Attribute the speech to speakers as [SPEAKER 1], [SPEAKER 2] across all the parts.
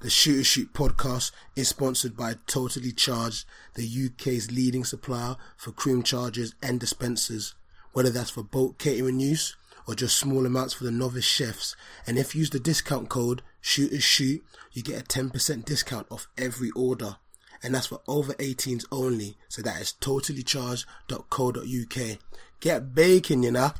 [SPEAKER 1] The Shooter Shoot podcast is sponsored by Totally Charged, the UK's leading supplier for cream chargers and dispensers, whether that's for bulk catering use or just small amounts for the novice chefs. And if you use the discount code Shooter Shoot, you get a 10% discount off every order. And that's for over 18s only. So that is totallycharged.co.uk. Get baking, you know.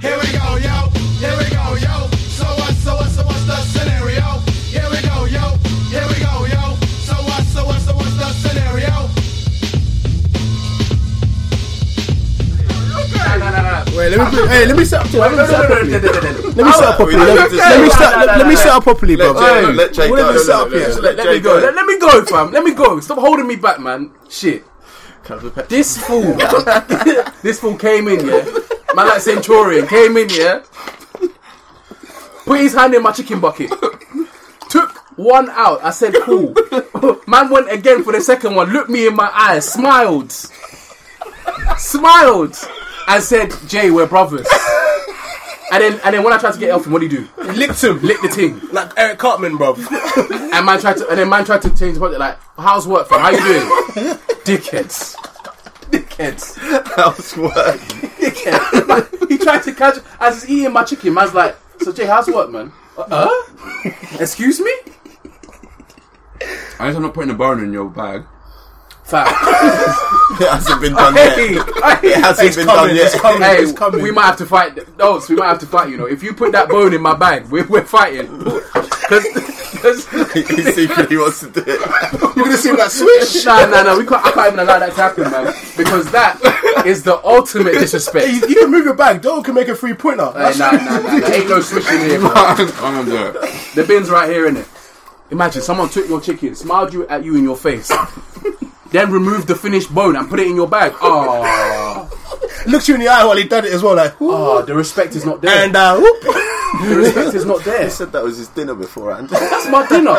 [SPEAKER 2] Here we go, yo. Here we go, yo. So what? So what? So what's the scenario? Here we go, yo. Here we go, yo. So what? So what? So what's the scenario?
[SPEAKER 1] Wait, let me, hey, let me set up. Let me set up properly. Let me
[SPEAKER 3] Oh,
[SPEAKER 1] set up properly.
[SPEAKER 3] we don't
[SPEAKER 1] Let me-
[SPEAKER 3] do this.
[SPEAKER 1] let me
[SPEAKER 3] No,
[SPEAKER 1] set.
[SPEAKER 3] no,
[SPEAKER 1] Let
[SPEAKER 3] no,
[SPEAKER 1] let me
[SPEAKER 3] no,
[SPEAKER 1] set up properly, bro.
[SPEAKER 3] Jay go, let Jay
[SPEAKER 1] What
[SPEAKER 3] go,
[SPEAKER 1] did we
[SPEAKER 3] let-
[SPEAKER 1] set up
[SPEAKER 3] let-
[SPEAKER 1] here?
[SPEAKER 3] let-
[SPEAKER 4] Let me go. Let, let me go, fam. Let me go. Stop holding me back, man. Shit. This fool. this fool came in, yeah. Man like Centurion came in, yeah. Put his hand in my chicken bucket. Took one out. I said, cool. Man went again for the second one. Looked me in my eyes. Smiled. Smiled. And said, Jay, we're brothers. And then, and then when I tried to get it off him, what do you do?
[SPEAKER 5] Licked him.
[SPEAKER 4] Lick the ting.
[SPEAKER 5] Like Eric Cartman, bro.
[SPEAKER 4] And man tried to, and then man tried to change the project. Like, how's work, fam? How you doing? Dickheads. Dickheads.
[SPEAKER 3] House work.
[SPEAKER 4] Dickheads. he tried to catch as he's eating my chicken. Man's like, so Jay, how's work, man? Uh, uh? Excuse me,
[SPEAKER 6] At least I'm not putting a bone in your bag.
[SPEAKER 4] fam.
[SPEAKER 3] It hasn't been done
[SPEAKER 4] Hey,
[SPEAKER 3] yet. It
[SPEAKER 4] hey,
[SPEAKER 3] hasn't been
[SPEAKER 5] coming,
[SPEAKER 3] done yet.
[SPEAKER 5] it's coming.
[SPEAKER 4] hey,
[SPEAKER 5] it's coming.
[SPEAKER 4] we might have to fight. No, we might have to fight. You know, if you put that bone in my bag, we're, we're fighting. Because,
[SPEAKER 3] He secretly wants to do it.
[SPEAKER 5] You're gonna see him like swish.
[SPEAKER 4] no, no, no, we can't. I can't even allow that to happen, man. Because that is the ultimate
[SPEAKER 5] Hey,
[SPEAKER 4] disrespect.
[SPEAKER 5] you, you can move your bag. Dole can make a three pointer.
[SPEAKER 4] Hey, nah, nah, nah, there ain't no switching here. bro.
[SPEAKER 6] I'm gonna do it.
[SPEAKER 4] The bin's right here, innit? Imagine someone took your chicken, smiled you at you in your face, then removed the finished bone and put it in your bag. Oh,
[SPEAKER 5] Looks you in the eye while he done it as well. Like, whoop.
[SPEAKER 4] oh the respect is not there.
[SPEAKER 5] and uh, whoop.
[SPEAKER 4] the respect is not there.
[SPEAKER 3] He said that was his dinner beforehand.
[SPEAKER 4] That's my dinner.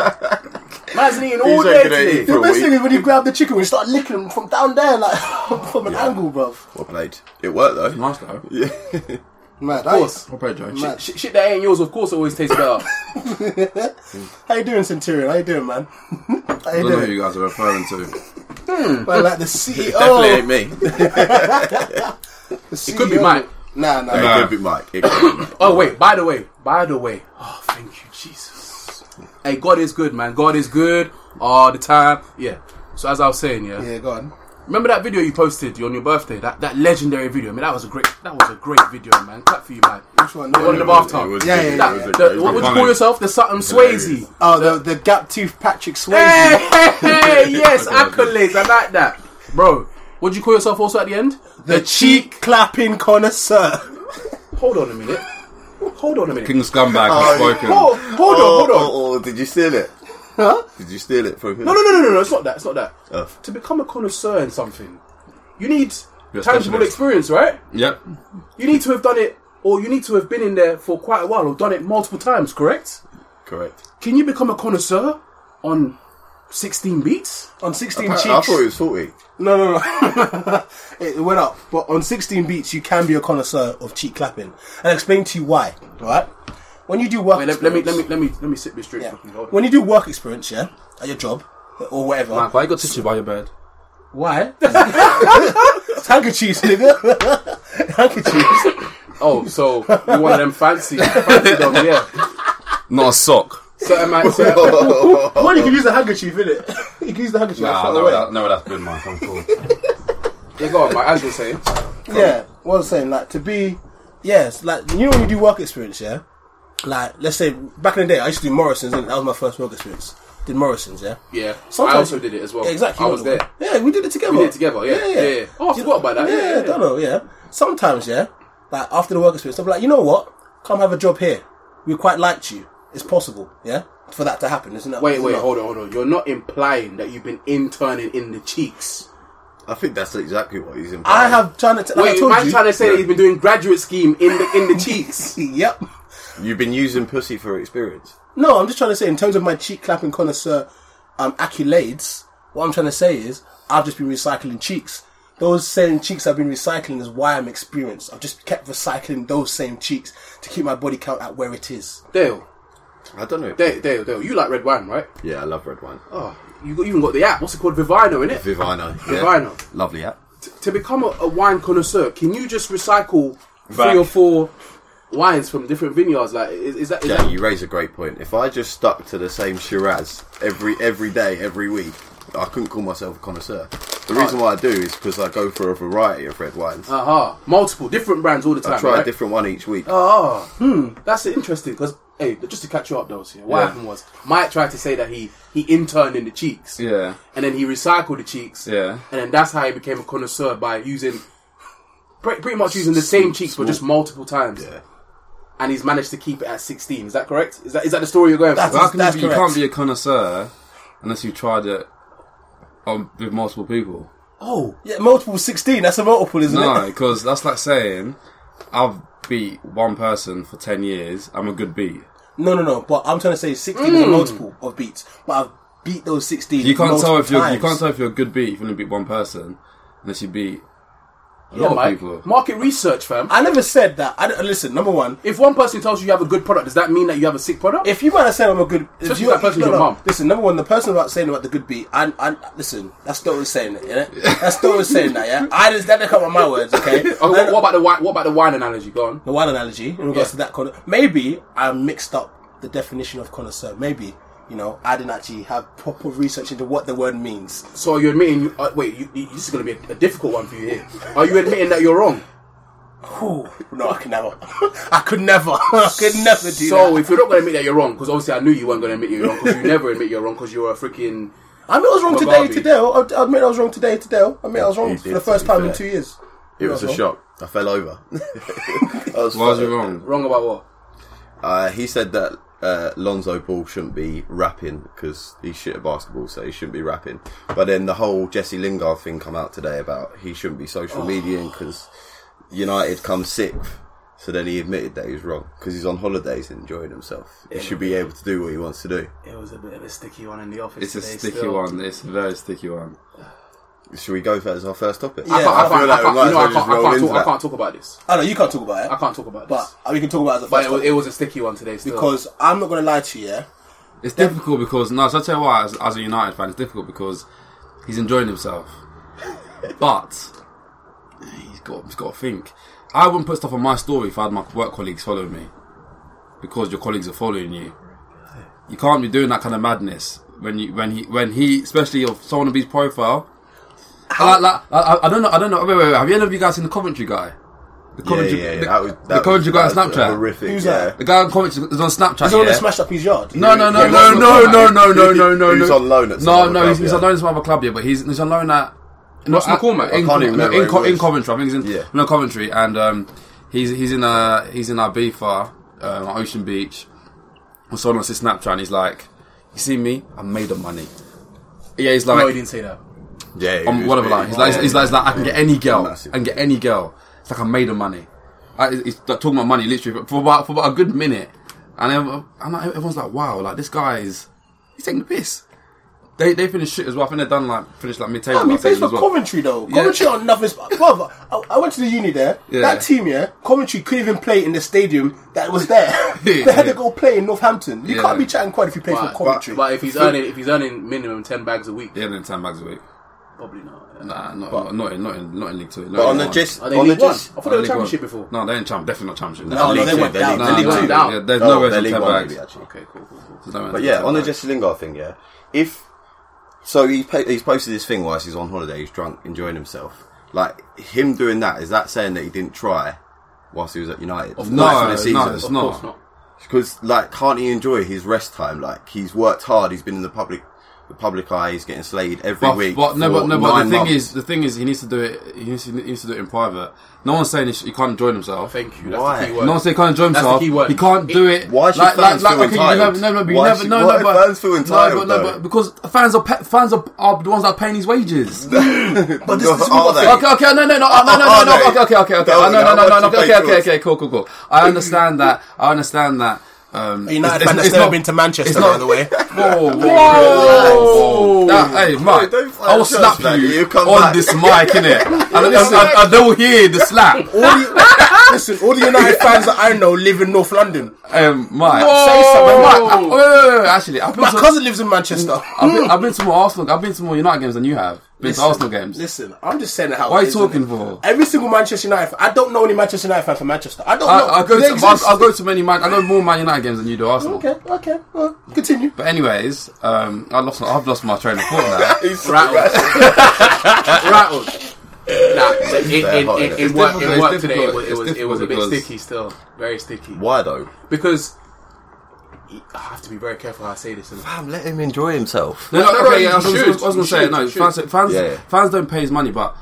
[SPEAKER 4] Man's been eating all
[SPEAKER 3] He's
[SPEAKER 4] day
[SPEAKER 3] like, "Can I
[SPEAKER 4] today.
[SPEAKER 3] eat?"
[SPEAKER 5] The
[SPEAKER 3] For a
[SPEAKER 5] best
[SPEAKER 3] week.
[SPEAKER 5] thing is when you grab the chicken, we start licking him from down there, like from an angle, bro.
[SPEAKER 3] well played. It worked though.
[SPEAKER 6] Nice though. Yeah.
[SPEAKER 3] Yeah.
[SPEAKER 5] Mad,
[SPEAKER 4] Of
[SPEAKER 5] that is-
[SPEAKER 4] course.
[SPEAKER 6] Well played, Joe.
[SPEAKER 5] Mad.
[SPEAKER 4] Shit, shit that ain't yours, of course, always tastes better.
[SPEAKER 5] How you doing, Centurion? How you doing, man? How
[SPEAKER 6] I
[SPEAKER 5] you
[SPEAKER 6] don't know who
[SPEAKER 5] doing?
[SPEAKER 6] you guys are referring to.
[SPEAKER 5] Man, like the CEO.
[SPEAKER 3] Definitely ain't me.
[SPEAKER 5] the CEO.
[SPEAKER 4] Could be mine.
[SPEAKER 5] Nah, nah.
[SPEAKER 6] Oh.
[SPEAKER 3] It could be Mike. It could be Mike.
[SPEAKER 4] Oh wait, by the way, by the way. Oh, thank you, Jesus. Hey, God is good, man. God is good all the time. Yeah. So as I was saying, yeah.
[SPEAKER 5] Yeah, go on.
[SPEAKER 4] Remember that video you posted on your birthday? That that legendary video. I mean, that was a great that was a great video, man. Clap for you, man.
[SPEAKER 5] Which one?
[SPEAKER 4] The one in the
[SPEAKER 3] It was-
[SPEAKER 4] bathtub.
[SPEAKER 3] it was-
[SPEAKER 5] Yeah, yeah,
[SPEAKER 3] it
[SPEAKER 5] yeah.
[SPEAKER 3] was a
[SPEAKER 4] That-
[SPEAKER 3] great-
[SPEAKER 4] the- what would you call
[SPEAKER 6] Iconic.
[SPEAKER 4] yourself? The Sutton Swayze.
[SPEAKER 5] Oh, the the gap tooth Patrick Swayze.
[SPEAKER 4] Hey, hey, yes, accolades. I like that, bro. What'd you call yourself also at the end?
[SPEAKER 5] The cheek clapping connoisseur.
[SPEAKER 4] Hold on a minute. Hold on a minute.
[SPEAKER 6] King Scumbag has spoken.
[SPEAKER 4] Hold, hold on,
[SPEAKER 3] Oh,
[SPEAKER 4] hold on.
[SPEAKER 3] oh, oh, did you steal it?
[SPEAKER 5] Huh?
[SPEAKER 3] Did you steal it from him?
[SPEAKER 4] No, no, no, no, no, no. It's not that. It's not that.
[SPEAKER 3] Oh.
[SPEAKER 4] To become a connoisseur in something, you need
[SPEAKER 6] You're a
[SPEAKER 4] tangible
[SPEAKER 6] specialist.
[SPEAKER 4] experience, right?
[SPEAKER 6] Yep.
[SPEAKER 4] You need to have done it, or you need to have been in there for quite a while, or done it multiple times. Correct?
[SPEAKER 3] Correct.
[SPEAKER 4] Can you become a connoisseur on 16 beats?
[SPEAKER 5] On 16
[SPEAKER 3] I, I
[SPEAKER 5] cheeks.
[SPEAKER 3] thought it was 40.
[SPEAKER 5] No, no, no. it went up. But on 16 beats, you can be a connoisseur of cheek clapping. And explain to you why, right? When you do work
[SPEAKER 4] Wait, let, let me
[SPEAKER 5] experience,
[SPEAKER 4] let me let me let me sit this straight.
[SPEAKER 5] yeah.
[SPEAKER 4] fucking hold on.
[SPEAKER 5] When you do work experience, yeah, at your job or whatever,
[SPEAKER 6] why you got tissue by your bed?
[SPEAKER 4] Why?
[SPEAKER 5] it's handkerchiefs, nigga. handkerchiefs.
[SPEAKER 4] oh, so you one of them fancy, fancy them, yeah.
[SPEAKER 6] Not a sock.
[SPEAKER 4] Certain amount, certain,
[SPEAKER 5] Well, you can use a handkerchief, innit? You can use the handkerchief.
[SPEAKER 6] Nah,
[SPEAKER 5] throw it
[SPEAKER 6] no,
[SPEAKER 5] away.
[SPEAKER 6] that, no, that's been mine. I'm cool.
[SPEAKER 4] yeah, go on, mate, as you're saying.
[SPEAKER 5] Yeah, what I was saying, like to be, yes, like you know when you do work experience, yeah. Like let's say back in the day, I used to do Morrison's, and that was my first work experience. Did Morrison's, yeah.
[SPEAKER 4] Yeah,
[SPEAKER 5] Sometimes-
[SPEAKER 4] I also did it as well.
[SPEAKER 5] Yeah, exactly.
[SPEAKER 4] I
[SPEAKER 5] you
[SPEAKER 4] was
[SPEAKER 5] were the
[SPEAKER 4] there.
[SPEAKER 5] one. Yeah, we did it together.
[SPEAKER 4] We did it together, yeah, yeah, yeah. Oh, I
[SPEAKER 5] You
[SPEAKER 4] forgot about that, yeah, yeah.
[SPEAKER 5] don't know. Yeah. Sometimes, yeah. Like after the work experience, I'm like, you know what? Come have a job here. We quite liked you. It's possible, yeah, for that to happen, isn't it?
[SPEAKER 4] Wait, wait, hold on, hold on. You're not implying that you've been interning in the cheeks.
[SPEAKER 3] I think that's exactly what he's in.
[SPEAKER 5] I have trying to. T- like I
[SPEAKER 4] Wait,
[SPEAKER 5] told
[SPEAKER 4] man,
[SPEAKER 5] you.
[SPEAKER 4] trying to say that he's been doing graduate scheme in the in the cheeks.
[SPEAKER 5] Yep.
[SPEAKER 3] You've been using pussy for experience.
[SPEAKER 5] No, I'm just trying to say, in terms of my cheek clapping connoisseur um, accolades, what I'm trying to say is I've just been recycling cheeks. those same cheeks I've been recycling is why I'm experienced. I've just kept recycling those same cheeks to keep my body count at where it is.
[SPEAKER 4] Dale,
[SPEAKER 3] I don't know.
[SPEAKER 4] Dale, Dale, Dale. You like red wine, right?
[SPEAKER 3] Yeah, I love red wine.
[SPEAKER 4] Oh, you got, you even got the app. What's it called? Vivino, innit?
[SPEAKER 3] Vivino. Yeah.
[SPEAKER 4] Vivino.
[SPEAKER 3] Lovely app.
[SPEAKER 4] to become a, a wine connoisseur, can you just recycle
[SPEAKER 6] Back.
[SPEAKER 4] three or four wines from different vineyards? Like, is, is that? Is
[SPEAKER 3] Yeah,
[SPEAKER 4] that
[SPEAKER 3] you raise a great point. If I just stuck to the same Shiraz every every day, every week, I couldn't call myself a connoisseur. The reason why I do is because I go for a variety of red wines.
[SPEAKER 4] Aha, multiple different brands all the time.
[SPEAKER 3] I try
[SPEAKER 4] right?
[SPEAKER 3] a different one each week.
[SPEAKER 4] Oh, hmm, that's interesting because hey, just to catch you up, though, so what
[SPEAKER 3] Yeah.
[SPEAKER 4] happened was Mike tried to say that he he interned in the cheeks,
[SPEAKER 6] Yeah.
[SPEAKER 4] and then he recycled the cheeks,
[SPEAKER 6] Yeah.
[SPEAKER 4] and then that's how he became a connoisseur by using pre- pretty much using the same cheeks but just multiple times,
[SPEAKER 3] Yeah.
[SPEAKER 4] and he's managed to keep it at sixteen. Is that correct? Is that is that the story you're going for?
[SPEAKER 6] But how can
[SPEAKER 5] That's
[SPEAKER 6] you, be- you
[SPEAKER 5] correct.
[SPEAKER 6] can't be a connoisseur unless you tried it on, with multiple people.
[SPEAKER 4] Oh,
[SPEAKER 5] Yeah, multiple 16, that's a multiple, isn't
[SPEAKER 6] No,
[SPEAKER 5] it?
[SPEAKER 6] because that's like saying I've beat one person for ten years. I'm a good beat.
[SPEAKER 5] No, no, no, but I'm trying to say 16 is a multiple of beats, but I've beat those 16.
[SPEAKER 6] You can't tell
[SPEAKER 5] multiple
[SPEAKER 6] if you're you
[SPEAKER 5] times.
[SPEAKER 6] can't tell if you're a good beat if you only beat one person unless you beat a
[SPEAKER 4] yeah,
[SPEAKER 6] lot of
[SPEAKER 4] Mike.
[SPEAKER 6] people.
[SPEAKER 4] Market research, fam.
[SPEAKER 5] I never said that. I don't- listen, number one,
[SPEAKER 4] If one person tells you you have a good product, does that mean that you have a sick product?
[SPEAKER 5] if you might have said I'm a good, if
[SPEAKER 4] Especially
[SPEAKER 5] you
[SPEAKER 4] if that person's your mum.
[SPEAKER 5] Listen, number one, the person about saying about the good beat, I, I listen. That's Dolan saying it. Yeah, that's Dolan saying that. Yeah, I just that didn't come out my words. Okay.
[SPEAKER 4] oh,
[SPEAKER 5] And
[SPEAKER 4] what, what about the wine? What about the wine analogy? Go on.
[SPEAKER 5] the wine analogy in regards
[SPEAKER 4] Yeah.
[SPEAKER 5] to that? Con- maybe I mixed up the definition of connoisseur. Maybe you know I didn't actually have proper research into what the word means.
[SPEAKER 4] So you're admitting? You, uh, wait, you, you, this is going to be a, a difficult one for you here. Are you admitting that you're wrong?
[SPEAKER 5] Ooh, no, I could never. I could never. I could never do
[SPEAKER 4] So
[SPEAKER 5] that.
[SPEAKER 4] if you're not going to admit that you're wrong, because obviously I knew you weren't going to admit you're wrong, because you never admit you're wrong, because you're a freaking.
[SPEAKER 5] I mean, I was wrong today.
[SPEAKER 4] Barbie.
[SPEAKER 5] To Dale, I I admit I was wrong today. To Dale, I mean, I was wrong
[SPEAKER 3] You
[SPEAKER 5] for
[SPEAKER 3] did,
[SPEAKER 5] the first
[SPEAKER 3] to be
[SPEAKER 5] time in
[SPEAKER 3] fair.
[SPEAKER 5] two years.
[SPEAKER 3] It was a
[SPEAKER 5] Well.
[SPEAKER 3] shock. I fell over. I was
[SPEAKER 6] Why was you
[SPEAKER 3] fine.
[SPEAKER 6] wrong?
[SPEAKER 4] Wrong about what?
[SPEAKER 3] Uh, he said that uh, Lonzo Ball shouldn't be rapping because he's shit at basketball, so he shouldn't be rapping. But then the whole Jesse Lingard thing come out today about he shouldn't be
[SPEAKER 4] Oh.
[SPEAKER 3] social media because United come sixth. So then he admitted that he was wrong because he's on holidays and enjoying himself. He should be able to do what he wants to do.
[SPEAKER 4] It was a bit of a sticky one in the office.
[SPEAKER 6] It's a
[SPEAKER 4] today
[SPEAKER 6] sticky
[SPEAKER 4] still.
[SPEAKER 6] one. It's a very sticky one.
[SPEAKER 3] Should we go for that as our first topic?
[SPEAKER 5] I can't-
[SPEAKER 4] I, can't, I, can't, you know, I,
[SPEAKER 3] just
[SPEAKER 4] can't, I,
[SPEAKER 3] roll
[SPEAKER 4] can't
[SPEAKER 3] into
[SPEAKER 4] talk, I
[SPEAKER 3] that.
[SPEAKER 4] can't talk about this.
[SPEAKER 5] I know you can't talk about it.
[SPEAKER 4] I can't talk about this.
[SPEAKER 5] But uh, we can talk about it as a
[SPEAKER 4] But
[SPEAKER 5] first
[SPEAKER 4] it, was,
[SPEAKER 5] topic.
[SPEAKER 4] it was a sticky one today. Still.
[SPEAKER 5] because I'm not going to lie to you. Yeah?
[SPEAKER 6] It's difficult because no, so I tell you why. As, as a United fan, it's difficult because he's enjoying himself, but he's got he's got to think. I wouldn't put stuff on my story if I had my work colleagues following me, because your colleagues are following you. You can't be doing that kind of madness when you when he when he especially of someone of his profile. I, like, like, I, I don't know. I don't know. Wait, wait, wait. Have you any of you guys seen the Coventry guy? The
[SPEAKER 3] Yeah,
[SPEAKER 6] Coventry,
[SPEAKER 3] yeah,
[SPEAKER 6] the,
[SPEAKER 3] that was,
[SPEAKER 6] the
[SPEAKER 3] that was,
[SPEAKER 6] Coventry
[SPEAKER 3] that
[SPEAKER 6] guy on
[SPEAKER 3] was
[SPEAKER 6] Snapchat.
[SPEAKER 3] Horrific.
[SPEAKER 5] Who's
[SPEAKER 3] yeah.
[SPEAKER 5] that?
[SPEAKER 6] The guy on Coventry is on Snapchat.
[SPEAKER 5] He's the one
[SPEAKER 6] yeah?
[SPEAKER 5] that smashed up his yard.
[SPEAKER 6] No, no, no,
[SPEAKER 3] Yeah, what's
[SPEAKER 6] no, no,
[SPEAKER 3] the
[SPEAKER 6] no,
[SPEAKER 3] plan?
[SPEAKER 6] no, no,
[SPEAKER 3] Who-
[SPEAKER 6] no, no.
[SPEAKER 3] who's
[SPEAKER 6] no.
[SPEAKER 3] on loan at
[SPEAKER 6] No,
[SPEAKER 3] Summer
[SPEAKER 6] no,
[SPEAKER 3] Club,
[SPEAKER 6] he's, he's
[SPEAKER 3] yeah.
[SPEAKER 6] on loan at Summer Club, yeah, but he's, he's on loan at. Not
[SPEAKER 4] Ross McCormack?
[SPEAKER 6] In,
[SPEAKER 3] I can't even
[SPEAKER 6] no,
[SPEAKER 3] remember
[SPEAKER 6] in,
[SPEAKER 3] where
[SPEAKER 6] Co-
[SPEAKER 3] he
[SPEAKER 6] in
[SPEAKER 3] was.
[SPEAKER 6] Coventry, I think he's in
[SPEAKER 3] Yeah.
[SPEAKER 6] no, Coventry, and um, he's he's in uh, he's in Ibiza, um, Ocean Beach. I saw him on his Snapchat, and he's like, "You see me? I made the money." Yeah, he's like,
[SPEAKER 4] no, he didn't say that.
[SPEAKER 3] Yeah, he
[SPEAKER 6] um,
[SPEAKER 3] was
[SPEAKER 6] whatever.
[SPEAKER 3] really
[SPEAKER 6] Like he's like,
[SPEAKER 3] wrong.
[SPEAKER 6] he's like, he's like, I can get any girl
[SPEAKER 3] Massive.
[SPEAKER 6] and get any girl. It's like I made the money. I, he's like, talking about money literally for about for about a good minute, and then- and like, everyone's like, wow, like this guy is he's taking the piss. They they finished shit as well. I think they're done like finished like mid table.
[SPEAKER 5] I mean, plays for Coventry though.
[SPEAKER 6] Yeah.
[SPEAKER 5] Coventry are nothing. sp- Brother, I, I went to the uni there.
[SPEAKER 6] Yeah.
[SPEAKER 5] That team, yeah, Coventry couldn't even play in the stadium that was there. they had
[SPEAKER 6] Yeah.
[SPEAKER 5] to go play in Northampton. You
[SPEAKER 6] Yeah.
[SPEAKER 5] can't be chatting quite if you play for
[SPEAKER 4] But,
[SPEAKER 5] Coventry.
[SPEAKER 4] but if he's earning, if he's earning minimum ten bags a week,
[SPEAKER 6] Yeah, then ten bags a week.
[SPEAKER 4] probably not. yeah.
[SPEAKER 6] Nah, not not in not in not in League Two. Not
[SPEAKER 3] But
[SPEAKER 6] in
[SPEAKER 3] on the
[SPEAKER 6] one.
[SPEAKER 3] gist,
[SPEAKER 4] Are they
[SPEAKER 3] on the
[SPEAKER 4] League One? I
[SPEAKER 3] gist,
[SPEAKER 4] thought they were Championship before.
[SPEAKER 6] No, they ain't champ. Definitely not championship.
[SPEAKER 5] No,
[SPEAKER 3] League
[SPEAKER 5] they
[SPEAKER 3] Two,
[SPEAKER 5] went
[SPEAKER 3] they're
[SPEAKER 5] down.
[SPEAKER 3] League
[SPEAKER 5] They're
[SPEAKER 3] Two.
[SPEAKER 5] League Two.
[SPEAKER 4] down.
[SPEAKER 6] Yeah, there's
[SPEAKER 3] Oh,
[SPEAKER 6] no way
[SPEAKER 3] they're
[SPEAKER 6] it's
[SPEAKER 3] League
[SPEAKER 6] ten
[SPEAKER 3] One,
[SPEAKER 6] bags.
[SPEAKER 3] maybe, actually.
[SPEAKER 4] Okay, cool, cool, cool.
[SPEAKER 6] There's no way
[SPEAKER 3] But
[SPEAKER 6] it's
[SPEAKER 3] yeah,
[SPEAKER 6] 10
[SPEAKER 3] on the
[SPEAKER 6] bags.
[SPEAKER 3] Jesse Lingard thing, yeah. If so, he pa- he's posted this thing whilst he's on holiday. He's drunk, enjoying himself. Like him doing that is that saying that he didn't try whilst he was at United?
[SPEAKER 6] no, no, it's
[SPEAKER 4] Of course
[SPEAKER 6] not.
[SPEAKER 4] not.
[SPEAKER 3] Because like, can't he enjoy his rest time? Like he's worked hard. He's been in the public, the public eye. He's getting slayed every
[SPEAKER 6] But,
[SPEAKER 3] week.
[SPEAKER 6] but no,
[SPEAKER 3] for
[SPEAKER 6] but no, but
[SPEAKER 3] nine
[SPEAKER 6] the thing
[SPEAKER 3] months.
[SPEAKER 6] is, the thing is, he needs to do it. He needs to, he needs to do it in private. No one's saying he, sh- he can't enjoy himself.
[SPEAKER 4] Thank you. That's
[SPEAKER 3] Why?
[SPEAKER 4] the key word.
[SPEAKER 6] No one's saying he can't enjoy
[SPEAKER 4] That's the
[SPEAKER 6] himself.
[SPEAKER 4] key word.
[SPEAKER 6] He can't do it.
[SPEAKER 3] Why should fans feel
[SPEAKER 6] you
[SPEAKER 3] entitled?
[SPEAKER 6] never, no, no, but you
[SPEAKER 3] Why
[SPEAKER 6] never,
[SPEAKER 3] should-
[SPEAKER 6] no,
[SPEAKER 3] why
[SPEAKER 6] no,
[SPEAKER 3] do
[SPEAKER 6] but,
[SPEAKER 3] fans feel
[SPEAKER 6] No, but,
[SPEAKER 3] entitled,
[SPEAKER 6] no,
[SPEAKER 3] though?
[SPEAKER 6] but because fans are pe- fans are, are the ones that are paying his wages.
[SPEAKER 3] but
[SPEAKER 5] this is
[SPEAKER 3] are
[SPEAKER 5] what
[SPEAKER 3] they?
[SPEAKER 5] I
[SPEAKER 6] Okay, okay, no, no, no, oh, no, no, no,
[SPEAKER 3] oh,
[SPEAKER 6] no,
[SPEAKER 3] no.
[SPEAKER 6] okay, okay, okay, okay,
[SPEAKER 3] No,
[SPEAKER 6] oh, no, no,
[SPEAKER 3] no,
[SPEAKER 6] no, no,
[SPEAKER 3] that's
[SPEAKER 6] no,
[SPEAKER 3] a
[SPEAKER 6] okay,
[SPEAKER 3] fake
[SPEAKER 6] okay, okay,
[SPEAKER 3] rules.
[SPEAKER 6] okay, cool, cool, cool. I understand that. I understand that. Um,
[SPEAKER 5] A United
[SPEAKER 6] it's-
[SPEAKER 5] fan that's
[SPEAKER 6] it's
[SPEAKER 5] never
[SPEAKER 6] not-
[SPEAKER 5] been to Manchester,
[SPEAKER 6] it's not-
[SPEAKER 5] by the way.
[SPEAKER 6] Whoa, whoa, whoa. That- hey, Mike,
[SPEAKER 3] don't fire
[SPEAKER 6] I will
[SPEAKER 3] shots,
[SPEAKER 6] slap
[SPEAKER 3] man.
[SPEAKER 6] you,
[SPEAKER 3] You come
[SPEAKER 6] on
[SPEAKER 3] back.
[SPEAKER 6] this mic, innit? And I, I, I, I don't hear the slap.
[SPEAKER 5] All the, listen, all the United fans that I know live in North London.
[SPEAKER 6] Um, Mike,
[SPEAKER 5] Say something.
[SPEAKER 6] Mike, I- wait, wait, wait, wait, actually, I've been,
[SPEAKER 5] My
[SPEAKER 6] to,
[SPEAKER 5] cousin lives in Manchester.
[SPEAKER 6] I've, been, I've been to more Arsenal, I've been to more United games than you have. Been to Arsenal games.
[SPEAKER 5] Listen, I'm just saying how.
[SPEAKER 6] Why are
[SPEAKER 5] it
[SPEAKER 6] you
[SPEAKER 5] is, innit?
[SPEAKER 6] talking for?
[SPEAKER 5] Every single Manchester United. Fan, I don't know any Manchester United fan from Manchester. I don't
[SPEAKER 6] I,
[SPEAKER 5] know.
[SPEAKER 6] I go
[SPEAKER 5] Do they
[SPEAKER 6] to,
[SPEAKER 5] exist?
[SPEAKER 6] I, I go to many Man. I know more Man United games than you do Arsenal.
[SPEAKER 5] Okay, okay. Well, continue.
[SPEAKER 6] But anyways, um, I lost. my- I've lost my train of thought now.
[SPEAKER 4] rattled. rattled. Nah, but it,
[SPEAKER 3] Fair
[SPEAKER 4] it,
[SPEAKER 3] point.
[SPEAKER 4] it, it,
[SPEAKER 3] It's
[SPEAKER 4] worked,
[SPEAKER 6] difficult,
[SPEAKER 4] it
[SPEAKER 6] it's
[SPEAKER 4] worked today. It was, it
[SPEAKER 6] difficult,
[SPEAKER 4] was,
[SPEAKER 6] it's
[SPEAKER 4] it was a bit
[SPEAKER 6] difficult because-
[SPEAKER 4] sticky still. Very sticky.
[SPEAKER 3] Why though?
[SPEAKER 4] Because I have to be very careful how I say this.
[SPEAKER 3] Fam, let him enjoy himself.
[SPEAKER 6] No, no,
[SPEAKER 4] no,
[SPEAKER 6] okay,
[SPEAKER 4] you
[SPEAKER 6] yeah, I was, I was- I was
[SPEAKER 4] should, you
[SPEAKER 6] gonna say
[SPEAKER 4] should,
[SPEAKER 6] no.
[SPEAKER 4] you should.
[SPEAKER 6] Fans, fans,
[SPEAKER 3] Yeah, yeah.
[SPEAKER 6] fans don't pay his money, but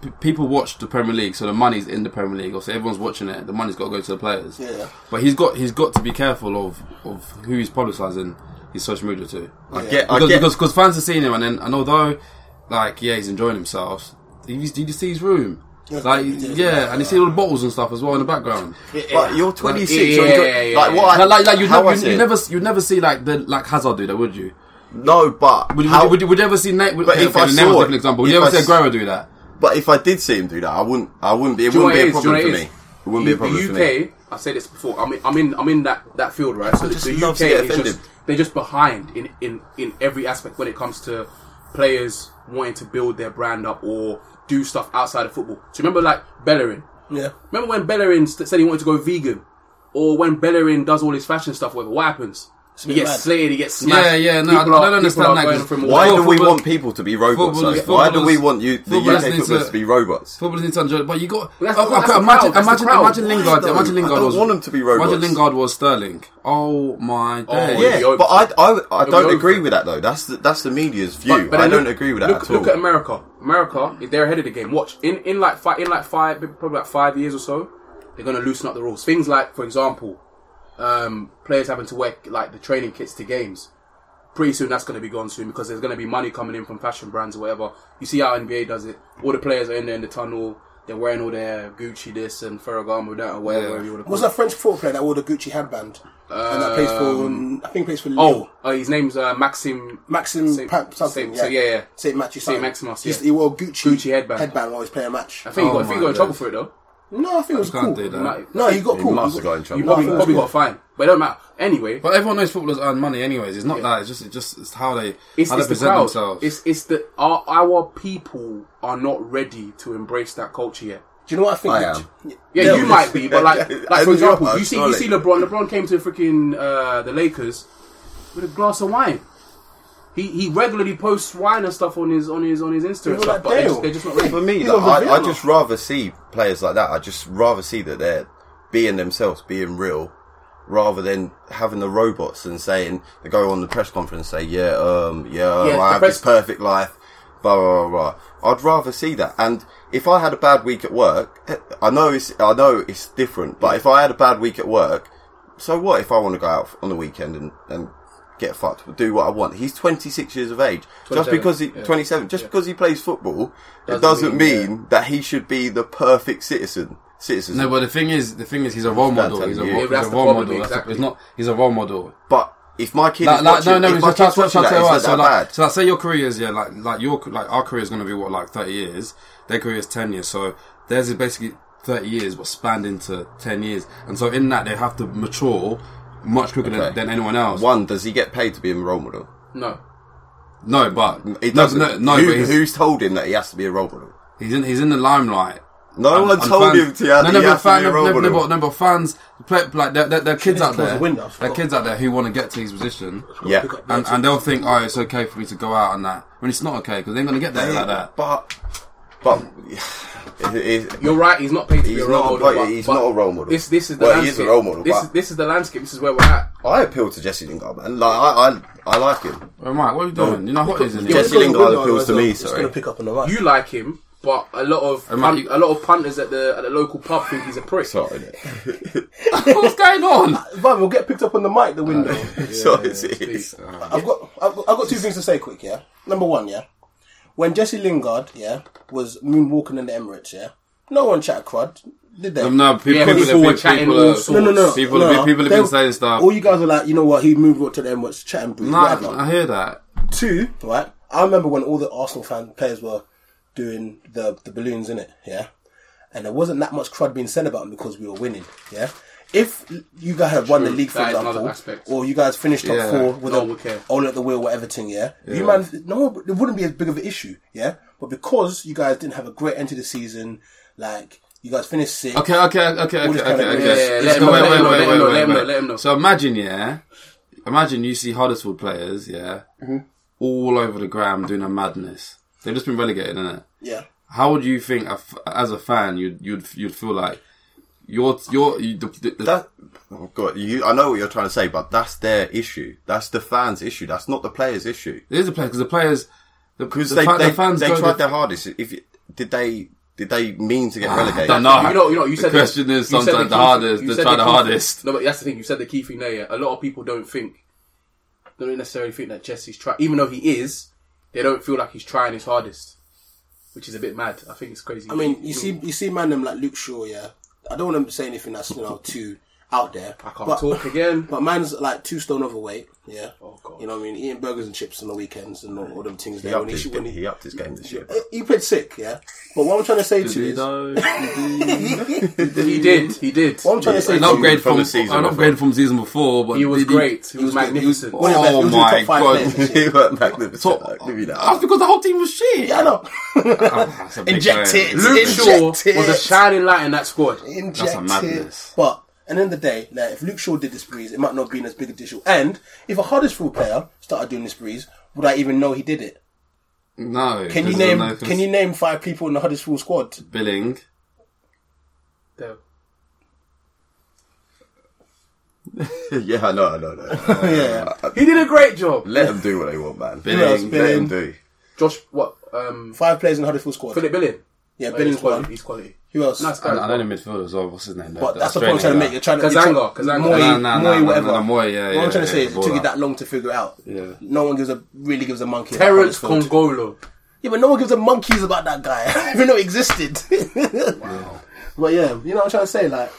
[SPEAKER 6] p- people watch the Premier League, so the money's in the Premier League. So everyone's watching it. The money's got to go to the players.
[SPEAKER 5] Yeah.
[SPEAKER 6] But he's got he's got to be careful of of who he's publicising his social media to.
[SPEAKER 3] I get, I
[SPEAKER 6] Because,
[SPEAKER 3] get.
[SPEAKER 6] because because fans are seeing him, and then and although like yeah, he's enjoying himself. Did you, did you see his room? Like yeah, and you see all the bottles and stuff as well in the background.
[SPEAKER 3] But you're 26. you're
[SPEAKER 4] eh, Yeah,
[SPEAKER 3] enjoy-
[SPEAKER 4] yeah, yeah,
[SPEAKER 3] like
[SPEAKER 4] yeah.
[SPEAKER 3] what? I-
[SPEAKER 6] Like, like, like you'd,
[SPEAKER 3] how
[SPEAKER 6] never,
[SPEAKER 3] I
[SPEAKER 6] you'd,
[SPEAKER 3] see it?
[SPEAKER 6] never you'd never see like the like Hazard do that, would you?
[SPEAKER 3] No, but
[SPEAKER 6] Would you,
[SPEAKER 3] how-
[SPEAKER 6] would you, would you, would you ever see Nate? But
[SPEAKER 3] if I saw it-
[SPEAKER 6] an example, would you
[SPEAKER 3] if
[SPEAKER 6] ever
[SPEAKER 3] I
[SPEAKER 6] see
[SPEAKER 3] s-
[SPEAKER 6] Aguero do that?
[SPEAKER 3] But if I did see him do that, I wouldn't. I wouldn't be. It
[SPEAKER 4] Do you know
[SPEAKER 3] wouldn't be a
[SPEAKER 4] what
[SPEAKER 3] problem
[SPEAKER 4] it
[SPEAKER 3] for
[SPEAKER 4] is?
[SPEAKER 3] me. It wouldn't be a problem for
[SPEAKER 4] the
[SPEAKER 3] me.
[SPEAKER 4] UK, I've said this before. I'm in, I'm in, I'm in that, that field, right? So
[SPEAKER 3] just
[SPEAKER 4] the
[SPEAKER 3] love
[SPEAKER 4] UK
[SPEAKER 3] to get
[SPEAKER 4] is
[SPEAKER 3] offended.
[SPEAKER 4] just they're just behind in, in in every aspect when it comes to players wanting to build their brand up or do stuff outside of football. So remember, like Bellerin.
[SPEAKER 5] Yeah.
[SPEAKER 4] Remember when Bellerin st- said he wanted to go vegan, or when Bellerin does all his fashion stuff? Whatever, what happens? He
[SPEAKER 5] bit
[SPEAKER 4] gets
[SPEAKER 5] mad.
[SPEAKER 4] slayed. He gets smashed.
[SPEAKER 6] Yeah, yeah,
[SPEAKER 4] People
[SPEAKER 6] no, I- I
[SPEAKER 4] are-
[SPEAKER 6] don't
[SPEAKER 4] people
[SPEAKER 6] understand
[SPEAKER 4] are
[SPEAKER 6] that,
[SPEAKER 4] going
[SPEAKER 6] 'cause
[SPEAKER 4] from all-
[SPEAKER 3] Why do we
[SPEAKER 6] Football-
[SPEAKER 3] want people to be robots?
[SPEAKER 6] footballers-
[SPEAKER 3] though? Why do we
[SPEAKER 6] footballers-
[SPEAKER 3] want you, the
[SPEAKER 6] footballers
[SPEAKER 3] UK
[SPEAKER 6] need to-
[SPEAKER 3] footballers, to be robots?
[SPEAKER 6] Footballers need to enjoy, it, but you got.
[SPEAKER 4] Well, that's-
[SPEAKER 6] oh,
[SPEAKER 4] that's
[SPEAKER 6] okay,
[SPEAKER 4] the
[SPEAKER 6] imagine,
[SPEAKER 4] crowd, that's
[SPEAKER 6] imagine,
[SPEAKER 4] the crowd.
[SPEAKER 6] imagine Lingard.
[SPEAKER 3] though?
[SPEAKER 6] Imagine Lingard
[SPEAKER 3] I don't
[SPEAKER 6] was.
[SPEAKER 3] want 'em to be robots.
[SPEAKER 6] Imagine Lingard was Sterling. Oh my day!
[SPEAKER 4] yeah.
[SPEAKER 3] Yeah,
[SPEAKER 4] It'll be
[SPEAKER 3] but I,
[SPEAKER 4] over.
[SPEAKER 3] I, I
[SPEAKER 4] be
[SPEAKER 3] don't
[SPEAKER 4] over.
[SPEAKER 3] agree with that though. That's the, that's the media's view.
[SPEAKER 4] But- but
[SPEAKER 3] I
[SPEAKER 4] then
[SPEAKER 3] don't
[SPEAKER 4] look-
[SPEAKER 3] agree with that
[SPEAKER 4] look,
[SPEAKER 3] at all.
[SPEAKER 4] Look at America. America, they're ahead of the game. Watch in in like five in like five probably like five years or so, they're going to loosen up the rules. Things like, for example, um, players having to wear like the training kits to games. Pretty soon, that's going to be gone soon because there's going to be money coming in from fashion brands or whatever. You see how NBA does it. All the players are in there in the tunnel. They're wearing all their Gucci this and Ferragamo that or whatever.
[SPEAKER 6] Yeah.
[SPEAKER 4] you want to
[SPEAKER 5] Was that French football player that wore the Gucci headband? and that plays for, um, I think plays for Lille.
[SPEAKER 4] Oh, uh, his name's uh, Maxim.
[SPEAKER 5] Maxim
[SPEAKER 4] Saint-
[SPEAKER 5] Pap something.
[SPEAKER 4] Saint- so- yeah, yeah.
[SPEAKER 5] Saint Matthew.
[SPEAKER 4] Saint
[SPEAKER 5] something.
[SPEAKER 4] Maximus,
[SPEAKER 5] He's-
[SPEAKER 4] yeah.
[SPEAKER 5] He wore Gucci,
[SPEAKER 4] Gucci headband.
[SPEAKER 5] headband while he's playing a match.
[SPEAKER 4] I think he
[SPEAKER 6] Oh
[SPEAKER 4] got, I think he
[SPEAKER 6] my
[SPEAKER 4] got in trouble
[SPEAKER 6] days.
[SPEAKER 4] for it though.
[SPEAKER 5] No, I think it was
[SPEAKER 6] Can't
[SPEAKER 5] cool.
[SPEAKER 6] do that.
[SPEAKER 4] Like,
[SPEAKER 5] No, he got
[SPEAKER 3] He
[SPEAKER 5] cool.
[SPEAKER 3] must
[SPEAKER 5] He
[SPEAKER 3] have
[SPEAKER 5] got-
[SPEAKER 3] got in trouble.
[SPEAKER 4] You probably,
[SPEAKER 5] no,
[SPEAKER 4] probably
[SPEAKER 5] no.
[SPEAKER 4] got fined, but it don't matter. Anyway,
[SPEAKER 6] But everyone knows footballers earn money, anyways. It's not that. It's just, it's just it's how they
[SPEAKER 4] it's, it's
[SPEAKER 6] how they
[SPEAKER 4] the
[SPEAKER 6] present
[SPEAKER 4] crowd.
[SPEAKER 6] themselves.
[SPEAKER 4] It's it's the our our people are not ready to embrace that culture yet.
[SPEAKER 5] Do you know what I think?
[SPEAKER 3] I
[SPEAKER 5] that-
[SPEAKER 3] am.
[SPEAKER 4] Yeah,
[SPEAKER 5] Yeah,
[SPEAKER 4] you might be, but like, like for
[SPEAKER 3] And you're
[SPEAKER 4] example,
[SPEAKER 3] not,
[SPEAKER 4] you see, you
[SPEAKER 3] surely.
[SPEAKER 4] see LeBron. LeBron came to freaking uh, the Lakers with a glass of wine. He he regularly posts wine and stuff on his on his on his Insta and
[SPEAKER 5] People
[SPEAKER 4] stuff,
[SPEAKER 5] like
[SPEAKER 4] but they're just,
[SPEAKER 5] Dale.
[SPEAKER 4] they're just not ready.
[SPEAKER 3] For me,
[SPEAKER 5] He's
[SPEAKER 3] though,
[SPEAKER 5] on the
[SPEAKER 3] I, I
[SPEAKER 5] Vienna.
[SPEAKER 3] just rather see players like that. I just rather see that they're being themselves, being real, rather than having the robots and saying they go on the press conference and say, "Yeah, um, yeah,
[SPEAKER 4] Yeah,
[SPEAKER 3] I
[SPEAKER 4] the
[SPEAKER 3] have
[SPEAKER 4] press-
[SPEAKER 3] this perfect life." Blah, blah blah blah. I'd rather see that. And if I had a bad week at work, eh, I know it's I know it's different. But if I had a bad week at work, so what? If I want to go out on the weekend and and get fucked, do what I want. He's 26 years of age. Just
[SPEAKER 4] 27,
[SPEAKER 3] because he
[SPEAKER 4] yeah.
[SPEAKER 3] 27, just because he plays football, it
[SPEAKER 4] Doesn't
[SPEAKER 3] doesn't
[SPEAKER 4] mean,
[SPEAKER 3] mean that he should be the perfect citizen. Citizen,
[SPEAKER 6] no, but the thing is, the thing is, he's a role model. He's a,
[SPEAKER 3] Yeah,
[SPEAKER 6] ro-
[SPEAKER 4] that's
[SPEAKER 6] he's a
[SPEAKER 4] the
[SPEAKER 6] role
[SPEAKER 4] problem,
[SPEAKER 6] model. That's the-
[SPEAKER 4] exactly.
[SPEAKER 6] It's not. He's a role model.
[SPEAKER 3] but if my kid
[SPEAKER 6] like,
[SPEAKER 3] is
[SPEAKER 6] like,
[SPEAKER 3] watching,
[SPEAKER 6] no, no,
[SPEAKER 3] if
[SPEAKER 6] it's
[SPEAKER 3] my
[SPEAKER 6] just that's
[SPEAKER 3] kid's
[SPEAKER 6] what
[SPEAKER 3] watching
[SPEAKER 6] I'm
[SPEAKER 3] that,
[SPEAKER 6] saying.
[SPEAKER 3] it's
[SPEAKER 6] Right,
[SPEAKER 3] not
[SPEAKER 6] so,
[SPEAKER 3] that
[SPEAKER 6] like,
[SPEAKER 3] bad.
[SPEAKER 6] so, like, say your career is yeah, like, like your like our career is going to be what like thirty years. Their career is ten years, so theirs is basically thirty years, but spanned into ten years, and so in that they have to mature much quicker than,
[SPEAKER 3] Okay.
[SPEAKER 6] than anyone else.
[SPEAKER 3] One, does he get paid to be a role model?
[SPEAKER 4] No,
[SPEAKER 6] No, but
[SPEAKER 3] He
[SPEAKER 6] no,
[SPEAKER 3] doesn't.
[SPEAKER 6] no, no
[SPEAKER 3] Who-
[SPEAKER 6] but he's,
[SPEAKER 3] who's told him that he has to be a role model?
[SPEAKER 6] he's in he's in the limelight.
[SPEAKER 3] No
[SPEAKER 6] And-
[SPEAKER 3] one
[SPEAKER 6] and
[SPEAKER 3] told
[SPEAKER 6] fans-
[SPEAKER 3] him to, yeah,
[SPEAKER 6] no,
[SPEAKER 3] he
[SPEAKER 6] no, but
[SPEAKER 3] has to
[SPEAKER 6] fan-
[SPEAKER 3] be a
[SPEAKER 6] no,
[SPEAKER 3] role
[SPEAKER 6] no, no,
[SPEAKER 3] model.
[SPEAKER 6] but, no, but fans, play, like there, there, there are kids out
[SPEAKER 5] close
[SPEAKER 6] there,
[SPEAKER 5] the window, I
[SPEAKER 6] there are
[SPEAKER 5] forgot.
[SPEAKER 6] kids out there who want to get to his position,
[SPEAKER 3] Yeah,
[SPEAKER 6] and, and they'll think, oh, it's okay for me to go out and that, when it's not okay because they're going to get there like that.
[SPEAKER 3] but but it, it,
[SPEAKER 4] You're right. He's not paid to be
[SPEAKER 3] He's
[SPEAKER 4] a
[SPEAKER 3] not
[SPEAKER 4] role
[SPEAKER 3] a
[SPEAKER 4] model.
[SPEAKER 3] player,
[SPEAKER 4] but-
[SPEAKER 3] he's
[SPEAKER 4] but
[SPEAKER 3] not a role model.
[SPEAKER 4] This this is the
[SPEAKER 3] Well, he
[SPEAKER 4] landscape.
[SPEAKER 3] is a role model,
[SPEAKER 4] This
[SPEAKER 3] but-
[SPEAKER 4] is this is the landscape. This is where we're at.
[SPEAKER 3] I appeal to Jesse Lingard, man. Like I, I, I like him.
[SPEAKER 6] Oh, Mike, what are you doing? You're not hot, isn't it?
[SPEAKER 3] Jesse
[SPEAKER 5] It's got the
[SPEAKER 3] Lingard
[SPEAKER 5] window,
[SPEAKER 3] appeals to
[SPEAKER 5] otherwise
[SPEAKER 3] me,
[SPEAKER 5] It's
[SPEAKER 3] sorry.
[SPEAKER 5] going to pick up on the right.
[SPEAKER 4] You like him, but a lot of
[SPEAKER 6] Um,
[SPEAKER 4] pun-
[SPEAKER 6] you-
[SPEAKER 4] a lot of punters at the at the local pub think he's a prick.
[SPEAKER 3] Sorry,
[SPEAKER 6] What's going on?
[SPEAKER 5] But we'll get picked up on the mic, the window.
[SPEAKER 3] sorry, it is.
[SPEAKER 5] I've got, I've got, I've got two things to say quick, yeah? Number one, yeah? When Jesse Lingard, yeah, was moonwalking in the Emirates, yeah? No one chat crud, did they?
[SPEAKER 6] No, no, people,
[SPEAKER 4] Yeah,
[SPEAKER 6] people,
[SPEAKER 4] people
[SPEAKER 6] have
[SPEAKER 4] were
[SPEAKER 6] been,
[SPEAKER 4] chatting
[SPEAKER 6] people,
[SPEAKER 4] all
[SPEAKER 6] are,
[SPEAKER 4] sorts.
[SPEAKER 5] no, no, no.
[SPEAKER 6] people,
[SPEAKER 5] no,
[SPEAKER 6] have been, people have
[SPEAKER 5] They-
[SPEAKER 6] been saying stuff.
[SPEAKER 5] All you guys are like, you know what? He moved on to them. What's chat and breathe?
[SPEAKER 6] Nah,
[SPEAKER 5] whatever.
[SPEAKER 6] I hear that.
[SPEAKER 5] Two, right? I remember when all the Arsenal fan players were doing the the balloons in it, yeah. And there wasn't that much crud being said about them because we were winning, yeah. If you guys had won the
[SPEAKER 4] True.
[SPEAKER 5] league, for
[SPEAKER 4] That is another
[SPEAKER 5] example,
[SPEAKER 4] aspect.
[SPEAKER 5] or you guys finished top
[SPEAKER 6] Yeah.
[SPEAKER 5] four with
[SPEAKER 4] No
[SPEAKER 5] a
[SPEAKER 4] one would care.
[SPEAKER 5] all at the wheel, whatever thing, yeah. You man, no, it wouldn't be as big of an issue, yeah. But because you guys didn't have a great end to the season, like you guys finished sixth,
[SPEAKER 6] Okay, okay, okay, okay,
[SPEAKER 5] All this kind
[SPEAKER 6] okay.
[SPEAKER 5] of-
[SPEAKER 4] Yeah,
[SPEAKER 6] okay.
[SPEAKER 4] yeah, let him
[SPEAKER 6] So
[SPEAKER 4] know,
[SPEAKER 6] wait,
[SPEAKER 4] let him
[SPEAKER 6] wait,
[SPEAKER 4] know,
[SPEAKER 6] wait,
[SPEAKER 4] let him know,
[SPEAKER 6] wait,
[SPEAKER 4] let him know,
[SPEAKER 6] wait.
[SPEAKER 4] let him know.
[SPEAKER 6] So imagine, yeah, imagine you see Huddersfield players, yeah,
[SPEAKER 4] Mm-hmm.
[SPEAKER 6] all over the ground doing a madness. They've just been relegated, innit?
[SPEAKER 5] yeah.
[SPEAKER 6] How would you think, a f- as a fan, you'd you'd you'd feel like your your you, the, the, the-
[SPEAKER 3] That, oh God, you, I know what you're trying to say, but that's their issue. That's the fans' issue. That's not the players' issue.
[SPEAKER 6] it is a player because the players
[SPEAKER 3] Because
[SPEAKER 6] because
[SPEAKER 3] they,
[SPEAKER 6] the, fa-
[SPEAKER 3] they,
[SPEAKER 6] the fans
[SPEAKER 3] they
[SPEAKER 6] go-
[SPEAKER 3] tried their hardest. If you, did they did they mean to get relegated?
[SPEAKER 6] don't know.
[SPEAKER 4] You know, you know, you
[SPEAKER 6] The
[SPEAKER 4] said
[SPEAKER 6] question
[SPEAKER 4] the,
[SPEAKER 6] is
[SPEAKER 4] you said
[SPEAKER 6] sometimes
[SPEAKER 4] key
[SPEAKER 6] the hardest,
[SPEAKER 4] thing- you
[SPEAKER 6] they
[SPEAKER 4] said
[SPEAKER 6] try the
[SPEAKER 4] key
[SPEAKER 6] hardest.
[SPEAKER 4] thing- No, but that's the thing. You said the key thing there. Yeah, a lot of people don't think, don't necessarily think that Jesse's trying, even though he is. They don't feel like he's trying his hardest, which is a bit mad. I think it's crazy.
[SPEAKER 5] I mean, you see, you see, man, them like Luke Shaw. Yeah, I don't want to say anything that's you know too out there. I
[SPEAKER 4] can't talk again.
[SPEAKER 5] But mine's like two stone overweight. Yeah.
[SPEAKER 4] Oh, God.
[SPEAKER 5] You know what I mean? Eating burgers and chips on the weekends and all, all them things.
[SPEAKER 3] He
[SPEAKER 5] there.
[SPEAKER 3] upped,
[SPEAKER 5] When he,
[SPEAKER 3] his,
[SPEAKER 5] when
[SPEAKER 3] he upped his game this year.
[SPEAKER 5] he- he played sick. Yeah. But what I'm trying to say to you
[SPEAKER 6] You
[SPEAKER 5] is,
[SPEAKER 6] know,
[SPEAKER 4] he did, he did.
[SPEAKER 5] what I'm trying to say
[SPEAKER 6] an
[SPEAKER 5] to you,
[SPEAKER 6] upgrade
[SPEAKER 3] from
[SPEAKER 6] from,
[SPEAKER 3] the season
[SPEAKER 6] an upgrade from season before, but
[SPEAKER 4] He was
[SPEAKER 6] did
[SPEAKER 4] great. He,
[SPEAKER 5] was
[SPEAKER 4] was
[SPEAKER 5] good.
[SPEAKER 4] magnificent.
[SPEAKER 5] One of the best- he was in
[SPEAKER 6] Oh
[SPEAKER 5] the top
[SPEAKER 6] my
[SPEAKER 5] five
[SPEAKER 6] God.
[SPEAKER 5] players this year.
[SPEAKER 3] he weren't magnificent.
[SPEAKER 6] Top-
[SPEAKER 3] like, give me that.
[SPEAKER 6] That's because the whole team was shit.
[SPEAKER 5] Yeah, I know.
[SPEAKER 6] That's a big
[SPEAKER 5] Inject
[SPEAKER 6] man.
[SPEAKER 5] it.
[SPEAKER 4] Luke Shaw was
[SPEAKER 5] Injected.
[SPEAKER 4] a shining light in that squad.
[SPEAKER 5] Injected.
[SPEAKER 6] madness.
[SPEAKER 5] But at the end of the day, like, if Luke Shaw did this breeze, it might not have been as big a issue. And if a Huddersfield player started doing this breeze, would I even know he did it?
[SPEAKER 6] No.
[SPEAKER 5] Can you name?
[SPEAKER 6] there's no-
[SPEAKER 5] Can you name five people in the Huddersfield squad?
[SPEAKER 6] Billing.
[SPEAKER 4] There.
[SPEAKER 3] yeah, I know, I know, I know.
[SPEAKER 5] Yeah.
[SPEAKER 4] He did a great job.
[SPEAKER 3] Let them do what they want, man.
[SPEAKER 6] Billing.
[SPEAKER 5] else?
[SPEAKER 3] Let them do.
[SPEAKER 4] Josh, what? Um,
[SPEAKER 5] Five players in Huddersfield squad.
[SPEAKER 4] Philip Billing.
[SPEAKER 5] yeah,
[SPEAKER 4] Billing's
[SPEAKER 5] Billings
[SPEAKER 4] quality.
[SPEAKER 5] one.
[SPEAKER 4] He's quality.
[SPEAKER 5] Who else?
[SPEAKER 4] Nice guy.
[SPEAKER 6] I, I know the midfield as well. What's his name?
[SPEAKER 5] but that's the point I'm trying to make. You're trying to
[SPEAKER 4] Kazanga,
[SPEAKER 5] you're trying-
[SPEAKER 4] Kazanga.
[SPEAKER 5] Moy,
[SPEAKER 4] Nah,
[SPEAKER 6] nah,
[SPEAKER 5] Moy,
[SPEAKER 6] nah, nah,
[SPEAKER 5] whatever.
[SPEAKER 6] nah, Moy, yeah,
[SPEAKER 5] what
[SPEAKER 6] yeah,
[SPEAKER 5] I'm trying to
[SPEAKER 6] yeah,
[SPEAKER 5] say
[SPEAKER 6] yeah,
[SPEAKER 5] is, it took you
[SPEAKER 6] baller.
[SPEAKER 5] that long to figure it out.
[SPEAKER 6] Yeah.
[SPEAKER 5] No one gives a really gives a monkey. about
[SPEAKER 4] Terence
[SPEAKER 5] Huddersfield.
[SPEAKER 4] Congolo.
[SPEAKER 5] Yeah, but no one gives a monkeys about that guy. I don't even know he existed. wow. But yeah, you know what I'm trying to say. Like,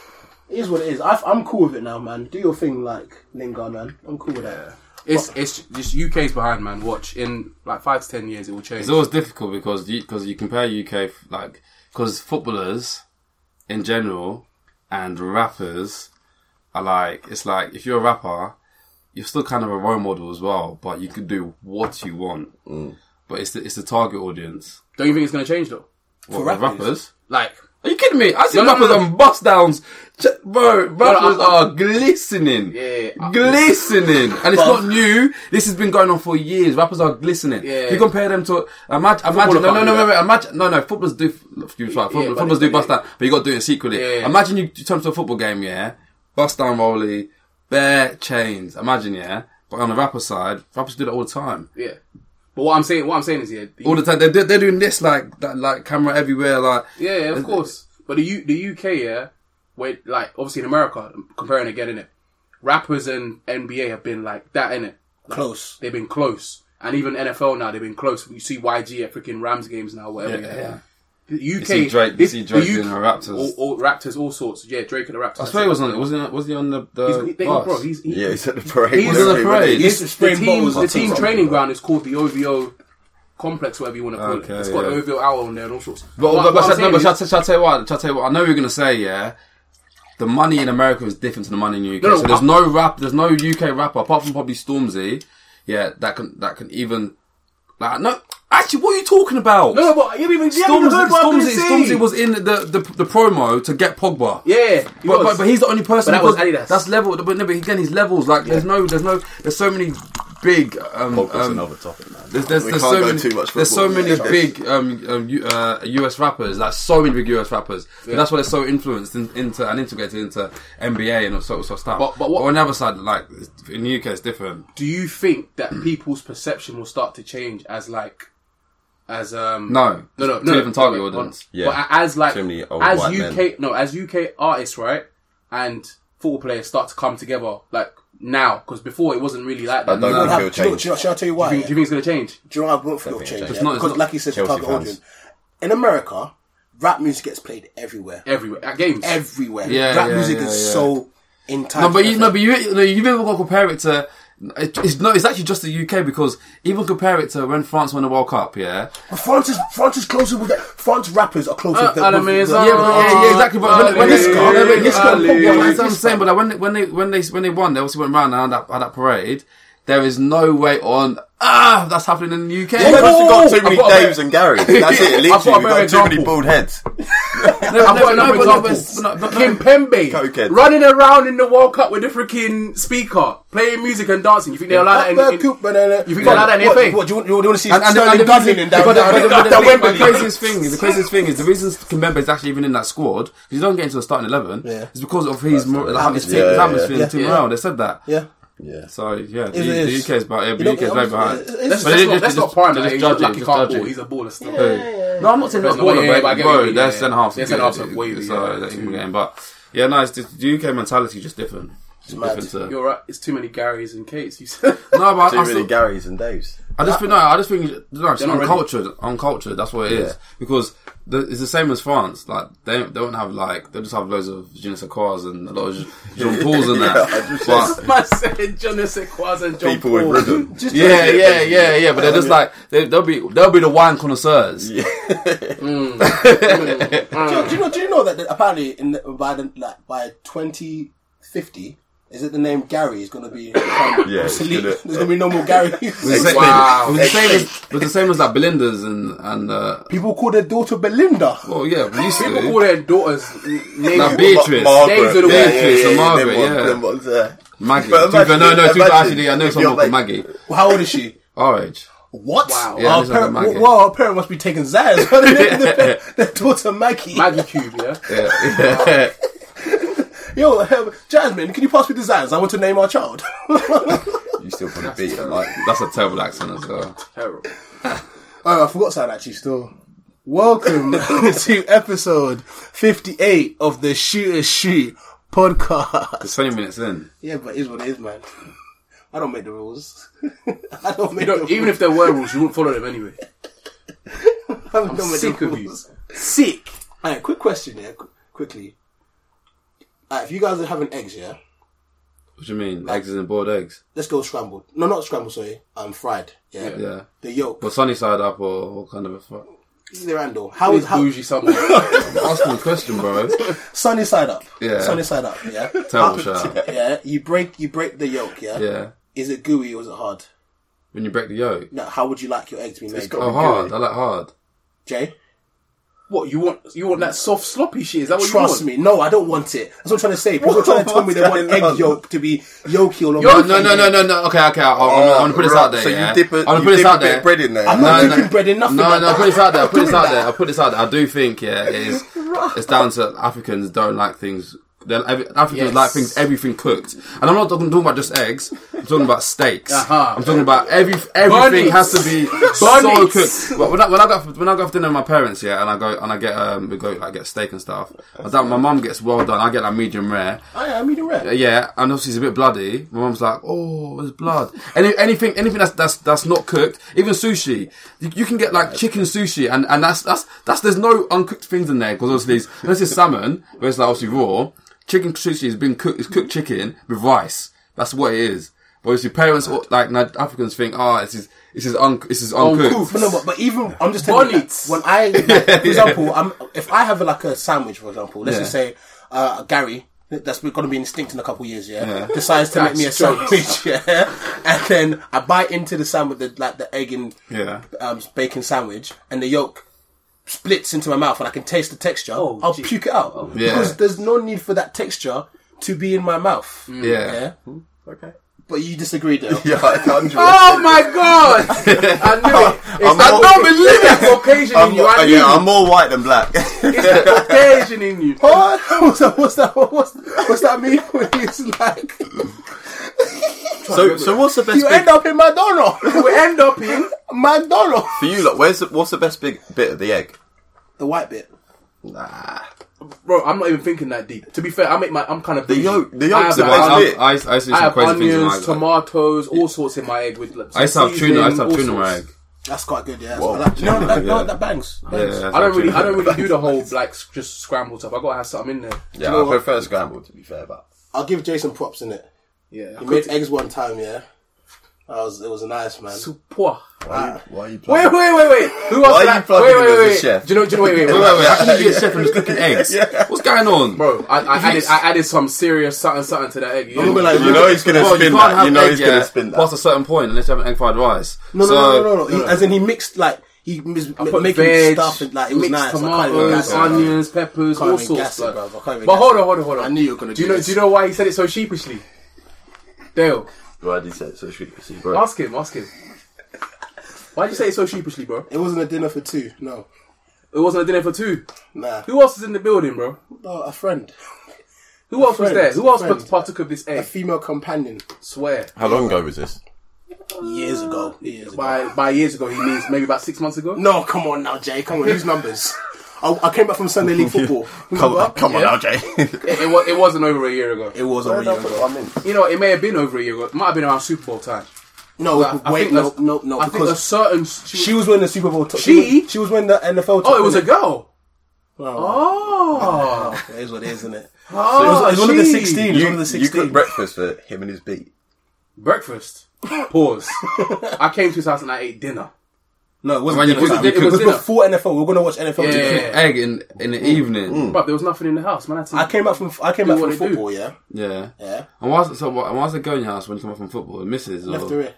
[SPEAKER 5] it is what it is. I, I'm cool with it now, man. Do your thing, like Lingard, man. I'm cool with that.
[SPEAKER 4] It's it's just UK's behind, man. Watch in like five to ten years, it will change.
[SPEAKER 6] It's always difficult because you, cause you compare UK f- like because footballers in general and rappers are like it's like if you're a rapper, you're still kind of a role model as well, but you can do what you want. But it's the, it's the target audience.
[SPEAKER 4] Don't you think it's going to change though?
[SPEAKER 6] What,
[SPEAKER 5] rappers?
[SPEAKER 6] rappers.
[SPEAKER 4] Like,
[SPEAKER 6] Are you kidding me? I see
[SPEAKER 4] No, no,
[SPEAKER 6] rappers
[SPEAKER 4] no, no.
[SPEAKER 6] on bus downs. Ch- bro, rappers
[SPEAKER 4] I- I-
[SPEAKER 6] are glistening.
[SPEAKER 4] Yeah.
[SPEAKER 6] Glistening. And it's not new. This has been going on for years. Rappers are glistening.
[SPEAKER 4] Yeah.
[SPEAKER 6] If you compare them to, imagine, imagine no, no,
[SPEAKER 4] can't
[SPEAKER 6] no,
[SPEAKER 4] do
[SPEAKER 6] no,
[SPEAKER 4] that.
[SPEAKER 6] no, imagine, no, no, footballers do, excuse me, football,
[SPEAKER 4] but
[SPEAKER 6] footballers
[SPEAKER 4] they-
[SPEAKER 6] do bust down, but you gotta do it secretly.
[SPEAKER 4] Yeah.
[SPEAKER 6] Imagine you, you turn to a football game, yeah, bust down rolly, bare chains. Imagine, yeah. But on the rapper side, rappers do that all the time.
[SPEAKER 4] yeah. But what I'm saying, what I'm saying is, yeah, the-
[SPEAKER 6] All the time. They're, they're doing this, like, that, like, camera everywhere, like.
[SPEAKER 4] yeah, yeah, of course. But the U, the UK, yeah, where like obviously in America, I'm comparing again, innit? Rappers and NBA have been like that, innit? Like,
[SPEAKER 5] Close.
[SPEAKER 4] They've been close, and even NFL now they've been close. You see YG at freaking Rams games now, whatever.
[SPEAKER 6] Yeah, yeah.
[SPEAKER 4] The UK,
[SPEAKER 6] You see Drake- you
[SPEAKER 4] this-
[SPEAKER 6] see Drake
[SPEAKER 4] UK
[SPEAKER 6] doing the Raptors.
[SPEAKER 4] all, all Raptors, all sorts. Yeah, Drake and the Raptors.
[SPEAKER 6] I swear he was on it. Wasn't he, was he on the, the
[SPEAKER 4] He's, they,
[SPEAKER 6] bus?
[SPEAKER 4] bro, he's, he,
[SPEAKER 3] Yeah, he's at the parade.
[SPEAKER 4] He's
[SPEAKER 6] on the parade.
[SPEAKER 4] This-
[SPEAKER 5] Used to
[SPEAKER 4] the
[SPEAKER 5] spray
[SPEAKER 4] team,
[SPEAKER 5] bottles
[SPEAKER 4] the
[SPEAKER 5] at
[SPEAKER 4] team
[SPEAKER 5] Tottenham.
[SPEAKER 4] training ground is called the OVO complex, whatever you want to call
[SPEAKER 6] Okay,
[SPEAKER 4] it. It's got
[SPEAKER 6] yeah.
[SPEAKER 4] an OVO hour on there and all sorts.
[SPEAKER 6] But,
[SPEAKER 4] What- what
[SPEAKER 6] but, but,
[SPEAKER 4] I'm
[SPEAKER 6] shall- no,
[SPEAKER 4] saying
[SPEAKER 6] but
[SPEAKER 4] is-
[SPEAKER 6] shall, shall, I tell you what? Shall I tell you what? I know what you're gonna say, yeah. The money in America is different to the money in the UK.
[SPEAKER 4] No, no,
[SPEAKER 6] so there's
[SPEAKER 4] I-
[SPEAKER 6] no rap, there's no UK rapper apart from probably Stormzy, yeah. That can that can even like no. Actually, what are you talking about?
[SPEAKER 4] no, no, but you haven't even, you haven't even
[SPEAKER 6] Stormzy,
[SPEAKER 4] heard what I'm gonna
[SPEAKER 6] Stormzy,
[SPEAKER 4] say.
[SPEAKER 6] Stormzy was in the, the, the promo to get Pogba.
[SPEAKER 4] Yeah, he
[SPEAKER 6] but,
[SPEAKER 4] was.
[SPEAKER 6] but but he's the only person.
[SPEAKER 4] But that was
[SPEAKER 6] because
[SPEAKER 4] Adidas.
[SPEAKER 6] That's level. But no, but again, he's levels. Like there's no there's no there's so many big um,
[SPEAKER 3] That's
[SPEAKER 6] um,
[SPEAKER 3] another topic, man.
[SPEAKER 6] There's, there's,
[SPEAKER 3] We
[SPEAKER 6] there's
[SPEAKER 3] can't
[SPEAKER 6] so
[SPEAKER 3] go
[SPEAKER 6] many,
[SPEAKER 3] too much
[SPEAKER 6] there's so
[SPEAKER 3] football.
[SPEAKER 6] many big um, um, U- uh, US rappers, like so many big US rappers. And that's why they're so influenced in, into and integrated into NBA and all sorts of stuff.
[SPEAKER 4] But- but what-
[SPEAKER 6] on the other side, like it's- in the UK, it's different.
[SPEAKER 4] Do you think that people's perception will start to change as like, as um?
[SPEAKER 6] No,
[SPEAKER 4] no, no,
[SPEAKER 6] Two
[SPEAKER 4] no.
[SPEAKER 6] different target
[SPEAKER 4] no, no,
[SPEAKER 6] audience.
[SPEAKER 4] no.
[SPEAKER 3] Yeah.
[SPEAKER 4] But as like,
[SPEAKER 3] Too many old
[SPEAKER 4] as
[SPEAKER 3] white
[SPEAKER 4] UK,
[SPEAKER 3] men.
[SPEAKER 4] no, as UK artists, right, and football players start to come together like now because before it wasn't really like that.
[SPEAKER 3] I don't
[SPEAKER 5] Shall
[SPEAKER 3] think he'll
[SPEAKER 5] I-
[SPEAKER 3] change.
[SPEAKER 5] shall I- shall I tell you why?
[SPEAKER 4] Do you think it's gonna change?
[SPEAKER 5] Do you know why I won't feel change?
[SPEAKER 3] It's
[SPEAKER 5] yeah?
[SPEAKER 6] not- it's
[SPEAKER 5] because,
[SPEAKER 6] not
[SPEAKER 5] like you said,
[SPEAKER 3] Chelsea
[SPEAKER 5] target
[SPEAKER 3] fans.
[SPEAKER 5] audience. In America, rap music gets played everywhere.
[SPEAKER 4] everywhere at games.
[SPEAKER 5] Everywhere.
[SPEAKER 6] Yeah,
[SPEAKER 5] rap
[SPEAKER 6] yeah,
[SPEAKER 5] music
[SPEAKER 6] yeah,
[SPEAKER 5] is
[SPEAKER 6] yeah.
[SPEAKER 5] so entire.
[SPEAKER 6] No, but you, no, but you, no, you've even got to compare it to. it- It's no, it's actually just the UK because even compare it to when France won the World Cup, yeah,
[SPEAKER 5] France is France is closer with the France rappers are closer with the, with,
[SPEAKER 4] Adam is
[SPEAKER 5] the-
[SPEAKER 4] up.
[SPEAKER 6] Uh, yeah, but, yeah, yeah, exactly. But when, when this
[SPEAKER 5] Ali,
[SPEAKER 6] guy, no, but this guy,
[SPEAKER 5] Ali.
[SPEAKER 6] yeah, that's what I'm saying. But like, when when they when they when they won, they obviously went round and had that, had that parade. There is no way on ah that's happening in the UK.
[SPEAKER 3] We've
[SPEAKER 6] No,
[SPEAKER 3] got too many
[SPEAKER 4] I've got a
[SPEAKER 3] Daves and Garys. That's it.
[SPEAKER 4] I've got
[SPEAKER 3] Literally, we've
[SPEAKER 4] a better
[SPEAKER 3] got too many
[SPEAKER 4] example.
[SPEAKER 3] bald heads.
[SPEAKER 6] no,
[SPEAKER 4] I've got
[SPEAKER 6] no,
[SPEAKER 4] another
[SPEAKER 6] but no, but-
[SPEAKER 4] example.
[SPEAKER 6] but no, but no.
[SPEAKER 4] Kim Pembe
[SPEAKER 3] Cokeheads.
[SPEAKER 4] running around in the World Cup with a freaking speaker, playing music and dancing. You think they allow that? In, in, you think they allow that in
[SPEAKER 5] uh, What,
[SPEAKER 4] FA?
[SPEAKER 5] what, do you, want- you want to see
[SPEAKER 6] And, and,
[SPEAKER 5] Sterling
[SPEAKER 6] and the,
[SPEAKER 5] Gunn
[SPEAKER 6] reason,
[SPEAKER 5] in down,
[SPEAKER 6] but the,
[SPEAKER 5] down,
[SPEAKER 6] but the,
[SPEAKER 5] down,
[SPEAKER 6] but the,
[SPEAKER 5] down
[SPEAKER 6] the
[SPEAKER 5] Wembley?
[SPEAKER 6] craziest thing, the craziest thing is the reason Kimbembe is actually even in that squad. He don't get into the starting eleven.
[SPEAKER 5] Yeah.
[SPEAKER 6] Is because of his mo- like, how his team,
[SPEAKER 3] Yeah,
[SPEAKER 6] his
[SPEAKER 3] yeah,
[SPEAKER 6] atmosphere,
[SPEAKER 5] yeah.
[SPEAKER 6] the team
[SPEAKER 5] Yeah.
[SPEAKER 6] morale. They said that.
[SPEAKER 5] Yeah.
[SPEAKER 3] Yeah.
[SPEAKER 6] So yeah, the,
[SPEAKER 5] It
[SPEAKER 6] the
[SPEAKER 5] is.
[SPEAKER 6] UK is behind. Yeah,
[SPEAKER 5] know,
[SPEAKER 6] the UK is very
[SPEAKER 5] it's-
[SPEAKER 6] behind.
[SPEAKER 5] it's-
[SPEAKER 4] That's,
[SPEAKER 5] it's-
[SPEAKER 6] But
[SPEAKER 4] that's,
[SPEAKER 6] they just-
[SPEAKER 4] not, that's
[SPEAKER 6] just-
[SPEAKER 4] not prime.
[SPEAKER 6] they
[SPEAKER 4] Like,
[SPEAKER 6] just
[SPEAKER 4] he's
[SPEAKER 6] judge
[SPEAKER 4] not
[SPEAKER 6] it,
[SPEAKER 4] like he
[SPEAKER 6] just
[SPEAKER 4] can't
[SPEAKER 6] judge
[SPEAKER 4] ball.
[SPEAKER 6] it.
[SPEAKER 4] He's a baller still.
[SPEAKER 6] No, I'm not saying that's
[SPEAKER 4] But Oh, yeah, yeah,
[SPEAKER 6] baller,
[SPEAKER 4] but I
[SPEAKER 6] but
[SPEAKER 4] get what you
[SPEAKER 6] bro,
[SPEAKER 4] mean,
[SPEAKER 6] their
[SPEAKER 4] yeah.
[SPEAKER 6] centre halves
[SPEAKER 4] Their
[SPEAKER 6] are
[SPEAKER 4] centre-halves are
[SPEAKER 6] good.
[SPEAKER 4] way weak,
[SPEAKER 6] So
[SPEAKER 4] yeah.
[SPEAKER 6] uh, that's even game. But yeah, no, it's just, the UK mentality is just different. It's different to,
[SPEAKER 4] You're right. It's too many Garys and Kates. You said.
[SPEAKER 6] no, but
[SPEAKER 3] Too
[SPEAKER 6] I, I,
[SPEAKER 3] many
[SPEAKER 6] still,
[SPEAKER 3] Garys and Daves.
[SPEAKER 6] I just think no, I just think no, it's
[SPEAKER 4] They're not ready.
[SPEAKER 6] uncultured, uncultured. That's what it is because the, it's the same as France. Like they, they don't have like they just have loads of je ne sais quoi's and a lot of Jean Pauls and that.
[SPEAKER 3] I just-
[SPEAKER 6] But-
[SPEAKER 4] Man said John Sequaz and John
[SPEAKER 3] People with
[SPEAKER 4] Paul.
[SPEAKER 3] rhythm.
[SPEAKER 6] yeah, yeah, yeah, yeah. But they're just like they, they'll be they'll be the wine connoisseurs. Yeah,
[SPEAKER 5] Do you- do you know? Do you know that the- apparently in the, by the, like, by twenty fifty, is it the name Gary is going to be
[SPEAKER 3] Yeah, it's
[SPEAKER 5] obsolete?
[SPEAKER 3] gonna-
[SPEAKER 5] There's going to be no more Gary.
[SPEAKER 3] Wow.
[SPEAKER 6] it was the same as it was the same as like Belinda's and and uh,
[SPEAKER 5] People call their daughter Belinda.
[SPEAKER 6] well, yeah, we used
[SPEAKER 4] People
[SPEAKER 6] to
[SPEAKER 4] call their daughters names.
[SPEAKER 6] like Beatrice.
[SPEAKER 3] Ma-
[SPEAKER 4] Days of the
[SPEAKER 3] Yeah,
[SPEAKER 4] week.
[SPEAKER 3] yeah,
[SPEAKER 6] Beatrice
[SPEAKER 3] yeah,
[SPEAKER 6] and
[SPEAKER 3] yeah,
[SPEAKER 6] Margaret,
[SPEAKER 3] them ones-
[SPEAKER 6] yeah.
[SPEAKER 3] them ones, uh,
[SPEAKER 6] Maggie.
[SPEAKER 3] But
[SPEAKER 6] To be fair, no, no, to be fair,
[SPEAKER 3] imagine-
[SPEAKER 6] actually, I know
[SPEAKER 3] if
[SPEAKER 6] someone
[SPEAKER 3] you're
[SPEAKER 6] called
[SPEAKER 3] like-
[SPEAKER 6] Maggie.
[SPEAKER 5] How old is she?
[SPEAKER 6] Our age.
[SPEAKER 5] What?
[SPEAKER 4] Wow.
[SPEAKER 6] Yeah,
[SPEAKER 5] Wow.
[SPEAKER 6] this is
[SPEAKER 5] parent,
[SPEAKER 6] about Maggie.
[SPEAKER 5] wow, our parent must be taking Zaz. their daughter Maggie.
[SPEAKER 4] Maggie Cube. Yeah.
[SPEAKER 6] Yeah.
[SPEAKER 5] Yo, um, Jasmine, can you pass me the Zaz? I want to name our child. Oh,
[SPEAKER 3] You still put a beat them,
[SPEAKER 6] like,
[SPEAKER 3] like.
[SPEAKER 6] that's a terrible accent as well.
[SPEAKER 4] Terrible.
[SPEAKER 5] Oh, I forgot something actually still. Welcome to episode 58 of the Shooter Shoot podcast.
[SPEAKER 6] It's 20 minutes in.
[SPEAKER 5] Yeah, but it is what it is, man. I don't make the rules. I don't make
[SPEAKER 4] You know,
[SPEAKER 5] the
[SPEAKER 4] even if there were rules, you wouldn't follow them anyway.
[SPEAKER 5] rules. I don't make
[SPEAKER 4] sick
[SPEAKER 5] the
[SPEAKER 4] of you.
[SPEAKER 5] rules. Sick. Alright, quick question here, qu- quickly. Alright, if you guys are having eggs, yeah?
[SPEAKER 6] What do you mean? Eggs and boiled eggs?
[SPEAKER 5] Let's go scrambled. No, not scrambled, sorry. Um, fried. Yeah.
[SPEAKER 6] Yeah.
[SPEAKER 5] The yolk.
[SPEAKER 6] Or sunny side up or all kind of a fuck.
[SPEAKER 5] the handle. How is
[SPEAKER 4] It's
[SPEAKER 5] how,
[SPEAKER 4] bougie somewhere.
[SPEAKER 6] Asking a question, bro.
[SPEAKER 5] sunny side up?
[SPEAKER 6] Yeah.
[SPEAKER 5] Sunny side up. Yeah.
[SPEAKER 6] Terrible shout.
[SPEAKER 5] yeah. You break you break the yolk. Yeah.
[SPEAKER 6] Yeah.
[SPEAKER 5] Is it gooey or is it hard?
[SPEAKER 6] When you break the yolk.
[SPEAKER 5] No, how would you like your egg to be made?
[SPEAKER 3] got-
[SPEAKER 6] Oh, hard. I like hard.
[SPEAKER 5] Jay,
[SPEAKER 4] What you want? You want that soft, sloppy shit? Is that what
[SPEAKER 5] trust
[SPEAKER 4] you want?
[SPEAKER 5] me. No, I don't want it. That's what I'm trying to say. People are trying to tell me they
[SPEAKER 3] What's
[SPEAKER 5] want
[SPEAKER 3] going
[SPEAKER 5] egg
[SPEAKER 3] on?
[SPEAKER 5] yolk to be yolky all over.
[SPEAKER 6] No, no, no, no, no, no. Okay, okay. I'll, I'm, gonna- I'm gonna put this
[SPEAKER 3] Right,
[SPEAKER 6] out there.
[SPEAKER 3] Oh, So
[SPEAKER 6] yeah?
[SPEAKER 3] you dip a,
[SPEAKER 6] I'm gonna
[SPEAKER 3] you
[SPEAKER 6] put this
[SPEAKER 3] dip a
[SPEAKER 6] out
[SPEAKER 3] bit
[SPEAKER 6] there.
[SPEAKER 3] of bread in there.
[SPEAKER 5] I'm
[SPEAKER 6] No,
[SPEAKER 5] not
[SPEAKER 6] no.
[SPEAKER 5] dipping bread in nothing.
[SPEAKER 6] No,
[SPEAKER 5] like
[SPEAKER 6] no, I
[SPEAKER 5] that.
[SPEAKER 6] put this out there. I put this
[SPEAKER 5] Doing
[SPEAKER 6] out
[SPEAKER 5] that.
[SPEAKER 6] there. I put this out there. I do think, yeah, it is. It's down to Africans don't like things. They're, every, Africans
[SPEAKER 4] Yes.
[SPEAKER 6] like things everything cooked, and I'm not talking, talking about just eggs. I'm talking about steaks.
[SPEAKER 4] Uh-huh.
[SPEAKER 6] I'm talking about every everything
[SPEAKER 4] Bunnies.
[SPEAKER 6] has to be so
[SPEAKER 4] Bunnies.
[SPEAKER 6] cooked. But when I, when I go when I go for dinner with my parents, yeah, and I go and I get um we go like get steak and stuff. I don't- my mum gets well done. I get like medium rare.
[SPEAKER 5] Oh, yeah, I mean the red.
[SPEAKER 6] Yeah, and obviously it's a bit bloody. My mum's like, "Oh, there's blood." Any, anything, anything that's that's that's not cooked, even sushi, you, you can get like chicken sushi, and and that's that's that's there's no uncooked things in there because obviously it's, unless it's salmon, where it's like obviously raw. Chicken sushi has been cooked, it's cooked chicken with rice. That's what it is. But obviously, parents or, like Nigerian Africans think, "Ah, this is this is un this is uncooked."
[SPEAKER 5] But no, but, but even I'm just telling you, like,
[SPEAKER 4] Bonnets.
[SPEAKER 5] when I, like, for example, I'm, if I have like a sandwich, for example, let's just say uh, Gary, that's going to be extinct in a couple of years, yeah, decides to make me a
[SPEAKER 4] That's true.
[SPEAKER 5] sandwich, yeah, and then I bite into the sandwich, the, like the egg and
[SPEAKER 6] Yeah.
[SPEAKER 5] um, bacon sandwich, and the yolk splits into my mouth, and I can taste the texture.
[SPEAKER 4] Oh,
[SPEAKER 5] I'll
[SPEAKER 4] gee.
[SPEAKER 5] puke it out
[SPEAKER 6] Yeah.
[SPEAKER 5] because there's no need for that texture to be in my mouth.
[SPEAKER 6] Yeah.
[SPEAKER 5] yeah?
[SPEAKER 3] Okay.
[SPEAKER 5] but you disagree, though.
[SPEAKER 3] Yeah, I can't.
[SPEAKER 4] Oh my god! I knew it. It's
[SPEAKER 3] I'm
[SPEAKER 4] that
[SPEAKER 3] all-
[SPEAKER 4] don't believe that Caucasian in
[SPEAKER 3] I'm,
[SPEAKER 4] you. I
[SPEAKER 3] more-
[SPEAKER 4] knew
[SPEAKER 3] yeah, I'm
[SPEAKER 4] it.
[SPEAKER 3] more white than black.
[SPEAKER 4] It's the Caucasian in you.
[SPEAKER 5] What? What's that? What's that? What's, what's that mean? When it's like
[SPEAKER 3] so, so what's the best?
[SPEAKER 5] you
[SPEAKER 3] big-
[SPEAKER 5] end up in McDonald's.
[SPEAKER 4] We end up in
[SPEAKER 5] McDonald's.
[SPEAKER 3] For you, look, where's the, what's the best big bit of the egg?
[SPEAKER 5] The white bit.
[SPEAKER 3] Nah,
[SPEAKER 4] bro. I'm not even thinking that deep. To be fair, I'm my. I'm kind of
[SPEAKER 3] The
[SPEAKER 4] bougie.
[SPEAKER 3] yolk- the
[SPEAKER 4] I
[SPEAKER 3] yolk's
[SPEAKER 4] have,
[SPEAKER 3] the
[SPEAKER 4] like,
[SPEAKER 3] best
[SPEAKER 6] I,
[SPEAKER 3] bit.
[SPEAKER 4] I
[SPEAKER 6] I, I used to eat some
[SPEAKER 4] have
[SPEAKER 6] crazy things in my
[SPEAKER 4] onions,
[SPEAKER 6] egg. like-
[SPEAKER 4] tomatoes, all sorts in my egg with. Like,
[SPEAKER 6] I used to have tuna. I used to have
[SPEAKER 4] seasoning,
[SPEAKER 6] tuna in
[SPEAKER 4] all
[SPEAKER 6] my egg.
[SPEAKER 4] sorts.
[SPEAKER 5] That's quite good, yeah.
[SPEAKER 3] Whoa.
[SPEAKER 5] That's quite- no, no, that, no,
[SPEAKER 3] Yeah.
[SPEAKER 5] that bangs.
[SPEAKER 6] Yeah,
[SPEAKER 5] Bangs.
[SPEAKER 6] that's
[SPEAKER 4] I don't
[SPEAKER 6] actually-
[SPEAKER 4] really, I don't really do the whole like s- just scramble stuff. I gotta have something in there.
[SPEAKER 3] Yeah, I prefer scrambled to be fair, but
[SPEAKER 5] I'll give Jason props in it.
[SPEAKER 4] Yeah,
[SPEAKER 5] He made eggs one time, yeah. That was it was nice, man.
[SPEAKER 4] Super.
[SPEAKER 3] why, are you
[SPEAKER 4] Wait,
[SPEAKER 3] plugging-
[SPEAKER 4] wait, wait, wait. Who
[SPEAKER 3] Why are
[SPEAKER 4] else? did
[SPEAKER 3] you
[SPEAKER 4] I-
[SPEAKER 3] plugging
[SPEAKER 4] wait,
[SPEAKER 3] him
[SPEAKER 4] wait,
[SPEAKER 3] as a
[SPEAKER 4] wait.
[SPEAKER 3] chef?
[SPEAKER 4] Do you know? Do you know? Wait, wait,
[SPEAKER 6] Wait,
[SPEAKER 4] wait.
[SPEAKER 6] wait, wait, how can you be a chef and just cooking eggs? What's going on?
[SPEAKER 4] Bro, I, I added, I added some serious something, something to that egg. You know?
[SPEAKER 3] You know he's gonna
[SPEAKER 6] Bro,
[SPEAKER 3] spin
[SPEAKER 6] can't
[SPEAKER 3] that. You
[SPEAKER 6] have
[SPEAKER 3] know
[SPEAKER 6] egg
[SPEAKER 3] he's
[SPEAKER 6] yet
[SPEAKER 3] gonna spin
[SPEAKER 6] Past
[SPEAKER 3] that.
[SPEAKER 6] a certain point, unless you have an egg fried rice.
[SPEAKER 5] No,
[SPEAKER 6] so,
[SPEAKER 5] no, no, no, no, no. He, as in he mixed like he was
[SPEAKER 4] Put
[SPEAKER 5] making
[SPEAKER 4] veg,
[SPEAKER 5] stuff and like it was
[SPEAKER 4] mixed
[SPEAKER 5] nice. I can't even
[SPEAKER 4] tomatoes,
[SPEAKER 5] gas it, man.
[SPEAKER 4] onions, peppers,
[SPEAKER 5] Can't
[SPEAKER 4] all
[SPEAKER 5] even
[SPEAKER 4] sorts.
[SPEAKER 5] gas it,
[SPEAKER 4] like.
[SPEAKER 5] bruv. I can't even
[SPEAKER 4] But
[SPEAKER 5] gas
[SPEAKER 4] hold
[SPEAKER 5] it.
[SPEAKER 4] on, hold on, hold on.
[SPEAKER 5] I knew you were gonna
[SPEAKER 4] do you
[SPEAKER 5] do
[SPEAKER 4] know?
[SPEAKER 5] this.
[SPEAKER 4] Do you know why he said it so sheepishly? Dale,
[SPEAKER 3] Why did he say it so sheepishly, bro?
[SPEAKER 4] ask him, ask him. Why'd you say it so sheepishly, bro?
[SPEAKER 5] It wasn't a dinner for two. No,
[SPEAKER 4] It wasn't a dinner for two.
[SPEAKER 5] nah.
[SPEAKER 4] Who else is in the building, bro?
[SPEAKER 5] No, a friend,
[SPEAKER 4] Who else was
[SPEAKER 5] friend,
[SPEAKER 4] there? Who else
[SPEAKER 5] friend.
[SPEAKER 4] partook of this
[SPEAKER 5] a
[SPEAKER 4] egg?
[SPEAKER 5] female companion.
[SPEAKER 4] Swear.
[SPEAKER 3] How long ago was this?
[SPEAKER 5] Years ago. Years ago.
[SPEAKER 4] By by years ago, he means maybe about six months ago.
[SPEAKER 5] No, come on now, Jay. Come on, whose numbers? I, I came back from Sunday League football.
[SPEAKER 3] Come on,
[SPEAKER 5] Remember?
[SPEAKER 3] come on,
[SPEAKER 4] Yeah.
[SPEAKER 3] LJ.
[SPEAKER 4] It, it, wa- it wasn't over a year ago.
[SPEAKER 5] It was over a year ago.
[SPEAKER 4] You know, it may have been over a year ago. It might have been around Super Bowl time.
[SPEAKER 5] No,
[SPEAKER 4] I
[SPEAKER 5] Uh, wait,
[SPEAKER 4] think
[SPEAKER 5] no,
[SPEAKER 4] that's-
[SPEAKER 5] no, no,
[SPEAKER 4] I think a
[SPEAKER 5] because
[SPEAKER 4] certain she,
[SPEAKER 5] she was winning the Super Bowl. T-
[SPEAKER 4] She?
[SPEAKER 5] she was winning the NFL.
[SPEAKER 4] Oh, it was a girl.
[SPEAKER 5] Oh,
[SPEAKER 4] Oh,
[SPEAKER 5] it is what it is, isn't it?
[SPEAKER 4] oh
[SPEAKER 5] it was, it was one of the
[SPEAKER 4] she.
[SPEAKER 5] sixteen. It was one of the
[SPEAKER 3] You
[SPEAKER 5] sixteen.
[SPEAKER 3] cooked breakfast for him and his beat.
[SPEAKER 4] Breakfast. Pause. I came to his house and I ate dinner.
[SPEAKER 5] no, it wasn't.
[SPEAKER 6] When you
[SPEAKER 5] dinner
[SPEAKER 6] cooked
[SPEAKER 5] time.
[SPEAKER 6] it, it
[SPEAKER 5] it
[SPEAKER 6] was
[SPEAKER 5] was
[SPEAKER 4] dinner.
[SPEAKER 5] before NFL. We are gonna watch NFL.
[SPEAKER 4] Yeah.
[SPEAKER 5] together.
[SPEAKER 6] egg in in the evening.
[SPEAKER 5] Mm.
[SPEAKER 4] But there was nothing in the house, man. I, had to-
[SPEAKER 5] I came back from I came back
[SPEAKER 4] what
[SPEAKER 5] from
[SPEAKER 4] they do.
[SPEAKER 5] football. Yeah,
[SPEAKER 6] Yeah.
[SPEAKER 5] yeah.
[SPEAKER 6] And why's so? Why, why's it going in your house when you come up from football? The misses or
[SPEAKER 5] Left the rear.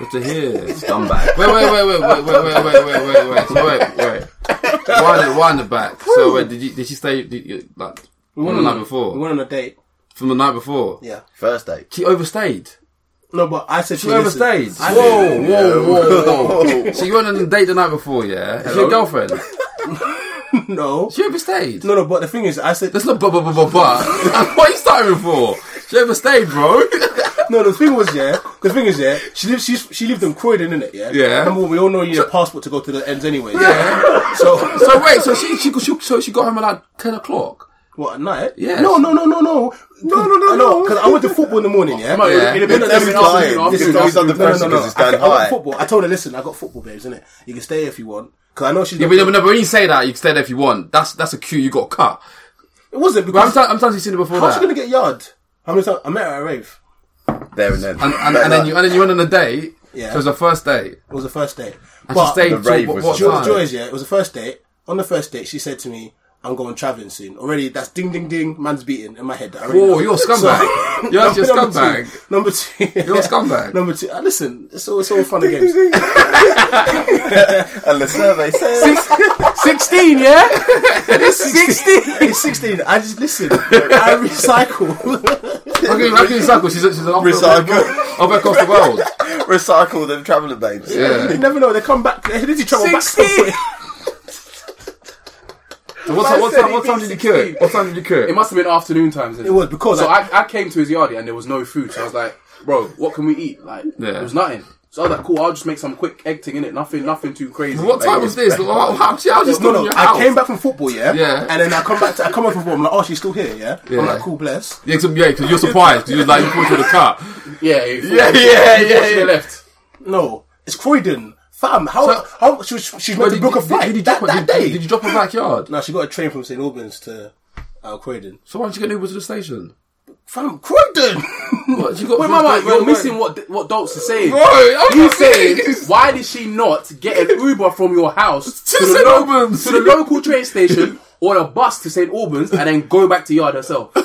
[SPEAKER 6] Left to here. Scumbag. Wait, wait, wait, wait, wait, wait, wait, wait, wait, wait, wait. So wait, wait. Wind it, wind it back. So wait, did you did she stay did you, like from the night before?
[SPEAKER 5] We went on a date.
[SPEAKER 6] from the night before.
[SPEAKER 5] Yeah.
[SPEAKER 3] First date.
[SPEAKER 6] She overstayed.
[SPEAKER 5] No, but I said
[SPEAKER 6] She overstayed.
[SPEAKER 5] I
[SPEAKER 6] Whoa, whoa, whoa, whoa. so you went on a date the night before, yeah? It's your girlfriend.
[SPEAKER 5] No,
[SPEAKER 6] She overstayed.
[SPEAKER 5] no, no. But the thing is, I said
[SPEAKER 6] That's not blah blah blah blah blah. what are you starting with for? She overstayed, bro.
[SPEAKER 5] No, the thing was, yeah. The thing is, yeah. She lives. She's, she lived in Croydon, innit? Yeah.
[SPEAKER 6] Yeah.
[SPEAKER 5] Remember, we all know you need a passport to go to the ends anyway.
[SPEAKER 6] yeah.
[SPEAKER 5] So
[SPEAKER 6] So wait, so she, she she so she got home at like ten o'clock.
[SPEAKER 5] what at night?
[SPEAKER 6] Yes.
[SPEAKER 5] No, no, no, no, no. No, no, no, no. Because I went to football in the morning. Yeah.
[SPEAKER 4] Mate,
[SPEAKER 6] Yeah.
[SPEAKER 4] it'd have been
[SPEAKER 5] It's
[SPEAKER 4] like this in the
[SPEAKER 3] lying.
[SPEAKER 4] afternoon,
[SPEAKER 3] This
[SPEAKER 4] afternoon,
[SPEAKER 3] is always
[SPEAKER 4] afternoon.
[SPEAKER 3] under pressure. because it's down
[SPEAKER 5] I, I
[SPEAKER 3] high.
[SPEAKER 5] went football. I told her, listen, I got football, babes, innit? You can stay if you want. Because I know she's.
[SPEAKER 6] Yeah, but, no, but no, but when you say that, you can stay there if you want. That's that's a cue you got cut.
[SPEAKER 5] it wasn't
[SPEAKER 6] But I'm
[SPEAKER 5] because
[SPEAKER 6] t- I'm telling you seen it before
[SPEAKER 5] how's she
[SPEAKER 6] that.
[SPEAKER 5] gonna get yard? How many times? I met her at a rave.
[SPEAKER 3] There and then.
[SPEAKER 6] And, and, and then you and then you went on a date.
[SPEAKER 5] Yeah.
[SPEAKER 6] So it was the first date.
[SPEAKER 5] It was the first date.
[SPEAKER 6] And
[SPEAKER 5] But-
[SPEAKER 6] she stayed
[SPEAKER 3] the
[SPEAKER 6] till
[SPEAKER 3] rave
[SPEAKER 6] what-
[SPEAKER 3] was
[SPEAKER 6] what
[SPEAKER 3] the
[SPEAKER 5] Joy,
[SPEAKER 6] time?
[SPEAKER 3] first
[SPEAKER 5] Joy's, yeah, it was the first date. On the first date, she said to me, I'm going travelling soon. Already, that's ding, ding, ding, man's beaten in my head. I already
[SPEAKER 6] Whoa,
[SPEAKER 5] know.
[SPEAKER 6] you're a scumbag. You're actually a
[SPEAKER 5] number
[SPEAKER 6] scumbag.
[SPEAKER 5] Two, number two.
[SPEAKER 6] You're a scumbag.
[SPEAKER 5] Number two. Uh, listen, it's all, it's all fun and games.
[SPEAKER 3] And the survey says.
[SPEAKER 4] 16, yeah?
[SPEAKER 5] It's 16. I just, listen, I recycle.
[SPEAKER 6] How can you, how can you cycle? She's, a- she's an upper,
[SPEAKER 3] Recycle.
[SPEAKER 6] upper across the world.
[SPEAKER 3] Recycle them travelling babes.
[SPEAKER 6] Yeah.
[SPEAKER 5] you never know, they come back. They literally travel back.
[SPEAKER 6] So what time, what time, what time did you cook? What time did you cook?
[SPEAKER 4] It must have been afternoon times.
[SPEAKER 5] It was because
[SPEAKER 4] So
[SPEAKER 5] I,
[SPEAKER 4] I, I came to his yardie and there was no food. So I was like, bro, what can we eat? Like, there was nothing. So I was like, cool, I'll just make some quick egg thing in it. Nothing, nothing too crazy.
[SPEAKER 6] what time was this? How, how, she- how just
[SPEAKER 5] no,
[SPEAKER 6] not in
[SPEAKER 5] no,
[SPEAKER 6] your
[SPEAKER 5] I
[SPEAKER 6] house?
[SPEAKER 5] came back from football, yeah?
[SPEAKER 6] Yeah.
[SPEAKER 5] And then I come back to, I come back from football, I'm like, oh, she's still here, yeah?
[SPEAKER 6] Yeah.
[SPEAKER 5] I'm like, cool, bless.
[SPEAKER 6] Yeah, because yeah, 'cause you're surprised. 'cause You're like, you pulled through the car.
[SPEAKER 4] Yeah,
[SPEAKER 6] Yeah, yeah, yeah.
[SPEAKER 4] She
[SPEAKER 6] yeah.
[SPEAKER 4] left.
[SPEAKER 5] No, it's Croydon. Fam, how, how, she, was- she's meant
[SPEAKER 6] But
[SPEAKER 5] to
[SPEAKER 6] did-
[SPEAKER 5] book a
[SPEAKER 6] did-
[SPEAKER 5] flight
[SPEAKER 6] Did you
[SPEAKER 5] that,
[SPEAKER 6] drop her-
[SPEAKER 5] that
[SPEAKER 6] did-
[SPEAKER 5] day.
[SPEAKER 6] did- did you drop her backyard?
[SPEAKER 5] No, she got a train from St Albans to uh, Croydon.
[SPEAKER 6] So why didn't you get an Uber to the station?
[SPEAKER 5] From Croydon?
[SPEAKER 6] What, you got
[SPEAKER 4] Wait,
[SPEAKER 6] wait,
[SPEAKER 4] mama,
[SPEAKER 6] wait,
[SPEAKER 4] you're
[SPEAKER 6] wait.
[SPEAKER 4] missing what what Dolce is saying.
[SPEAKER 6] Bro, I'm
[SPEAKER 4] He's saying,
[SPEAKER 6] confused.
[SPEAKER 4] why did she not get an Uber from your house
[SPEAKER 6] To
[SPEAKER 4] to, the,
[SPEAKER 6] St.
[SPEAKER 4] lo-
[SPEAKER 6] Albans.
[SPEAKER 4] to the local train station or a bus to St Albans and then go back to yard herself?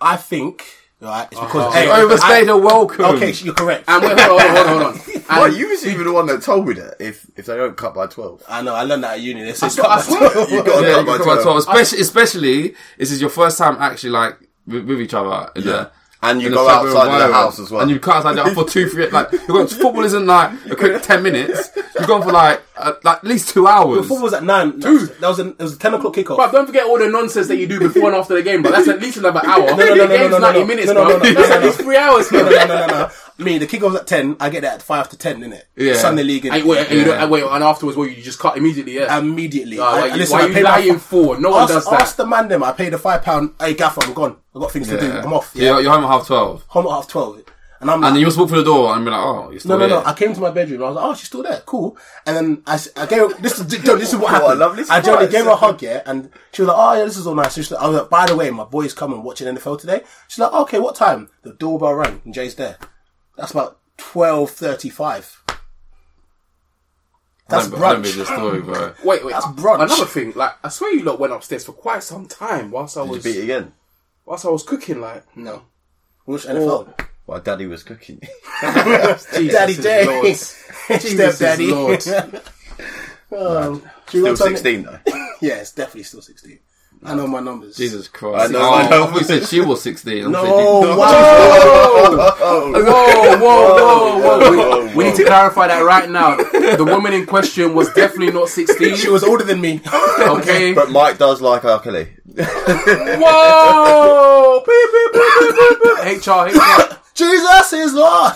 [SPEAKER 5] I think. Right, it's
[SPEAKER 4] Oh.
[SPEAKER 5] because.
[SPEAKER 6] You overstayed her welcome.
[SPEAKER 5] I, okay, you're correct.
[SPEAKER 4] And wait, hold on, hold on, hold on. And
[SPEAKER 3] Why you was even the one that told me that if if they don't cut by twelve,
[SPEAKER 5] I know, I learned that at uni. They said,
[SPEAKER 4] so I swear,
[SPEAKER 3] you got to cut
[SPEAKER 6] Yeah, you
[SPEAKER 3] by
[SPEAKER 6] got about
[SPEAKER 3] twelve.
[SPEAKER 6] 12. Especially, especially, this is your first time actually like with, with each other. In yeah.
[SPEAKER 3] And you go outside of the house as well.
[SPEAKER 6] And you cut outside the house for two, three, like, you're going, football isn't like a quick 10 minutes. You're going for like, uh, like at least two hours.
[SPEAKER 5] Football was at 9. Dude. That was, a, it was a 10 o'clock kickoff.
[SPEAKER 4] Bruv, don't forget all the nonsense that you do before and after the game, but that's at least another hour.
[SPEAKER 5] no, no, no,
[SPEAKER 4] the
[SPEAKER 5] no,
[SPEAKER 4] game's
[SPEAKER 5] no, no,
[SPEAKER 4] 90
[SPEAKER 5] no.
[SPEAKER 4] minutes,
[SPEAKER 5] No, no, no,
[SPEAKER 4] bruv.
[SPEAKER 5] no,
[SPEAKER 4] that's
[SPEAKER 5] no,
[SPEAKER 4] at
[SPEAKER 5] no.
[SPEAKER 4] least three hours,
[SPEAKER 5] no,
[SPEAKER 4] man.
[SPEAKER 5] no, no, no, no. I mean, the kickoff was at 10. I get that at 5 to 10, innit?
[SPEAKER 6] Yeah.
[SPEAKER 5] Sunday league. innit?
[SPEAKER 4] And wait, and you
[SPEAKER 6] Yeah.
[SPEAKER 4] don't- and wait, and afterwards, what, you just cut immediately, yeah?
[SPEAKER 5] Immediately.
[SPEAKER 4] Nah, why you-
[SPEAKER 5] listen,
[SPEAKER 4] why you
[SPEAKER 5] paid my-
[SPEAKER 4] lying for? No one
[SPEAKER 5] ask,
[SPEAKER 4] does that.
[SPEAKER 5] Ask the man them. I paid a £5. pound, Hey, gaffer, I'm gone. I've got things to do. I'm off.
[SPEAKER 6] Yeah.
[SPEAKER 5] Yeah.
[SPEAKER 6] You're, you're home at half 12.
[SPEAKER 5] Home at half 12. And I'm
[SPEAKER 6] And then
[SPEAKER 5] like,
[SPEAKER 6] you just walk through the door and be like, oh, you're still
[SPEAKER 5] no, no,
[SPEAKER 6] here.
[SPEAKER 5] no. I came to my bedroom. I was like, oh, she's still there. Cool. And then I, s- I gave her, this is, John, this is what happened.
[SPEAKER 3] lovely
[SPEAKER 5] I generally
[SPEAKER 3] surprise.
[SPEAKER 5] gave her a hug, yeah, and she was like, oh, yeah, this is all nice. So she- I was like, by the way, my boy's coming watching NFL today. She's like, okay, what time? The doorbell rang and Jay's there. That's about 12.35. That's
[SPEAKER 6] I don't, I don't believe
[SPEAKER 5] brunch.
[SPEAKER 6] this story, bro.
[SPEAKER 4] Wait, wait.
[SPEAKER 5] That's
[SPEAKER 4] uh,
[SPEAKER 5] brunch.
[SPEAKER 4] Another thing, like I swear, you lot went upstairs for quite some time whilst I
[SPEAKER 3] Did
[SPEAKER 4] was
[SPEAKER 3] you beat it again?
[SPEAKER 4] whilst I was cooking. Like
[SPEAKER 5] No. Which NFL?
[SPEAKER 3] Well, daddy was cooking.
[SPEAKER 4] Jesus
[SPEAKER 5] Daddy
[SPEAKER 4] is
[SPEAKER 5] J.
[SPEAKER 4] Lord. Jesus
[SPEAKER 5] Stepdaddy. Um,
[SPEAKER 4] is Lord.
[SPEAKER 5] She
[SPEAKER 3] Still
[SPEAKER 5] wants something-
[SPEAKER 3] 16 though.
[SPEAKER 5] Yeah, it's definitely still 16. I know my numbers.
[SPEAKER 6] Jesus
[SPEAKER 3] I
[SPEAKER 6] Christ.
[SPEAKER 3] know,
[SPEAKER 6] oh,
[SPEAKER 3] I know.
[SPEAKER 6] thought you said she was 16. I'm
[SPEAKER 5] No, wow.
[SPEAKER 6] thinking-
[SPEAKER 4] Whoa, whoa, whoa, whoa,
[SPEAKER 3] whoa,
[SPEAKER 4] We-
[SPEAKER 3] whoa,
[SPEAKER 4] We need to
[SPEAKER 3] whoa.
[SPEAKER 4] clarify that right now. The woman in question was definitely not 16.
[SPEAKER 5] She was older than me.
[SPEAKER 4] okay.
[SPEAKER 3] But Mike does like R. Kelly.
[SPEAKER 4] Whoa! Beep, beep, beep, beep, beep, beep. HR, HR.
[SPEAKER 5] Jesus is Lord.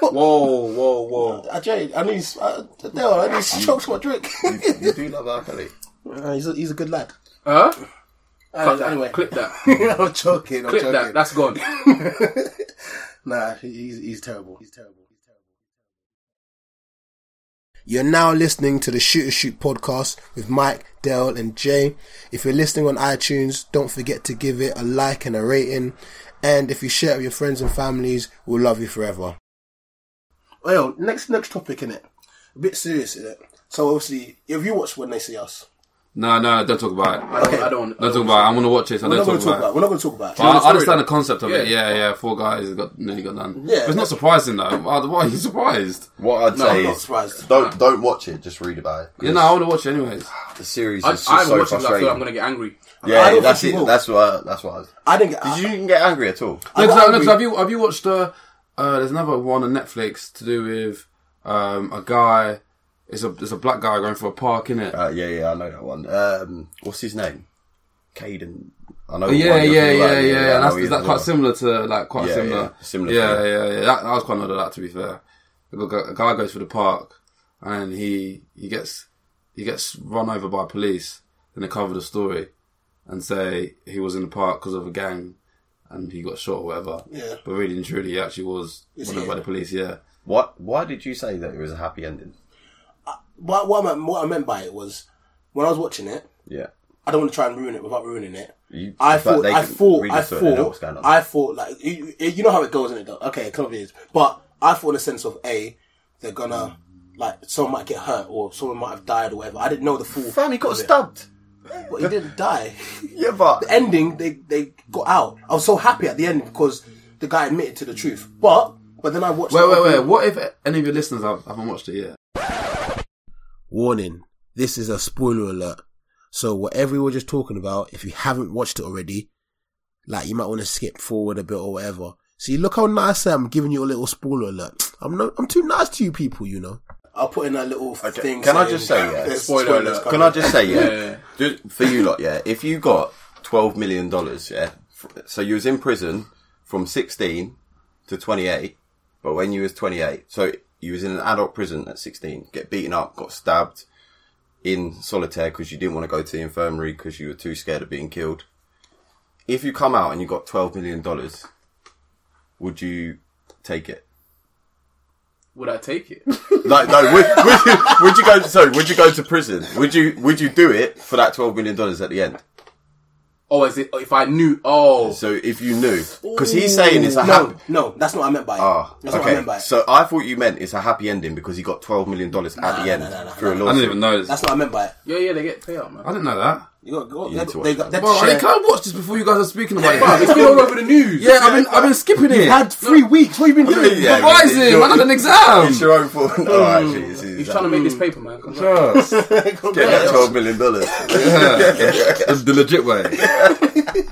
[SPEAKER 4] Whoa, whoa, whoa.
[SPEAKER 5] I, Jay, I need, I, Dale, I need to choke my drink.
[SPEAKER 3] You do love R. Kelly.
[SPEAKER 5] Uh, he's, a, he's a good lad.
[SPEAKER 4] Huh?
[SPEAKER 5] Uh,
[SPEAKER 4] Cut that.
[SPEAKER 5] anyway,
[SPEAKER 4] Clip that.
[SPEAKER 5] I'm joking. I'm
[SPEAKER 4] Clip
[SPEAKER 5] joking.
[SPEAKER 4] that. That's gone.
[SPEAKER 5] Nah, he- he's he's terrible. He's terrible. He's terrible.
[SPEAKER 1] You're now listening to the Shooter Shoot podcast with Mike, Dale, and Jay. If you're listening on iTunes, don't forget to give it a like and a rating. And if you share it with your friends and families, we'll love you forever.
[SPEAKER 5] Well, Oh, next next topic in it, a bit serious in it. So obviously, if you watch when they see us,
[SPEAKER 6] No, no, don't talk about it.
[SPEAKER 4] I don't. I don't.
[SPEAKER 6] Don't talk about it. I'm going to watch this. I
[SPEAKER 5] we're not
[SPEAKER 6] don't
[SPEAKER 5] going
[SPEAKER 6] talk
[SPEAKER 5] to talk about.
[SPEAKER 6] about
[SPEAKER 5] it.
[SPEAKER 6] it.
[SPEAKER 5] We're not going to talk about. it.
[SPEAKER 6] But I I
[SPEAKER 4] story,
[SPEAKER 6] understand
[SPEAKER 4] though.
[SPEAKER 6] the concept of it.
[SPEAKER 4] Yeah.
[SPEAKER 6] Yeah, yeah. Four guys got nearly got done.
[SPEAKER 5] Yeah.
[SPEAKER 6] But it's not surprising though. Why why are you surprised?
[SPEAKER 3] What I'd say
[SPEAKER 5] I'm not
[SPEAKER 3] is
[SPEAKER 5] surprised.
[SPEAKER 3] don't don't watch it. Just read about it.
[SPEAKER 6] You know, I want to watch it anyways.
[SPEAKER 3] the series
[SPEAKER 4] I,
[SPEAKER 3] is just
[SPEAKER 4] I haven't
[SPEAKER 3] so
[SPEAKER 4] watched it because I feel
[SPEAKER 3] frustrating.
[SPEAKER 4] I'm going to get angry.
[SPEAKER 5] I
[SPEAKER 3] yeah,
[SPEAKER 5] don't
[SPEAKER 3] that's
[SPEAKER 5] think
[SPEAKER 3] it.
[SPEAKER 5] you will.
[SPEAKER 3] That's what. That's what. I was.
[SPEAKER 5] I didn't. Get,
[SPEAKER 3] Did
[SPEAKER 5] I,
[SPEAKER 3] you didn't get angry at all?
[SPEAKER 6] No, 'cause
[SPEAKER 5] got
[SPEAKER 6] I- no, 'cause
[SPEAKER 5] angry.
[SPEAKER 6] have you have you watched uh, uh, there's another one on Netflix to do with um, a guy. It's a there's a black guy going for a park in it.
[SPEAKER 3] Uh, yeah, yeah, I know that one. Um, what's his name? Caden. I know.
[SPEAKER 6] Oh, yeah,
[SPEAKER 3] one you're
[SPEAKER 6] yeah,
[SPEAKER 3] talking
[SPEAKER 6] yeah,
[SPEAKER 3] about.
[SPEAKER 6] yeah.
[SPEAKER 3] I know
[SPEAKER 6] That's,
[SPEAKER 3] he
[SPEAKER 6] is that
[SPEAKER 3] as
[SPEAKER 6] quite
[SPEAKER 3] well.
[SPEAKER 6] similar to like quite
[SPEAKER 3] Yeah,
[SPEAKER 6] similar?
[SPEAKER 3] yeah, similar
[SPEAKER 6] Yeah,
[SPEAKER 3] thing.
[SPEAKER 6] yeah, yeah. That, that was quite another that to be fair. A gu- a guy goes for the park and he he gets he gets run over by police. Then they cover the story and say he was in the park because of a gang and he got shot or whatever.
[SPEAKER 5] Yeah.
[SPEAKER 6] But really and truly, he actually was run over
[SPEAKER 5] he?
[SPEAKER 6] by the police. Yeah.
[SPEAKER 3] What? Why did you say that it was a happy ending?
[SPEAKER 5] what, what, I meant, what I meant by it was when I was watching it.
[SPEAKER 3] Yeah.
[SPEAKER 5] I don't want to try and ruin it without ruining it.
[SPEAKER 3] You-
[SPEAKER 5] I
[SPEAKER 3] the fact
[SPEAKER 5] thought,
[SPEAKER 3] they
[SPEAKER 5] I
[SPEAKER 3] can
[SPEAKER 5] thought,
[SPEAKER 3] read
[SPEAKER 5] I
[SPEAKER 3] us so they know what's
[SPEAKER 5] thought,
[SPEAKER 3] going on.
[SPEAKER 5] I thought, like, you, you know how it goes in it though. Okay, it kind of is. But I thought in the sense of, A, they're gonna, like, someone might get hurt or someone might have died or whatever. I didn't know the full.
[SPEAKER 3] Fam, he got
[SPEAKER 5] of it.
[SPEAKER 3] stabbed.
[SPEAKER 5] But he didn't die.
[SPEAKER 3] Yeah, but
[SPEAKER 5] Ending, they, they got out. I was so happy at the end because the guy admitted to the truth. But, but then I watched.
[SPEAKER 6] Wait,
[SPEAKER 5] the
[SPEAKER 6] wait,
[SPEAKER 5] whole
[SPEAKER 6] wait.
[SPEAKER 5] thing.
[SPEAKER 6] What if any of your listeners have, haven't watched it yet?
[SPEAKER 1] Warning, this is a spoiler alert. So whatever we were just talking about, if you haven't watched it already, like you might want to skip forward a bit or whatever. See, look how nice I am giving you a little spoiler alert. I'm not, I'm too nice to you people, you know.
[SPEAKER 5] I'll put in that little thing.
[SPEAKER 3] can I
[SPEAKER 5] saying
[SPEAKER 3] just say, yeah,
[SPEAKER 5] there's
[SPEAKER 4] spoiler
[SPEAKER 5] spoilers
[SPEAKER 4] alert.
[SPEAKER 5] coming.
[SPEAKER 3] Can I just say, yeah, Just for you lot, yeah, if you got twelve million dollars, yeah, f- so you was in prison from sixteen to twenty eight, but when you was twenty eight, so you was in an adult prison at sixteen, get beaten up, got stabbed in solitaire because you didn't want to go to the infirmary because you were too scared of being killed. If you come out and you got twelve million dollars, would you take it?
[SPEAKER 4] Would I take it?
[SPEAKER 3] Like no, would, would, you, would you go? Sorry, would you go to prison? Would you would you do it for that twelve million dollars at the end?
[SPEAKER 4] Oh, is it? If I knew. Oh,
[SPEAKER 3] So if you knew, because he's saying it's a
[SPEAKER 5] No,
[SPEAKER 3] happy.
[SPEAKER 5] no, that's not what I meant by it.
[SPEAKER 3] Ah,
[SPEAKER 5] that's not what I meant by
[SPEAKER 3] okay.
[SPEAKER 5] it.
[SPEAKER 3] So I thought you meant it's a happy ending because he got twelve million dollars at the end
[SPEAKER 5] nah, nah,
[SPEAKER 3] through a
[SPEAKER 6] I didn't
[SPEAKER 3] lawsuit.
[SPEAKER 6] even know this.
[SPEAKER 5] that's not what I meant by it.
[SPEAKER 4] yeah, yeah. They get payout, man.
[SPEAKER 6] I didn't know that.
[SPEAKER 5] You got, go,
[SPEAKER 3] need to watch
[SPEAKER 5] they
[SPEAKER 3] that.
[SPEAKER 5] got, they
[SPEAKER 6] Bro, I
[SPEAKER 5] share-
[SPEAKER 6] didn't- can I Oh, watch this before you guys are speaking about it?
[SPEAKER 4] It's been all over the news.
[SPEAKER 6] Yeah, I've been I've been skipping it.
[SPEAKER 5] had three weeks. What have you been doing?
[SPEAKER 3] Yeah, but
[SPEAKER 6] Rising,
[SPEAKER 3] it's your-
[SPEAKER 6] man, I had an exam.
[SPEAKER 3] It's your own fault. No, actually, it's
[SPEAKER 4] He's trying to make this paper, man. Come on.
[SPEAKER 3] get that twelve million dollars.
[SPEAKER 6] the, the legit way.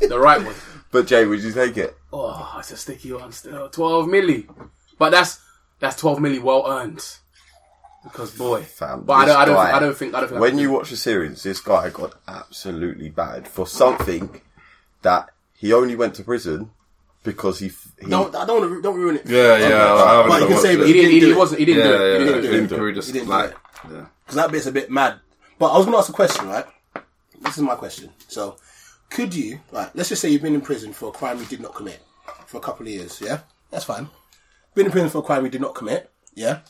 [SPEAKER 4] The right one.
[SPEAKER 3] but Jay, would you take it?
[SPEAKER 4] Oh, it's a sticky one still. Twelve milli, but that's that's twelve milli well earned. Because boy,
[SPEAKER 3] Fam,
[SPEAKER 4] but I
[SPEAKER 3] this
[SPEAKER 4] don't, I don't,
[SPEAKER 3] guy-
[SPEAKER 4] I don't think, I don't think. I
[SPEAKER 3] When
[SPEAKER 4] could
[SPEAKER 3] you
[SPEAKER 4] do it.
[SPEAKER 3] watch the series, this guy got absolutely battered for something that he only went to prison because he. f- he
[SPEAKER 5] Don't, I don't want to, don't ruin it.
[SPEAKER 6] Yeah, yeah. I haven't
[SPEAKER 5] But you can
[SPEAKER 6] watched
[SPEAKER 5] say
[SPEAKER 6] it.
[SPEAKER 5] that
[SPEAKER 4] he didn't, he,
[SPEAKER 5] do
[SPEAKER 4] he
[SPEAKER 5] it.
[SPEAKER 4] wasn't, he didn't
[SPEAKER 6] Yeah,
[SPEAKER 4] do
[SPEAKER 6] yeah.
[SPEAKER 4] it. He
[SPEAKER 6] yeah.
[SPEAKER 4] didn't do it.
[SPEAKER 6] Didn't do it. Just
[SPEAKER 5] didn't do
[SPEAKER 6] like,
[SPEAKER 5] it.
[SPEAKER 6] yeah.
[SPEAKER 5] because that bit's a bit mad. But I was going to ask a question, right? This is my question. So, could you, right? Let's just say you've been in prison for a crime you did not commit for a couple of years. Yeah, that's fine. been in prison for a crime we did not commit. Yeah.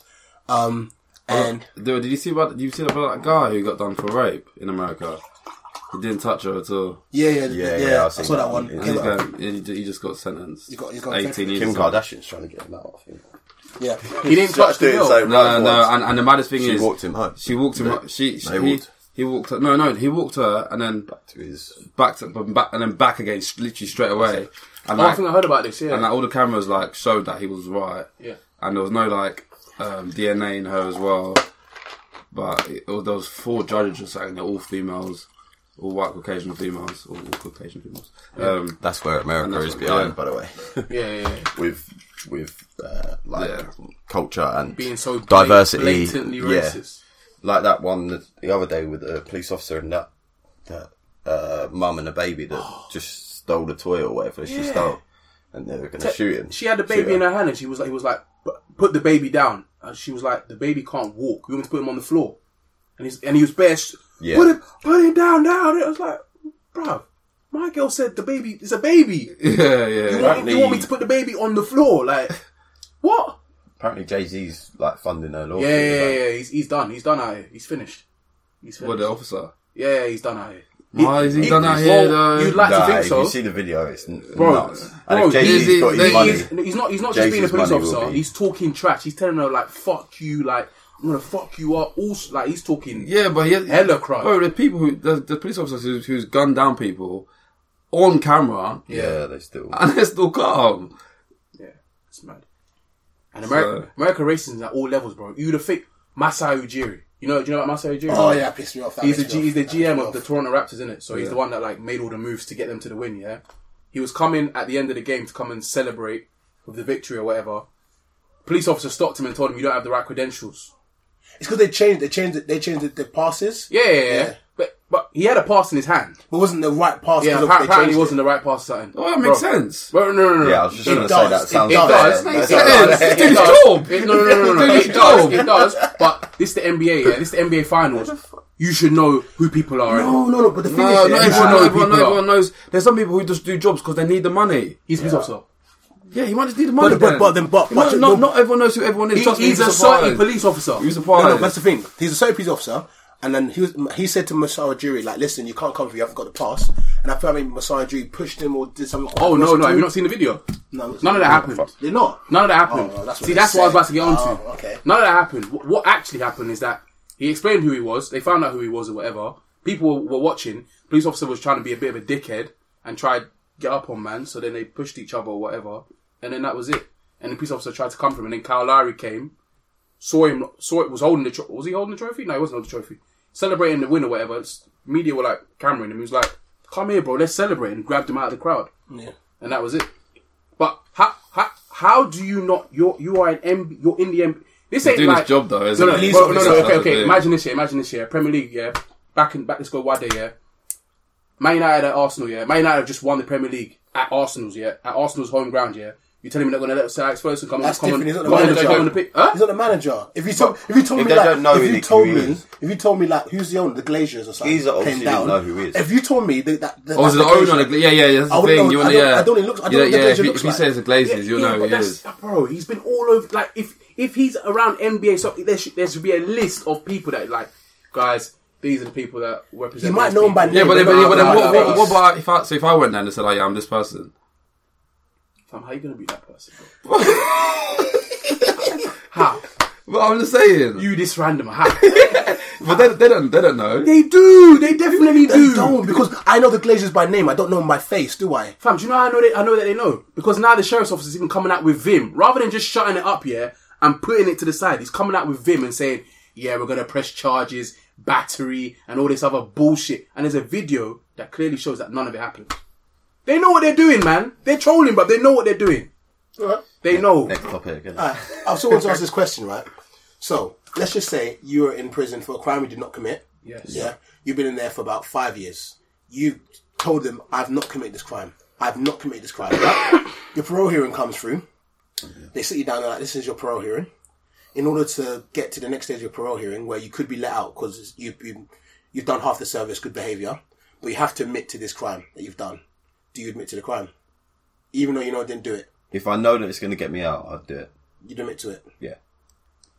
[SPEAKER 5] Um, and
[SPEAKER 6] Dude, did you see about? Did you see about that guy who got done for rape in America? He didn't touch her at all.
[SPEAKER 5] yeah, yeah,
[SPEAKER 3] Yeah,
[SPEAKER 5] yeah,
[SPEAKER 3] yeah,
[SPEAKER 5] I
[SPEAKER 3] I've seen
[SPEAKER 5] saw that
[SPEAKER 3] that
[SPEAKER 5] one.
[SPEAKER 3] one.
[SPEAKER 5] Yeah,
[SPEAKER 3] It's
[SPEAKER 6] He's
[SPEAKER 5] look,
[SPEAKER 6] going, he, he just got sentenced.
[SPEAKER 5] got- he's got
[SPEAKER 6] eighteen years.
[SPEAKER 3] Kim
[SPEAKER 6] or something.
[SPEAKER 3] Kardashian's trying to get him out. I think.
[SPEAKER 5] yeah.
[SPEAKER 4] He didn't touch the girl.
[SPEAKER 6] No, no, and, and the maddest thing
[SPEAKER 3] She
[SPEAKER 6] is,
[SPEAKER 3] walked him home.
[SPEAKER 6] She walked him.
[SPEAKER 3] They-
[SPEAKER 6] home. She, she
[SPEAKER 3] they
[SPEAKER 6] he,
[SPEAKER 3] walked.
[SPEAKER 6] he walked. her- No, no, he walked her, and then
[SPEAKER 3] to his
[SPEAKER 6] back to but back, and then back again, s- literally straight away. And
[SPEAKER 4] Oh, I
[SPEAKER 6] like,
[SPEAKER 4] think I heard about this. Yeah.
[SPEAKER 6] and like all the cameras like showed that he was right.
[SPEAKER 4] Yeah.
[SPEAKER 6] And there was no like um, DNA in her as well. But it, oh, there was four judges or something. They're all females, all white Caucasian females, all, all Caucasian females. Um,
[SPEAKER 3] That's where America
[SPEAKER 6] that's
[SPEAKER 3] is
[SPEAKER 6] what-
[SPEAKER 3] behind,
[SPEAKER 6] yeah.
[SPEAKER 3] by the way,
[SPEAKER 4] yeah, yeah, yeah.
[SPEAKER 3] with with uh, like
[SPEAKER 6] Yeah.
[SPEAKER 3] culture and
[SPEAKER 4] Being so blat-
[SPEAKER 3] diversity.
[SPEAKER 4] blatantly
[SPEAKER 3] yeah.
[SPEAKER 4] racist.
[SPEAKER 3] like that one the, the other day with the police officer and that that uh, mum and a baby that just stole the toy or whatever she stole, and they were going to shoot him.
[SPEAKER 4] She had a
[SPEAKER 3] Shoot
[SPEAKER 4] baby
[SPEAKER 3] him.
[SPEAKER 4] in her hand, and she was like, he was like, "Put- put the baby down. And she was like, the baby can't walk. We want me to put him on the floor, and he's and he was bare. sh-
[SPEAKER 3] Yeah.
[SPEAKER 4] Put him, put him down, down. And I was like, bruv, my girl said the baby is a baby.
[SPEAKER 6] yeah, yeah.
[SPEAKER 4] You want, you want me to put the baby on the floor? Like, what?
[SPEAKER 3] Apparently, Jay Z's like funding her lawsuit.
[SPEAKER 4] Yeah, yeah, yeah,
[SPEAKER 3] like,
[SPEAKER 4] yeah. He's, he's done. He's done out here. He's finished. He's
[SPEAKER 6] What
[SPEAKER 4] finished.
[SPEAKER 6] the officer?
[SPEAKER 4] yeah, yeah, he's done out here.
[SPEAKER 6] Why is he done out
[SPEAKER 4] well,
[SPEAKER 6] here, though?
[SPEAKER 4] You'd like
[SPEAKER 3] Nah,
[SPEAKER 4] to think
[SPEAKER 3] if
[SPEAKER 4] so.
[SPEAKER 3] you see the video, it's n-
[SPEAKER 4] Bro,
[SPEAKER 3] nuts. And
[SPEAKER 4] bro,
[SPEAKER 3] if Jay Z's
[SPEAKER 6] Jay-Z-
[SPEAKER 3] got
[SPEAKER 6] they-
[SPEAKER 3] his money,
[SPEAKER 4] He's, he's not. He's not
[SPEAKER 3] Jay-Z's
[SPEAKER 4] just being a police
[SPEAKER 3] money will
[SPEAKER 4] officer.
[SPEAKER 3] be-
[SPEAKER 4] He's talking trash. He's telling her like, "Fuck you," like, "I'm gonna fuck you up." Also, like, he's talking.
[SPEAKER 6] Yeah, but he had,
[SPEAKER 4] Hella crime.
[SPEAKER 6] Bro, the people who the, the police officers who's, who's gunned down people on camera,
[SPEAKER 3] yeah, they still.
[SPEAKER 6] and they're still calm.
[SPEAKER 4] Yeah, it's mad. And America,
[SPEAKER 6] So-
[SPEAKER 4] America racism is at all levels, bro. You'd have think Masai Ujiri. You know, do you know about Masai Ujiri?
[SPEAKER 5] Oh yeah, pissed me off. That
[SPEAKER 4] he's the
[SPEAKER 5] pissed
[SPEAKER 4] G,
[SPEAKER 5] me
[SPEAKER 4] he's the
[SPEAKER 5] off. That
[SPEAKER 4] GM
[SPEAKER 5] pissed
[SPEAKER 4] of
[SPEAKER 5] me
[SPEAKER 4] the Toronto Raptors, isn't it? So he's the one that like made all the moves to get them to the win. Yeah, he was coming at the end of the game to come and celebrate with the victory or whatever. Police officer stopped him and told him, "You don't have the right credentials."
[SPEAKER 5] off. It's because they changed. They changed. it- They changed the, the passes.
[SPEAKER 4] Yeah, yeah, yeah. But but he had a pass in his hand.
[SPEAKER 5] But it wasn't the right pass.
[SPEAKER 4] Yeah,
[SPEAKER 5] 'cause of-
[SPEAKER 4] apparently,
[SPEAKER 5] they changed
[SPEAKER 4] he
[SPEAKER 5] it.
[SPEAKER 4] wasn't the right pass. or Something.
[SPEAKER 6] Oh, that makes
[SPEAKER 4] Bro.
[SPEAKER 6] sense.
[SPEAKER 4] Bro, no, no, no.
[SPEAKER 3] Yeah, I was just going to say
[SPEAKER 5] does,
[SPEAKER 3] that
[SPEAKER 5] it
[SPEAKER 3] sounds.
[SPEAKER 5] does,
[SPEAKER 3] fair.
[SPEAKER 5] it
[SPEAKER 6] makes
[SPEAKER 3] That's not-
[SPEAKER 6] sense. It's
[SPEAKER 4] It
[SPEAKER 6] doing his
[SPEAKER 4] does.
[SPEAKER 6] job.
[SPEAKER 4] It- no, no, no, no, no.
[SPEAKER 6] Doing his
[SPEAKER 4] It does.
[SPEAKER 6] job.
[SPEAKER 4] It does. But this the NBA. Yeah, this the NBA finals. You should know who people are.
[SPEAKER 5] No, no, no. But the thing
[SPEAKER 6] No,
[SPEAKER 5] is,
[SPEAKER 6] not
[SPEAKER 5] yeah,
[SPEAKER 4] know who
[SPEAKER 6] everyone, knows, everyone, knows,
[SPEAKER 4] people
[SPEAKER 6] everyone knows. There's some people who just do jobs because they need the money.
[SPEAKER 4] He's a police officer.
[SPEAKER 6] Yeah, he might just need the money.
[SPEAKER 5] But- but-
[SPEAKER 6] then.
[SPEAKER 5] but then- but-
[SPEAKER 6] He might-
[SPEAKER 5] but-
[SPEAKER 6] not,
[SPEAKER 5] no-
[SPEAKER 6] not everyone knows who everyone is.
[SPEAKER 4] He-
[SPEAKER 6] Trust me,
[SPEAKER 4] he's a certain police officer.
[SPEAKER 6] He's a
[SPEAKER 5] No, no,
[SPEAKER 6] party.
[SPEAKER 5] that's the thing. He's a solo police officer, and then he was. He said to Masai Ujiri, like, "Listen, you can't come through. You haven't got the pass." And I feel like maybe Masai Ujiri pushed him or did something.
[SPEAKER 4] Oh no, no. Have you not seen the video?
[SPEAKER 5] No, it's-
[SPEAKER 4] None of that happened.
[SPEAKER 5] They're not.
[SPEAKER 4] None of that happened.
[SPEAKER 5] Oh, that's what they
[SPEAKER 4] See, that's what I was
[SPEAKER 5] said.
[SPEAKER 4] about to get onto.
[SPEAKER 5] Oh, okay.
[SPEAKER 4] None of that happened. What, what actually happened is that he explained who he was. They found out who he was or whatever. People were, were watching. Police officer was trying to be a bit of a dickhead and tried to get up on man. So then they pushed each other or whatever, and then that was it. And the police officer tried to come for him, and then Kyle Lowry came, saw him, saw it was holding the trophy. Was he holding the trophy? No, he wasn't holding the trophy. Celebrating the win or whatever. It's- Media were like cameraing him. He was like, "Come here, bro, let's celebrate," and grabbed him out of the crowd
[SPEAKER 5] Yeah.
[SPEAKER 4] and that was it. But how how, how do you not? You are you are an M. You're in the M. This ain't
[SPEAKER 6] doing his
[SPEAKER 4] like
[SPEAKER 6] job though, isn't
[SPEAKER 4] no,
[SPEAKER 6] it?
[SPEAKER 4] no,
[SPEAKER 6] Police
[SPEAKER 4] bro, no,
[SPEAKER 6] officer,
[SPEAKER 4] no.
[SPEAKER 6] that's
[SPEAKER 4] Okay,
[SPEAKER 6] the
[SPEAKER 4] okay.
[SPEAKER 6] thing.
[SPEAKER 4] Imagine this year. Imagine this year. Premier League. Yeah, back in back. Let's go one day. Yeah, Man United at Arsenal. Yeah, Man United have just won the Premier League at Arsenal's. Yeah, at Arsenal's home ground. Yeah, you telling me they're going to let Sir Alex Ferguson come on?
[SPEAKER 5] That's
[SPEAKER 4] Come on,
[SPEAKER 5] different. He's not the
[SPEAKER 4] come on,
[SPEAKER 5] manager.
[SPEAKER 4] go on the pitch. Huh?
[SPEAKER 5] He's not the manager. If you told, if you told
[SPEAKER 3] if
[SPEAKER 5] me
[SPEAKER 3] they
[SPEAKER 5] like,
[SPEAKER 3] don't know
[SPEAKER 5] if
[SPEAKER 3] who
[SPEAKER 5] you
[SPEAKER 3] Nick
[SPEAKER 5] told
[SPEAKER 3] Fury
[SPEAKER 5] me,
[SPEAKER 3] is.
[SPEAKER 5] if you told me like, who's the owner, the Glaziers or something,
[SPEAKER 3] He's obviously
[SPEAKER 5] came
[SPEAKER 3] didn't
[SPEAKER 5] down.
[SPEAKER 3] know who he is.
[SPEAKER 5] If you told me that, that, that
[SPEAKER 6] Oh, is it the
[SPEAKER 5] that's
[SPEAKER 6] owner?
[SPEAKER 5] Glazier-
[SPEAKER 6] of the- Yeah, yeah, yeah. That's
[SPEAKER 5] I
[SPEAKER 6] the
[SPEAKER 5] wouldn't
[SPEAKER 6] thing.
[SPEAKER 5] know-
[SPEAKER 6] You
[SPEAKER 5] I
[SPEAKER 6] want
[SPEAKER 5] don't-
[SPEAKER 6] yeah.
[SPEAKER 5] I don't even look- I don't
[SPEAKER 6] Yeah,
[SPEAKER 5] know what the
[SPEAKER 6] yeah,
[SPEAKER 5] Glazer
[SPEAKER 6] if he-
[SPEAKER 5] looks
[SPEAKER 6] If he
[SPEAKER 5] like.
[SPEAKER 6] says the Glazers, you'll know
[SPEAKER 4] but
[SPEAKER 6] who he is.
[SPEAKER 4] that's- bro. He's been all over. Like if if he's around NBA, so there should there should be a list of people that like guys. These are the people that represent.
[SPEAKER 5] You might
[SPEAKER 4] these
[SPEAKER 5] know him by
[SPEAKER 4] people.
[SPEAKER 5] name,
[SPEAKER 6] Yeah, but then, but then, but then
[SPEAKER 5] No,
[SPEAKER 6] what,
[SPEAKER 5] no,
[SPEAKER 6] what,
[SPEAKER 5] no.
[SPEAKER 6] what about if I, so if I went there and said, like, yeah, I'm this person?
[SPEAKER 4] Fam, how you gonna be that person? Bro? how
[SPEAKER 6] But I'm just saying.
[SPEAKER 4] you this randomer? How
[SPEAKER 6] but they, they don't, they don't know.
[SPEAKER 4] they do? They definitely
[SPEAKER 5] They
[SPEAKER 4] do.
[SPEAKER 5] don't because I know the Glaziers by name. I don't know my face, do I?
[SPEAKER 4] Fam, do you know how I know? They, I know that they know because now the sheriff's office is even coming out with Vim rather than just shutting it up, yeah, and putting it to the side. He's coming out with Vim and saying, "Yeah, we're gonna press charges, battery, and all this other bullshit." And there's a video that clearly shows that none of it happened. They know what they're doing, man. They're trolling, but they know what they're doing. They know.
[SPEAKER 3] Next topic. isn't it?
[SPEAKER 5] Oh, I also want to ask this question, right? So let's just say you were in prison for a crime you did not commit.
[SPEAKER 4] Yes.
[SPEAKER 5] Yeah. You've been in there for about five years. You told them, "I've not committed this crime. I've not committed this crime." your parole hearing comes through. They sit you down. They're like, "This is your parole hearing." In order to get to the next stage of your parole hearing, where you could be let out because you, you you've done half the service, good behaviour, but you have to admit to this crime that you've done. Do you admit to the crime, even though you know it didn't do it?
[SPEAKER 3] If I know that it's going to get me out, I'd do it.
[SPEAKER 5] you'd admit to it.
[SPEAKER 3] Yeah.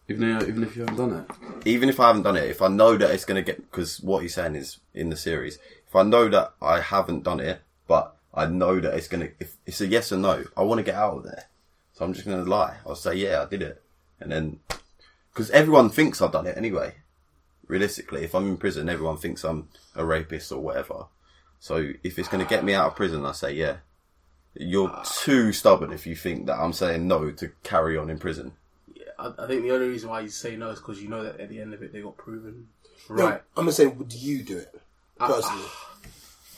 [SPEAKER 6] Even if, even if you haven't done it.
[SPEAKER 3] Even if I haven't done it, if I know that it's going to get, because what he's saying is in the series, if I know that I haven't done it, but I know that it's going to, if it's a yes or no, I want to get out of there. So I'm just going to lie. I'll say, yeah, I did it. And then, because everyone thinks I've done it anyway. Realistically, if I'm in prison, everyone thinks I'm a rapist or whatever. So if it's going to get me out of prison, I say, yeah. You're too stubborn if you think that I'm saying no to carry on in prison.
[SPEAKER 4] I, I think the only reason why you say no is because you know that at the end of it they got proven right.
[SPEAKER 5] I'm gonna say, would you do it personally?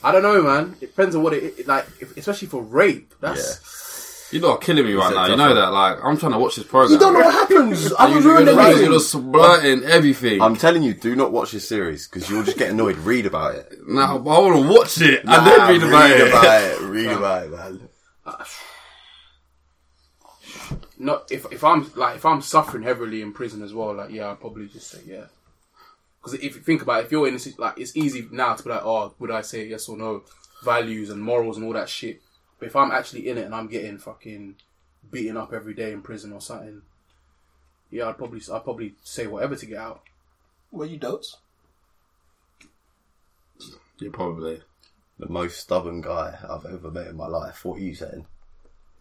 [SPEAKER 4] I don't know, man. It depends on what it, it like, if, especially for rape. That's
[SPEAKER 6] You lot are killing me right
[SPEAKER 3] a
[SPEAKER 6] now. You
[SPEAKER 3] tough
[SPEAKER 6] know
[SPEAKER 3] one.
[SPEAKER 6] that. Like, I'm trying to watch this program.
[SPEAKER 5] you don't know what happens. I
[SPEAKER 6] uh, You-
[SPEAKER 5] would
[SPEAKER 6] You're,
[SPEAKER 5] ruin
[SPEAKER 6] you're, you're
[SPEAKER 5] everything.
[SPEAKER 6] just blurting everything.
[SPEAKER 3] I'm telling you, do not watch this series because you'll just get annoyed. Read about it.
[SPEAKER 6] now, I want to watch it and then read about
[SPEAKER 3] it.
[SPEAKER 6] it.
[SPEAKER 3] Read about it, man.
[SPEAKER 4] not if if I'm like if I'm suffering heavily in prison as well. Like, yeah, I'd probably just say yeah. Because if you think about it, if you're in this, like, it's easy now to be like, oh, would I say yes or no? Values and morals and all that shit. But if I'm actually in it and I'm getting fucking beaten up every day in prison or something, yeah, I'd probably I'd probably say whatever to get out.
[SPEAKER 5] Were you dotes?
[SPEAKER 6] Yeah, probably.
[SPEAKER 3] The most stubborn guy I've ever met in my life. What are you saying?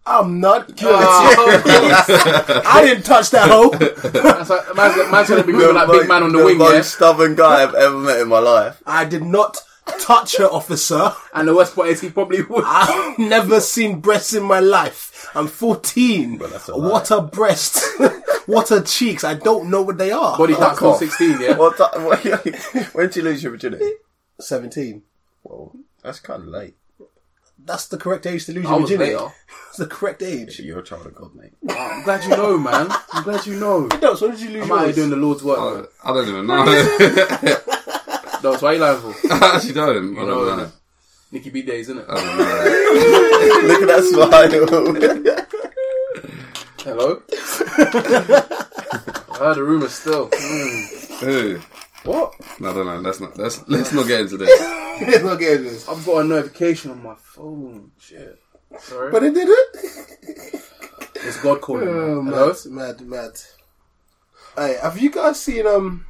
[SPEAKER 5] I'm not guilty. I didn't touch that hole.
[SPEAKER 4] That's like, man's, man's gonna be moving like big man on the, wing,
[SPEAKER 3] most
[SPEAKER 4] yeah.
[SPEAKER 3] stubborn guy I've ever met in my life.
[SPEAKER 5] I did not touch her, officer.
[SPEAKER 4] And the worst part is he probably would.
[SPEAKER 5] I've never seen breasts in my life. I'm 14.
[SPEAKER 3] that's a lie.
[SPEAKER 5] what a breast. what a cheeks. I don't know what they are.
[SPEAKER 4] Body count's
[SPEAKER 3] Fuck off.
[SPEAKER 4] still sixteen, yeah.
[SPEAKER 3] What? ti- what when did you lose your virginity?
[SPEAKER 5] 17.
[SPEAKER 3] Well, that's kind of late.
[SPEAKER 5] That's the correct age to lose
[SPEAKER 4] I
[SPEAKER 5] your
[SPEAKER 4] was
[SPEAKER 5] virginity.
[SPEAKER 4] later.
[SPEAKER 5] It's the correct age.
[SPEAKER 3] You're a child of God, mate.
[SPEAKER 4] I'm glad you know, man. I'm glad you know.
[SPEAKER 5] Dotes, when did you lose
[SPEAKER 4] I'm out here
[SPEAKER 5] yours?
[SPEAKER 4] doing the Lord's work. man.
[SPEAKER 6] I don't even know.
[SPEAKER 4] No, so why you lying for?
[SPEAKER 6] I actually don't. I
[SPEAKER 4] know,
[SPEAKER 6] don't know.
[SPEAKER 4] Nicky B days,
[SPEAKER 3] Look
[SPEAKER 4] innit?
[SPEAKER 3] at that smile.
[SPEAKER 4] Hello? I heard a rumour still.
[SPEAKER 6] Who?
[SPEAKER 4] What?
[SPEAKER 6] No, I don't know. Let's not. Let's let's not get into this.
[SPEAKER 5] Let's not get into this.
[SPEAKER 4] I've got a notification on my phone. Shit. Sorry.
[SPEAKER 5] But it did it.
[SPEAKER 4] it's God calling.
[SPEAKER 5] Oh,
[SPEAKER 4] man.
[SPEAKER 5] mad,
[SPEAKER 4] Hello?
[SPEAKER 5] mad, mad. Hey, have you guys seen um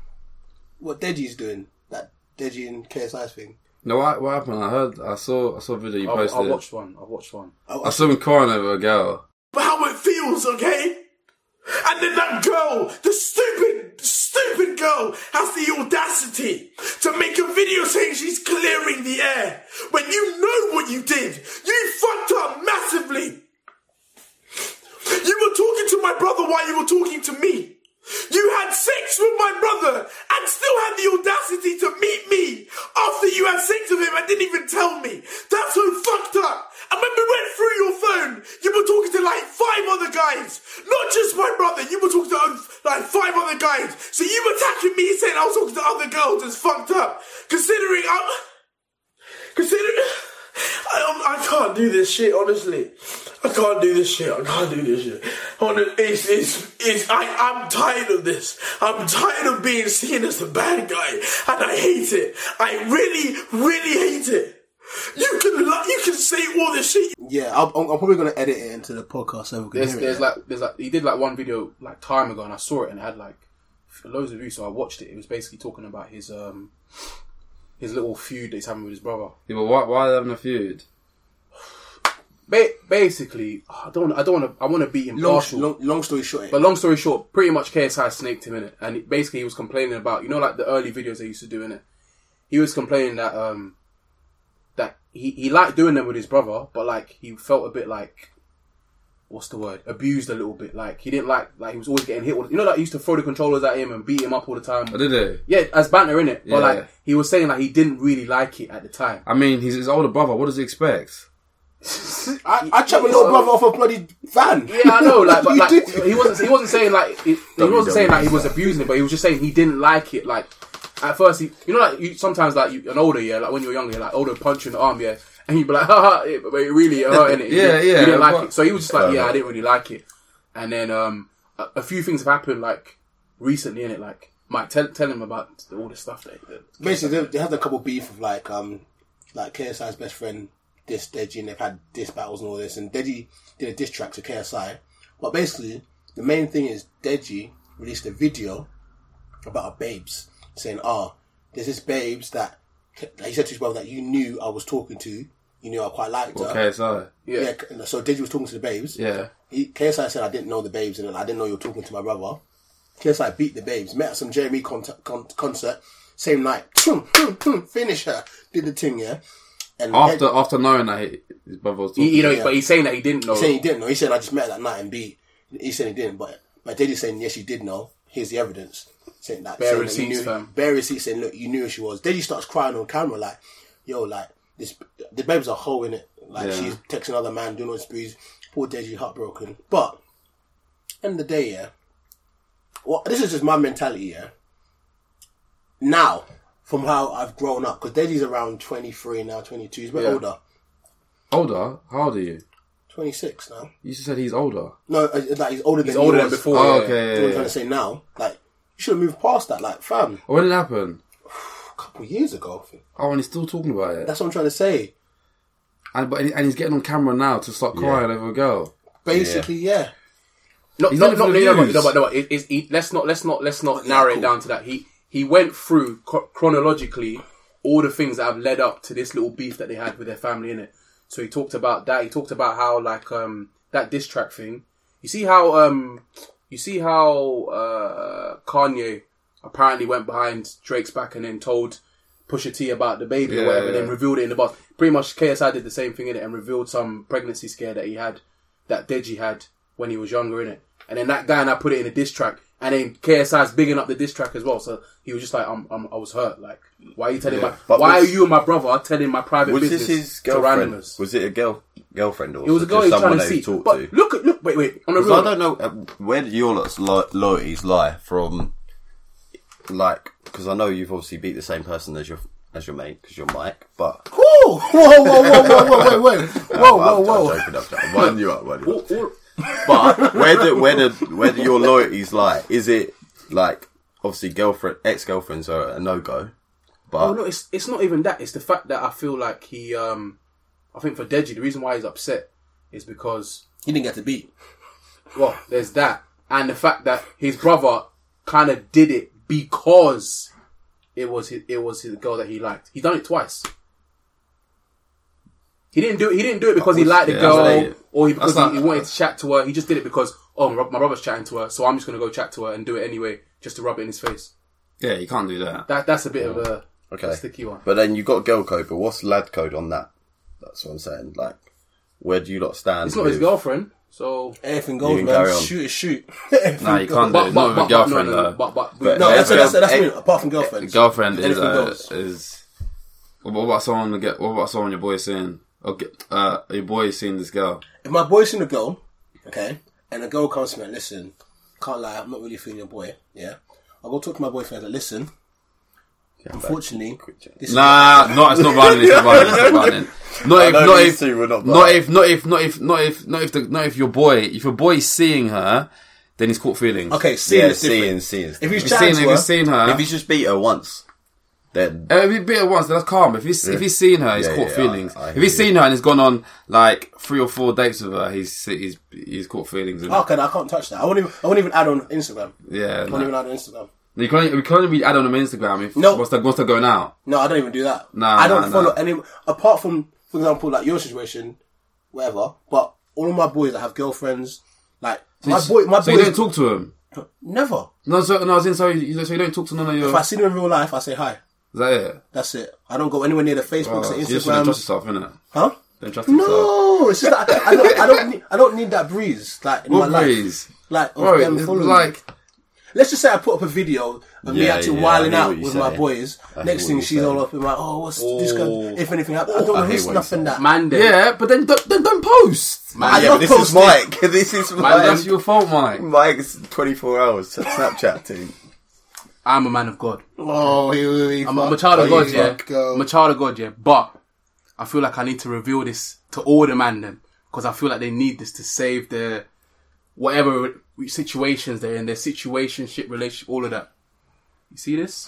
[SPEAKER 5] what Deji's doing? That Deji and KSI thing.
[SPEAKER 6] No, what, what happened? I heard. I saw. I saw a video you
[SPEAKER 4] Oh, I,
[SPEAKER 6] posted.
[SPEAKER 4] I watched one. I watched one.
[SPEAKER 6] I saw him crying over a girl.
[SPEAKER 2] But how it feels, okay? And then that girl, the stupid, stupid girl, has the audacity to make a video saying she's clearing the air when you know what you did. You fucked up massively. You were talking to my brother while you were talking to me. You had sex with my brother and still had the audacity to meet me after you had sex with him and didn't even tell me. That's so fucked up. And when we went through your phone, you were talking to like five other guys. Not just my brother, you were talking to um, like five other guys. So you attacking me saying I was talking to other girls is fucked up. Considering uh, I'm. Consider, I, I can't do this shit. Honestly, I can't do this shit. I can't do this shit. Honest, it's, it's, it's, I, I'm tired of this. I'm tired of being seen as the bad guy, and I hate it. I really, really hate it. You can, lo- you can say all this shit
[SPEAKER 5] Yeah, I'm, I'm I'm probably gonna edit it into the podcast so we can
[SPEAKER 4] There's,
[SPEAKER 5] hear
[SPEAKER 4] there's
[SPEAKER 5] it.
[SPEAKER 4] like, there's like, he did like one video like time ago, and I saw it, and it had like loads of views. So I watched it. It was basically talking about his um his little feud that he's having with his brother.
[SPEAKER 6] Yeah, but why? Why are they having a feud?
[SPEAKER 4] Ba- basically, I don't, I don't want to, I want to be
[SPEAKER 5] long,
[SPEAKER 4] impartial.
[SPEAKER 5] long, long story short.
[SPEAKER 4] But long story short, pretty much KSI snaked him in it, and it- basically he was complaining about you know like the early videos they used to do in it. He was complaining that um that he he liked doing them with his brother, but like he felt a bit like what's the word abused a little bit. Like he didn't like like he was always getting hit. All the, you know like he used to throw the controllers at him and beat him up all the
[SPEAKER 6] I
[SPEAKER 4] time.
[SPEAKER 6] did it.
[SPEAKER 4] Yeah, as banter in it, but
[SPEAKER 6] Yeah.
[SPEAKER 4] like he was saying like he didn't really like it at the time.
[SPEAKER 6] I mean, he's his older brother. What does he expect?
[SPEAKER 5] I, I chucked my little brother off a bloody van.
[SPEAKER 4] Yeah, I know. Like, but
[SPEAKER 5] You
[SPEAKER 4] like,
[SPEAKER 5] did.
[SPEAKER 4] he wasn't. He wasn't saying like. He, he
[SPEAKER 5] E
[SPEAKER 4] wasn't saying like he was abusing it, but he was just saying he didn't like it. Like, at first, he, you know, like you sometimes like you, an older yeah, like when you're younger, you're like older punch you in the arm yeah, and you'd be like, ha ha, it, but it really hurt innit?
[SPEAKER 6] Yeah,
[SPEAKER 4] You
[SPEAKER 6] yeah,
[SPEAKER 4] didn't like
[SPEAKER 6] but-
[SPEAKER 4] it, so he was just like,
[SPEAKER 3] Fair
[SPEAKER 4] yeah, I
[SPEAKER 3] enough.
[SPEAKER 4] didn't really like it. And then um, a, a few things have happened like recently in it. Like, Mike, tell tell him about all the stuff that. that
[SPEAKER 5] Basically, they, they had a couple beef of like um like KSI's best friend this Deji, and they've had diss battles and all this. And Deji did a diss track to KSI, but basically The main thing is Deji released a video about babes saying, "Ah, there's this babes that that he said to his brother that you knew I was talking to. You knew I quite liked her.
[SPEAKER 6] Okay, so
[SPEAKER 5] Yeah. So Deji was talking to the babes.
[SPEAKER 6] yeah,
[SPEAKER 5] He, KSI said, I didn't know the babes, and I didn't know you were talking to my brother. KSI beat the babes, met at some Jeremy con- con- concert, same night, finish her, did the thing, yeah? And
[SPEAKER 6] after after knowing that he, his brother was talking,
[SPEAKER 4] He, you know,
[SPEAKER 5] Yeah.
[SPEAKER 4] but he's saying that he didn't know.
[SPEAKER 5] he said he didn't know. He said, I just met her that night and beat. He said he didn't, but my daddy's saying, yes, you did know. Here's the evidence. Saying that, saying that you
[SPEAKER 4] receipts,
[SPEAKER 5] knew-
[SPEAKER 4] fam.
[SPEAKER 5] Bare receipts saying, look, you knew who she was. Daddy starts crying on camera, like, yo, like, this, the babe's a hoe in it. Like,
[SPEAKER 6] Yeah.
[SPEAKER 5] she's texting other man, doing all this breeze. Poor Deji, heartbroken. But, end of the day, yeah. Well, this is just my mentality, yeah. Now, from how I've grown up, because Deji's around 23 now, 22, he's a bit
[SPEAKER 4] Yeah.
[SPEAKER 5] older.
[SPEAKER 6] older. How old are you?
[SPEAKER 5] 26 now.
[SPEAKER 6] You just said he's older.
[SPEAKER 5] No, uh, like he's older than
[SPEAKER 4] He's
[SPEAKER 5] he
[SPEAKER 4] older than
[SPEAKER 5] was.
[SPEAKER 4] before.
[SPEAKER 6] Oh,
[SPEAKER 4] yeah.
[SPEAKER 5] That's
[SPEAKER 6] okay. yeah,
[SPEAKER 5] what I'm
[SPEAKER 6] yeah.
[SPEAKER 5] trying to say now. Like, you should have moved past that. Like, fam,
[SPEAKER 6] When did it happen?
[SPEAKER 5] a couple years ago. I think.
[SPEAKER 6] Oh, and he's still talking about it.
[SPEAKER 5] That's what I'm trying to say.
[SPEAKER 6] And but and he's getting on camera now to start crying over a girl.
[SPEAKER 5] Basically, yeah.
[SPEAKER 4] Not,
[SPEAKER 6] He's
[SPEAKER 4] not,
[SPEAKER 6] not
[SPEAKER 4] not,
[SPEAKER 6] for the
[SPEAKER 4] no, no,
[SPEAKER 6] views.
[SPEAKER 4] no, but no, but it, it's- he, let's not, let's not, let's not narrow it
[SPEAKER 5] cool.
[SPEAKER 4] down to that. He, he went through chro- chronologically all the things that have led up to this little beef that they had with their family in it. So he talked about that. He talked about how like um that diss track thing. You see how um you see how uh Kanye apparently went behind Drake's back and then told Pusha T about the baby
[SPEAKER 6] Yeah,
[SPEAKER 4] or whatever,
[SPEAKER 6] yeah.
[SPEAKER 4] then revealed it in the box. Pretty much KSI did the same thing in it and revealed some pregnancy scare that he had, that Deji had when he was younger in it. And then that guy and I put it in a diss track. And then KSI's bigging up the diss track as well. So he was just like, I'm, I'm, I was hurt. Like, why are you telling
[SPEAKER 3] Yeah.
[SPEAKER 4] my,
[SPEAKER 3] But
[SPEAKER 4] why
[SPEAKER 3] was-
[SPEAKER 4] are you and my brother telling my private
[SPEAKER 3] Was
[SPEAKER 4] business
[SPEAKER 3] this his
[SPEAKER 4] to
[SPEAKER 3] girlfriend?
[SPEAKER 4] randomers?
[SPEAKER 3] Was it a girl girlfriend or
[SPEAKER 4] It was a girl he
[SPEAKER 3] just
[SPEAKER 4] was
[SPEAKER 3] someone
[SPEAKER 4] trying to
[SPEAKER 3] that
[SPEAKER 4] see.
[SPEAKER 3] he talked
[SPEAKER 4] But
[SPEAKER 3] to?
[SPEAKER 4] look at, look, wait, wait, on a
[SPEAKER 3] Because
[SPEAKER 4] real,
[SPEAKER 3] I don't know uh, where did your lot's lo- loyalties lie from. Like, because I know you've obviously beat the same person as your as your mate because you're Mike, but
[SPEAKER 5] Ooh, whoa, Oh, whoa, whoa, whoa, whoa, wait, wait, whoa, whoa,
[SPEAKER 3] I'm-
[SPEAKER 5] whoa.
[SPEAKER 3] I'm joking, I'm joking. Winding you up, winding you up.
[SPEAKER 4] all-
[SPEAKER 3] But where do where do where do your loyalties lie? Is it like obviously girlfriend ex girlfriends are a no go,
[SPEAKER 4] Oh
[SPEAKER 3] but
[SPEAKER 4] no, it's it's not even that. It's the fact that I feel like he. um I think for Deji, the reason why he's upset is because
[SPEAKER 5] He didn't get to beat.
[SPEAKER 4] well, there's that, and the fact that his brother kind of did it because it was his, it was his girl that he liked. He done it twice. He didn't do it. He didn't do it because he liked the
[SPEAKER 6] yeah, that's
[SPEAKER 4] girl,
[SPEAKER 6] like-
[SPEAKER 4] or he, because
[SPEAKER 6] that's
[SPEAKER 4] he,
[SPEAKER 6] like-
[SPEAKER 4] he wanted to chat to her. He just did it because oh, my, bro- my brother's chatting to her, so I'm just gonna go chat to her and do it anyway, just to rub it in his face.
[SPEAKER 6] Yeah, you can't do that.
[SPEAKER 4] That that's a bit of a
[SPEAKER 3] okay,
[SPEAKER 4] sticky one.
[SPEAKER 3] But then you got girl code, but what's lad code on that? That's what I'm saying. Like, where do you lot stand?
[SPEAKER 4] It's not his
[SPEAKER 3] with-
[SPEAKER 4] girlfriend, so
[SPEAKER 5] Everything
[SPEAKER 3] You
[SPEAKER 5] goes,
[SPEAKER 3] can
[SPEAKER 5] man.
[SPEAKER 3] carry on.
[SPEAKER 5] Shoot is shoot.
[SPEAKER 6] Nah, you can't do it. Not with a girlfriend
[SPEAKER 4] no, no, no,
[SPEAKER 6] though.
[SPEAKER 4] But, but,
[SPEAKER 3] But-
[SPEAKER 4] no,
[SPEAKER 5] No, that's,
[SPEAKER 3] Yeah,
[SPEAKER 5] that's, that's,
[SPEAKER 3] girl-
[SPEAKER 5] me, apart from
[SPEAKER 6] A
[SPEAKER 5] girlfriends.
[SPEAKER 6] girlfriend is
[SPEAKER 5] Anything
[SPEAKER 6] uh,
[SPEAKER 5] goes.
[SPEAKER 6] is. What about someone? Get what about someone your boy seeing? Okay, uh, your boy is seeing this girl.
[SPEAKER 5] If my boy's seen a girl, okay, and the girl comes to me and listen, can't lie, I'm not really feeling your boy, yeah. I'll go talk to my boyfriend and listen. Unfortunately, this
[SPEAKER 6] Nah, no, it's not running. It's not running. It's not running. Not if,
[SPEAKER 3] know
[SPEAKER 6] not
[SPEAKER 3] these
[SPEAKER 6] if,
[SPEAKER 3] two were not
[SPEAKER 6] not
[SPEAKER 3] running.
[SPEAKER 6] if, not if, not if, not if, not if, the, not if your boy, if your boy is seeing her, then he's caught feelings.
[SPEAKER 5] okay, seeing
[SPEAKER 3] Yeah,
[SPEAKER 5] is
[SPEAKER 3] seeing,
[SPEAKER 5] different.
[SPEAKER 3] seeing.
[SPEAKER 5] If he's
[SPEAKER 6] He's seen,
[SPEAKER 5] chatting
[SPEAKER 6] her,
[SPEAKER 5] to her,
[SPEAKER 6] he's seen her.
[SPEAKER 3] If he's just beat her once, then
[SPEAKER 6] Uh, If he bit her once, then that's calm. If he's if he's seen her, he's
[SPEAKER 3] Yeah,
[SPEAKER 6] caught
[SPEAKER 3] yeah,
[SPEAKER 6] feelings.
[SPEAKER 3] I- I
[SPEAKER 6] if he's
[SPEAKER 3] hear you.
[SPEAKER 6] seen her and he's gone on like three or four dates with her, he's he's he's caught feelings. And,
[SPEAKER 5] Okay, no, I can't touch that. I won't even. I won't even add on Instagram.
[SPEAKER 6] yeah,
[SPEAKER 5] I won't even
[SPEAKER 6] nah.
[SPEAKER 5] add on Instagram.
[SPEAKER 6] we can't even- we can't even add on him on Instagram if
[SPEAKER 5] No.
[SPEAKER 6] once they once they going out.
[SPEAKER 5] No, I don't even do that.
[SPEAKER 6] Nah,
[SPEAKER 5] I don't
[SPEAKER 6] nah,
[SPEAKER 5] follow
[SPEAKER 6] nah.
[SPEAKER 5] any. Apart from, for example, like your situation, whatever. But all of my boys that have girlfriends, like my boy, my
[SPEAKER 6] so
[SPEAKER 5] boys
[SPEAKER 6] you don't talk to him.
[SPEAKER 5] never.
[SPEAKER 6] No, so no, I was in. So you, so you don't talk to none of your.
[SPEAKER 5] If I see them in real life, I say hi.
[SPEAKER 6] is that it?
[SPEAKER 5] That's it. I don't go anywhere near the Facebooks
[SPEAKER 6] So
[SPEAKER 5] and
[SPEAKER 6] Oh, you just don't trust
[SPEAKER 5] Instagrams.
[SPEAKER 6] yourself, innit?
[SPEAKER 5] Huh?
[SPEAKER 6] Don't trust yourself.
[SPEAKER 5] No, it's just that I, I don't. I don't need, I don't need that breeze. Like in
[SPEAKER 6] What
[SPEAKER 5] my
[SPEAKER 6] breeze?
[SPEAKER 5] life. Like, of
[SPEAKER 6] Bro,
[SPEAKER 5] them
[SPEAKER 6] it's
[SPEAKER 5] following me.
[SPEAKER 6] like
[SPEAKER 5] Let's just say I put up a video of me
[SPEAKER 3] Yeah,
[SPEAKER 5] actually
[SPEAKER 3] yeah,
[SPEAKER 5] wilding
[SPEAKER 3] I hear
[SPEAKER 5] out
[SPEAKER 3] what you
[SPEAKER 5] with my
[SPEAKER 3] say.
[SPEAKER 5] boys.
[SPEAKER 3] I hear
[SPEAKER 5] Next
[SPEAKER 3] what
[SPEAKER 5] thing
[SPEAKER 3] you
[SPEAKER 5] she's
[SPEAKER 3] say.
[SPEAKER 5] all up in my, oh, what's this going If anything happens,
[SPEAKER 6] Oh,
[SPEAKER 5] I
[SPEAKER 3] I
[SPEAKER 5] don't
[SPEAKER 3] hear
[SPEAKER 5] risk
[SPEAKER 3] what you
[SPEAKER 5] nothing
[SPEAKER 3] say.
[SPEAKER 5] that.
[SPEAKER 4] Monday.
[SPEAKER 6] yeah, but then don't then don't post. Man,
[SPEAKER 4] Man,
[SPEAKER 5] I
[SPEAKER 3] yeah,
[SPEAKER 5] love
[SPEAKER 3] but this is
[SPEAKER 5] posting.
[SPEAKER 3] Mike. This is
[SPEAKER 6] that's
[SPEAKER 3] Mike.
[SPEAKER 6] your fault, Mike.
[SPEAKER 3] Mike's 24 hours Snapchat team.
[SPEAKER 4] I'm a man of God.
[SPEAKER 5] Oh, here we
[SPEAKER 4] I'm, I'm a child of God,
[SPEAKER 5] fuck
[SPEAKER 4] yeah.
[SPEAKER 5] go.
[SPEAKER 4] I'm a child of God, yeah. But I feel like I need to reveal this to all the man then, because I feel like they need this to save their whatever re- situations they're in, their situationship, relationship, all of that. You see this?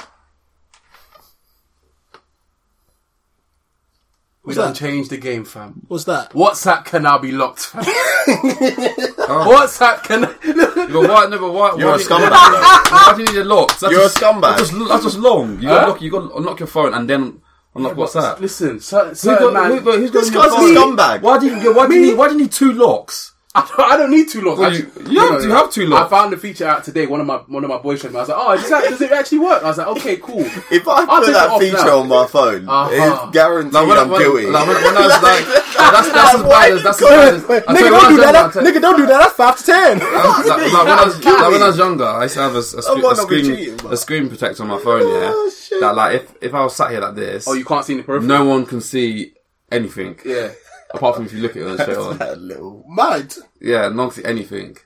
[SPEAKER 4] We don't
[SPEAKER 5] that?
[SPEAKER 4] change the game, fam.
[SPEAKER 5] What's that?
[SPEAKER 4] WhatsApp can now be locked. fam. WhatsApp can.
[SPEAKER 6] You got white, never white.
[SPEAKER 3] You're a
[SPEAKER 6] why do you-
[SPEAKER 3] scumbag, bro.
[SPEAKER 6] Why do you need it locked? That's
[SPEAKER 3] You're a
[SPEAKER 6] just-
[SPEAKER 3] scumbag.
[SPEAKER 6] That's just, that's just long. You got
[SPEAKER 4] Huh?
[SPEAKER 6] lock. You got unlock your phone and then unlock WhatsApp.
[SPEAKER 4] Listen, certain,
[SPEAKER 6] Who
[SPEAKER 4] certain
[SPEAKER 6] got-
[SPEAKER 4] man.
[SPEAKER 6] who got- who's got
[SPEAKER 3] This
[SPEAKER 6] your
[SPEAKER 3] guy's a
[SPEAKER 6] phone?
[SPEAKER 3] scumbag.
[SPEAKER 6] Why do you? yeah, Why do you need? Why do you need two locks?
[SPEAKER 4] I don't, I don't need two locks.
[SPEAKER 6] Well,
[SPEAKER 4] I
[SPEAKER 6] you-
[SPEAKER 4] just-
[SPEAKER 6] you have- you have two locks.
[SPEAKER 4] I found the feature out today. One of my one of my boys showed me. I was like, oh, does, that, does it actually work? I was like, okay, cool.
[SPEAKER 3] If I put
[SPEAKER 4] I'll take it
[SPEAKER 3] that
[SPEAKER 4] off
[SPEAKER 3] feature
[SPEAKER 4] now.
[SPEAKER 3] on my phone,
[SPEAKER 4] Uh-huh.
[SPEAKER 3] it's guaranteed
[SPEAKER 6] Like, when, I-
[SPEAKER 3] I'm
[SPEAKER 6] when,
[SPEAKER 3] guilty.
[SPEAKER 6] Like, when, when I was like, that's, that's as
[SPEAKER 3] Why
[SPEAKER 6] bad
[SPEAKER 3] you
[SPEAKER 6] as that's as
[SPEAKER 3] call
[SPEAKER 6] bad
[SPEAKER 3] it-
[SPEAKER 6] as.
[SPEAKER 5] Wait,
[SPEAKER 6] I
[SPEAKER 5] nigga,
[SPEAKER 6] tell you
[SPEAKER 5] don't do
[SPEAKER 6] what, I
[SPEAKER 5] that.
[SPEAKER 6] was young, I
[SPEAKER 5] Nigga, don't do that. That's five to ten.
[SPEAKER 6] tell- like, like, when I was- like, when I
[SPEAKER 3] Guilty.
[SPEAKER 6] was younger, I used to have a, a, sc-
[SPEAKER 3] I might
[SPEAKER 6] a
[SPEAKER 3] not be
[SPEAKER 6] screen
[SPEAKER 3] cheating, but-
[SPEAKER 6] a screen protector on my phone. Yeah,
[SPEAKER 3] Oh, shit.
[SPEAKER 6] that like if if I was sat here like this,
[SPEAKER 4] Oh, you can't see in the peripheral.
[SPEAKER 6] no one can see anything
[SPEAKER 4] Yeah.
[SPEAKER 6] apart from if you look at it and straight on.
[SPEAKER 3] That little-
[SPEAKER 5] Mad.
[SPEAKER 6] Yeah, no one can see anything.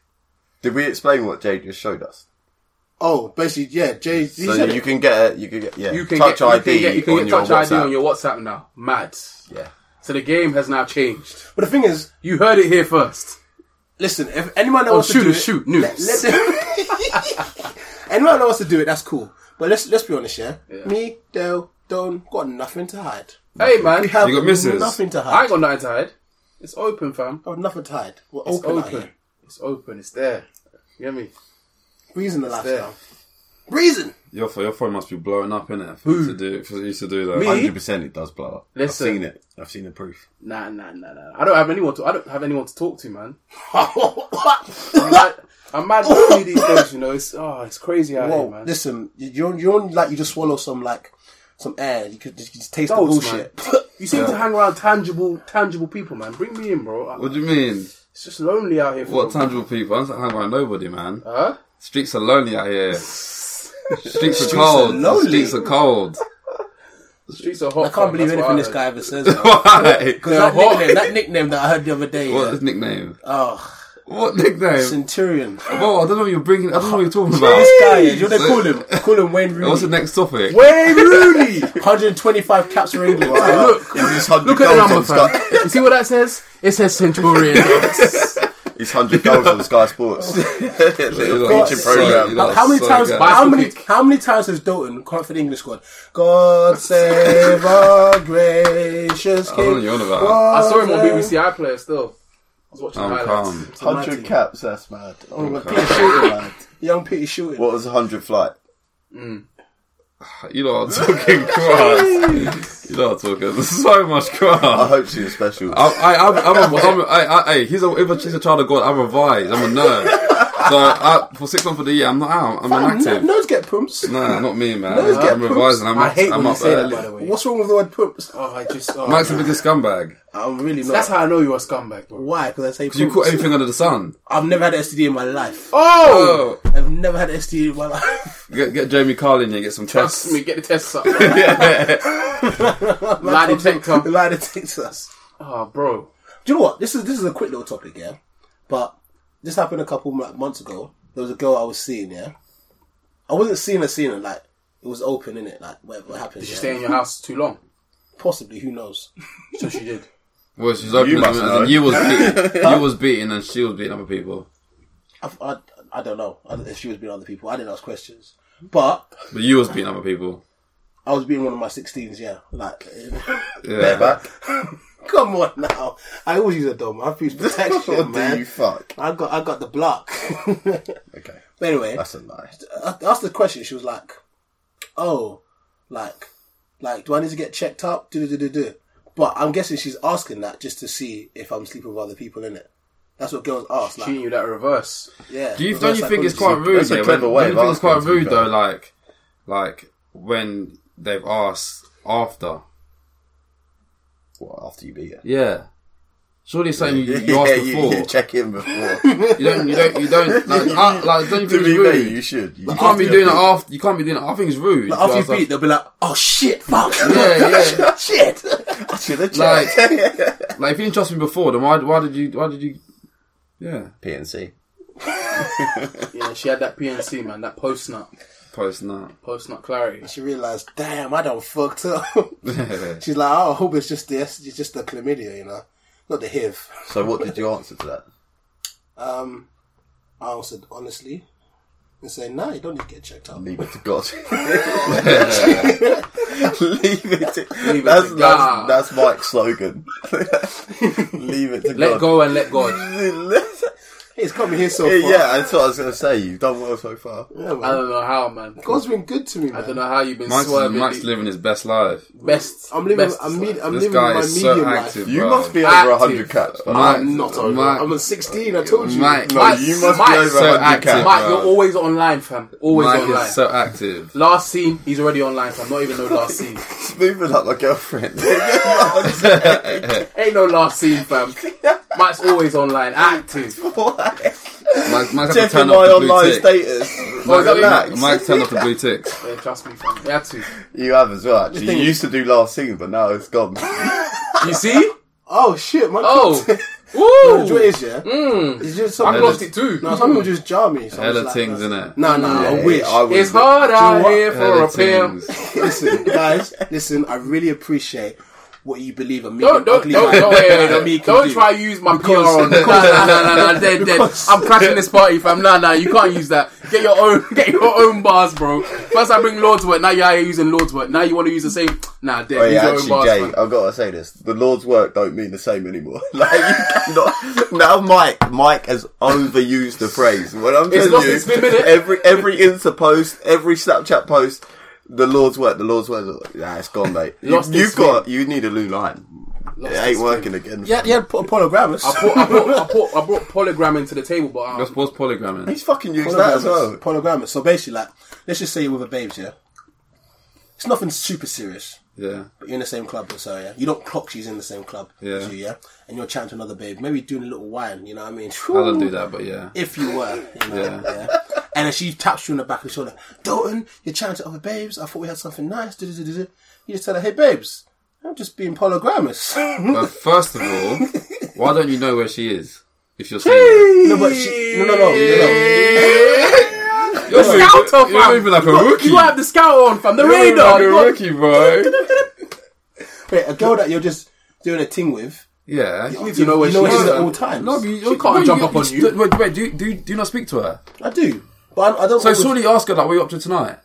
[SPEAKER 3] Did we explain what Jay just showed us?
[SPEAKER 5] Oh, basically, yeah. Jay, he
[SPEAKER 3] So
[SPEAKER 5] said
[SPEAKER 3] you can get a, you can get yeah,
[SPEAKER 4] You can
[SPEAKER 3] touch
[SPEAKER 4] get,
[SPEAKER 3] ID
[SPEAKER 4] you can get, you can
[SPEAKER 3] on
[SPEAKER 4] get
[SPEAKER 3] your
[SPEAKER 4] touch ID
[SPEAKER 3] WhatsApp.
[SPEAKER 4] on your WhatsApp now. Mad.
[SPEAKER 3] yeah.
[SPEAKER 4] So the game has now changed.
[SPEAKER 5] But the thing is,
[SPEAKER 4] You heard it here first.
[SPEAKER 5] listen, if anyone that
[SPEAKER 4] Oh,
[SPEAKER 5] wants to do
[SPEAKER 4] shoot,
[SPEAKER 5] it,
[SPEAKER 4] shoot, news.
[SPEAKER 5] Let them- anyone that wants to do it, that's cool. But let's let's be honest, yeah. Me, Dale, Don, got nothing to hide.
[SPEAKER 4] Hey man,
[SPEAKER 5] We have
[SPEAKER 6] You got misses.
[SPEAKER 5] nothing to
[SPEAKER 4] I
[SPEAKER 5] hide.
[SPEAKER 4] ain't got nothing to hide. It's open, fam.
[SPEAKER 5] I have nothing to hide. We're
[SPEAKER 4] It's
[SPEAKER 5] open,
[SPEAKER 4] open.
[SPEAKER 5] out here.
[SPEAKER 4] It's open. It's there. You get me?
[SPEAKER 5] Reason the
[SPEAKER 4] there.
[SPEAKER 5] lifestyle. Reason.
[SPEAKER 6] Your phone, your phone must be blowing up, innit? For you to do, for you to do that.
[SPEAKER 4] Me?
[SPEAKER 3] Hundred percent, it does blow up. I've
[SPEAKER 4] Listen.
[SPEAKER 3] seen it. I've seen the proof.
[SPEAKER 4] Nah, nah, nah, nah. I don't have anyone to. I don't have anyone to talk to, man. I'm
[SPEAKER 5] Whoa,
[SPEAKER 4] mad, I'm mad lonely these days. You know, it's oh, it's crazy out here, man.
[SPEAKER 5] listen, you- you're you're on, like you just swallow some like some air. You could just, you just taste the
[SPEAKER 4] Adults,
[SPEAKER 5] bullshit.
[SPEAKER 4] you seem to hang around tangible, tangible people, man. Bring me in, bro. I-
[SPEAKER 6] What do you mean?
[SPEAKER 4] It's just lonely out here. For
[SPEAKER 6] What
[SPEAKER 4] me.
[SPEAKER 6] tangible people? I don't hang around nobody, man.
[SPEAKER 4] Huh?
[SPEAKER 6] Streets are lonely out here. Streets are cold.
[SPEAKER 5] lonely.
[SPEAKER 6] Streets are cold.
[SPEAKER 4] Streets are hot.
[SPEAKER 5] I can't believe anything this guy ever says. though.
[SPEAKER 6] Why?
[SPEAKER 5] 'Cause that nickname, that nickname that I heard the other day.
[SPEAKER 6] What's
[SPEAKER 5] yeah.
[SPEAKER 6] his nickname?
[SPEAKER 5] Oh,
[SPEAKER 6] What nickname?
[SPEAKER 5] Centurion.
[SPEAKER 6] Whoa, I don't know what you're bringing. I don't know what you're talking about.
[SPEAKER 5] This guy, yeah, you know they call him. Call him Wayne Rooney.
[SPEAKER 6] What's the next topic?
[SPEAKER 5] Wayne Rooney. 125 caps for England.
[SPEAKER 4] Look,
[SPEAKER 3] It's hundred
[SPEAKER 4] look at the
[SPEAKER 3] goals on
[SPEAKER 4] number, fam.
[SPEAKER 3] Sky.
[SPEAKER 4] you see what that says? It says Centurion.
[SPEAKER 3] It's hundred goals on Sky Sports.
[SPEAKER 6] You're
[SPEAKER 3] little
[SPEAKER 6] like,
[SPEAKER 3] feature
[SPEAKER 6] sorry,
[SPEAKER 3] program.
[SPEAKER 6] you're like,
[SPEAKER 5] How many
[SPEAKER 6] sorry,
[SPEAKER 5] times?
[SPEAKER 6] guys.
[SPEAKER 5] How
[SPEAKER 4] Bicycle
[SPEAKER 5] many?
[SPEAKER 4] kick.
[SPEAKER 5] How many times has Dalton come for the English squad? God save our gracious
[SPEAKER 6] I don't know what
[SPEAKER 5] King.
[SPEAKER 6] you're on about.
[SPEAKER 4] I saw him on
[SPEAKER 5] Oh,
[SPEAKER 4] BBC iPlayer. Still, I was watching
[SPEAKER 6] I'm
[SPEAKER 4] highlights.
[SPEAKER 6] calm.
[SPEAKER 3] Hundred caps. That's mad. Oh my
[SPEAKER 5] Peter Shooter, lad. Young Peter Shooter.
[SPEAKER 3] What was a hundred flight?
[SPEAKER 6] You know what I'm talking crap. You know what I'm talking. There's so much
[SPEAKER 3] I
[SPEAKER 6] crap.
[SPEAKER 3] hope she was special.
[SPEAKER 4] Oh.
[SPEAKER 6] I, I, I'm, I'm a, I'm a, I, I, hey, he's a, if he's a child of God, I'm a vice, I'm a nerd. So, I, for six months of the year, I'm not out, I'm
[SPEAKER 5] Man,
[SPEAKER 6] inactive.
[SPEAKER 5] no- Nerds get pumps.
[SPEAKER 6] Nah, not me, man.
[SPEAKER 5] Let's get
[SPEAKER 6] I'm revising. I'm
[SPEAKER 4] I
[SPEAKER 6] up,
[SPEAKER 4] hate
[SPEAKER 6] I'm
[SPEAKER 4] when you
[SPEAKER 6] up
[SPEAKER 4] say that.
[SPEAKER 6] early.
[SPEAKER 4] By the way,
[SPEAKER 5] What's wrong with the word pumps?
[SPEAKER 4] oh, I just. Oh,
[SPEAKER 6] Mike's the biggest scumbag.
[SPEAKER 5] I'm really not.
[SPEAKER 4] that's how I know you're a scumbag, bro.
[SPEAKER 5] Why? Because I say pumps.
[SPEAKER 6] You caught everything under the sun.
[SPEAKER 5] I've never had an STD in my life.
[SPEAKER 4] Oh,
[SPEAKER 6] Oh,
[SPEAKER 5] I've never had an STD in my life.
[SPEAKER 6] get, get Jamie Carl in here. Get some
[SPEAKER 4] trust
[SPEAKER 6] tests.
[SPEAKER 4] me. Get the tests up. Lie detector.
[SPEAKER 5] The lie detects us.
[SPEAKER 4] Oh, bro.
[SPEAKER 5] Do you know what? This is this is a quick little topic, yeah. But this happened a couple like, months ago. There was a girl I was seeing, yeah. I wasn't seeing her, seeing her. Like it was open, in it, like whatever happened.
[SPEAKER 4] Did
[SPEAKER 5] yeah.
[SPEAKER 4] you stay in your house too long?
[SPEAKER 5] Possibly, who knows?
[SPEAKER 4] So she did.
[SPEAKER 6] Well, she's open. You,
[SPEAKER 3] must know.
[SPEAKER 6] you was beating. you was beating, and she was beating other people.
[SPEAKER 5] I, I, I don't know I, don't- if she was being other people. I didn't ask questions, but
[SPEAKER 6] But you was beating other people.
[SPEAKER 5] I was being one of my sixteens. Yeah, like
[SPEAKER 6] Yeah.
[SPEAKER 3] Back.
[SPEAKER 5] come on now. I always use a dome. I've used
[SPEAKER 3] What
[SPEAKER 5] protection,
[SPEAKER 3] do you
[SPEAKER 5] man.
[SPEAKER 3] fuck?
[SPEAKER 5] I got I got the block. but
[SPEAKER 3] Okay,
[SPEAKER 5] anyway,
[SPEAKER 3] that's a lie.
[SPEAKER 5] I asked the question. She was like, "Oh, like, like, do I need to get checked up?" Do do do do. But I'm guessing she's asking that just to see if I'm sleeping with other people in it. That's what girls ask. Like,
[SPEAKER 4] Cheating you that reverse.
[SPEAKER 5] yeah.
[SPEAKER 6] Do you
[SPEAKER 5] reverse
[SPEAKER 6] don't you think it's
[SPEAKER 5] psychology.
[SPEAKER 6] quite rude?
[SPEAKER 3] That's a
[SPEAKER 6] yeah,
[SPEAKER 3] clever
[SPEAKER 6] when-
[SPEAKER 3] way
[SPEAKER 6] Don't you
[SPEAKER 3] of
[SPEAKER 6] think it's quite
[SPEAKER 3] asking, to be
[SPEAKER 6] rude
[SPEAKER 3] fair.
[SPEAKER 6] though? Like, like when they've asked after.
[SPEAKER 3] What after you beat her?
[SPEAKER 6] Yeah. Surely it's something you, you asked
[SPEAKER 3] yeah,
[SPEAKER 6] before.
[SPEAKER 3] You,
[SPEAKER 6] You,
[SPEAKER 3] you check in before.
[SPEAKER 6] don't. You don't. You don't. Like, I, like don't
[SPEAKER 3] to
[SPEAKER 6] you think it's
[SPEAKER 3] be
[SPEAKER 6] rude?
[SPEAKER 3] me, you should. You
[SPEAKER 6] You can't be
[SPEAKER 3] should.
[SPEAKER 6] doing it after. You can't be doing it. I think it's rude.
[SPEAKER 5] Like, after
[SPEAKER 6] Because,
[SPEAKER 5] you beat, they'll be like, "Oh shit, fuck,
[SPEAKER 6] Yeah, yeah.
[SPEAKER 5] shit."
[SPEAKER 3] I should have
[SPEAKER 6] Like-
[SPEAKER 3] checked.
[SPEAKER 6] Like if you didn't trust me before, then why why did you why did you Yeah.
[SPEAKER 3] PNC.
[SPEAKER 4] Yeah, she had that PNC man, that post nut,
[SPEAKER 6] Post now.
[SPEAKER 4] post nut clarity.
[SPEAKER 5] She realized, damn, I don't fucked up.
[SPEAKER 6] She's
[SPEAKER 5] She's like, "Oh, I hope it's just this. It's just the chlamydia, you know, not the HIV."
[SPEAKER 3] So what did you answer to that?
[SPEAKER 5] Um, I answered honestly and said, "No, you don't need to get checked up."
[SPEAKER 3] Leave it to God. Leave it to,
[SPEAKER 4] Leave it
[SPEAKER 3] that's, that's,
[SPEAKER 4] to God.
[SPEAKER 3] that's Mike's slogan. Leave it to
[SPEAKER 4] Let
[SPEAKER 3] God.
[SPEAKER 4] go and let God.
[SPEAKER 5] It's coming here so
[SPEAKER 3] Yeah,
[SPEAKER 5] far.
[SPEAKER 3] yeah, that's what I was going to say. You've done well so far.
[SPEAKER 5] Yeah, man.
[SPEAKER 4] I don't know how, man.
[SPEAKER 5] God's been good to me, man.
[SPEAKER 4] I don't know how you've been
[SPEAKER 6] Mike's,
[SPEAKER 4] swerving.
[SPEAKER 6] Mike's
[SPEAKER 4] the
[SPEAKER 6] living his best life.
[SPEAKER 4] best.
[SPEAKER 5] I'm living.
[SPEAKER 4] best
[SPEAKER 5] I'm,
[SPEAKER 4] life.
[SPEAKER 5] med- I'm
[SPEAKER 6] this
[SPEAKER 5] living
[SPEAKER 6] guy
[SPEAKER 5] my
[SPEAKER 6] is
[SPEAKER 5] medium
[SPEAKER 6] so
[SPEAKER 5] life.
[SPEAKER 6] active.
[SPEAKER 3] You
[SPEAKER 6] bro.
[SPEAKER 3] must be over a
[SPEAKER 4] Active.
[SPEAKER 3] 100 cats. man.
[SPEAKER 6] Mike-
[SPEAKER 5] I'm not over.
[SPEAKER 6] Mike-
[SPEAKER 5] I'm on 16. I told you.
[SPEAKER 6] Mike,
[SPEAKER 3] No,
[SPEAKER 4] Mike's-
[SPEAKER 3] you must be
[SPEAKER 4] Mike's
[SPEAKER 3] over
[SPEAKER 6] so
[SPEAKER 3] 100
[SPEAKER 6] active.
[SPEAKER 3] cats.
[SPEAKER 4] Mike,
[SPEAKER 6] bro.
[SPEAKER 4] you're always online, fam. Always
[SPEAKER 6] Mike
[SPEAKER 4] online.
[SPEAKER 6] is so active.
[SPEAKER 4] last scene, he's already online, fam. Not even no last scene.
[SPEAKER 3] It's moving like my girlfriend.
[SPEAKER 4] Ain't no last scene, fam. Mike's always online, active.
[SPEAKER 6] Mike, Mike's had to
[SPEAKER 3] Checking
[SPEAKER 6] turn
[SPEAKER 3] my
[SPEAKER 6] off the blue
[SPEAKER 3] online
[SPEAKER 6] tick.
[SPEAKER 3] status.
[SPEAKER 4] is that
[SPEAKER 6] Mike,
[SPEAKER 3] Relax.
[SPEAKER 6] Mike's turned off the blue ticks.
[SPEAKER 4] Yeah, trust me, fam. We had to.
[SPEAKER 3] You have as well, actually. You used to do last scene, but now it's gone.
[SPEAKER 4] You see?
[SPEAKER 5] Oh shit, my
[SPEAKER 4] Oh. Hmm.
[SPEAKER 5] Do you know what
[SPEAKER 4] Woo!
[SPEAKER 5] it is, yeah? It's just some
[SPEAKER 4] I
[SPEAKER 5] people-
[SPEAKER 4] blocked it too.
[SPEAKER 5] No, some people just jar me. So I'm
[SPEAKER 6] Hella
[SPEAKER 5] just like,
[SPEAKER 6] things,
[SPEAKER 5] nah.
[SPEAKER 6] innit?
[SPEAKER 5] Nah, nah, I
[SPEAKER 3] Yeah,
[SPEAKER 5] wish.
[SPEAKER 3] I would-
[SPEAKER 4] It's hard out
[SPEAKER 5] what?
[SPEAKER 4] here for
[SPEAKER 6] Hella
[SPEAKER 4] a pimp.
[SPEAKER 6] things.
[SPEAKER 5] listen, guys, listen, I really appreciate what you believe a medium
[SPEAKER 4] Don't don't
[SPEAKER 5] ugly
[SPEAKER 4] don't
[SPEAKER 5] man
[SPEAKER 4] don't, wait, wait, wait,
[SPEAKER 5] like
[SPEAKER 4] don't,
[SPEAKER 5] me can
[SPEAKER 4] don't
[SPEAKER 5] do.
[SPEAKER 4] try to use my
[SPEAKER 5] Because-
[SPEAKER 4] PR on me. Nah, nah, nah, nah, nah, dead, dead. I'm crashing this party, fam. Nah, nah, you can't use that. Get your own, get your own bars, bro. First I bring Lord's work, now you're out here using Lord's work. Now you want to use the same. Nah, dead.
[SPEAKER 3] Wait,
[SPEAKER 4] use your own
[SPEAKER 3] Oh, actually,
[SPEAKER 4] bars,
[SPEAKER 3] Jay,
[SPEAKER 4] fam.
[SPEAKER 3] I've got to say this: the Lord's work don't mean the same anymore. like you cannot now. Mike, Mike has overused the phrase. What I'm telling
[SPEAKER 4] not-
[SPEAKER 3] you,
[SPEAKER 4] it's been a minute.
[SPEAKER 3] every every Insta post, every Snapchat post, the Lord's work, the Lord's work. Nah, it's gone, mate. You,
[SPEAKER 4] Lost
[SPEAKER 3] you've
[SPEAKER 4] its
[SPEAKER 3] got, you need a new line. it ain't working again.
[SPEAKER 5] Yeah, yeah, put a polygramus.
[SPEAKER 4] I brought, I, brought, I, brought, I brought polygram into the table, but um,
[SPEAKER 6] What's what's polygramming?
[SPEAKER 3] he's fucking used that as well.
[SPEAKER 5] Polygramus. So basically, like, let's just say you're with a babes, yeah? It's nothing super serious,
[SPEAKER 6] Yeah.
[SPEAKER 5] but you're in the same club or so, yeah? You don't clock she's in the same club
[SPEAKER 6] Yeah.
[SPEAKER 5] as you, yeah? And you're chatting to another babe, maybe doing a little wine, you know what I mean?
[SPEAKER 6] I don't do that, but yeah.
[SPEAKER 5] if you were. You know, yeah. And then she taps you on the back of the shoulder. Dalton, you're chatting to other babes. I thought we had something nice. Du- du- du- du- du. You just tell her, hey, babes, I'm just being polygrammous.
[SPEAKER 6] But first of all, why don't you know where she is? If you're saying that?
[SPEAKER 5] no, but she, no, no, no, no, no.
[SPEAKER 6] You're moving-
[SPEAKER 4] scouter,
[SPEAKER 6] you're
[SPEAKER 4] fam.
[SPEAKER 6] moving like a
[SPEAKER 4] you
[SPEAKER 6] rookie.
[SPEAKER 4] gotta have the scout on, fam. The
[SPEAKER 6] You're moving
[SPEAKER 4] radar.
[SPEAKER 6] like
[SPEAKER 4] You
[SPEAKER 6] a
[SPEAKER 4] got-
[SPEAKER 6] rookie, bro.
[SPEAKER 5] Wait, a girl that you're just doing a thing with,
[SPEAKER 6] Yeah.
[SPEAKER 4] You know where
[SPEAKER 5] you know
[SPEAKER 4] she
[SPEAKER 5] she's
[SPEAKER 4] is,
[SPEAKER 5] at
[SPEAKER 4] fam.
[SPEAKER 5] all times.
[SPEAKER 6] No, but you,
[SPEAKER 4] She can't
[SPEAKER 6] wait,
[SPEAKER 4] jump up on you.
[SPEAKER 6] st- Wait, wait, do you, do, you, do you not speak to her?
[SPEAKER 5] I do. But I, I don't
[SPEAKER 6] So
[SPEAKER 5] always-
[SPEAKER 6] surely you ask her, like, what are you up to tonight?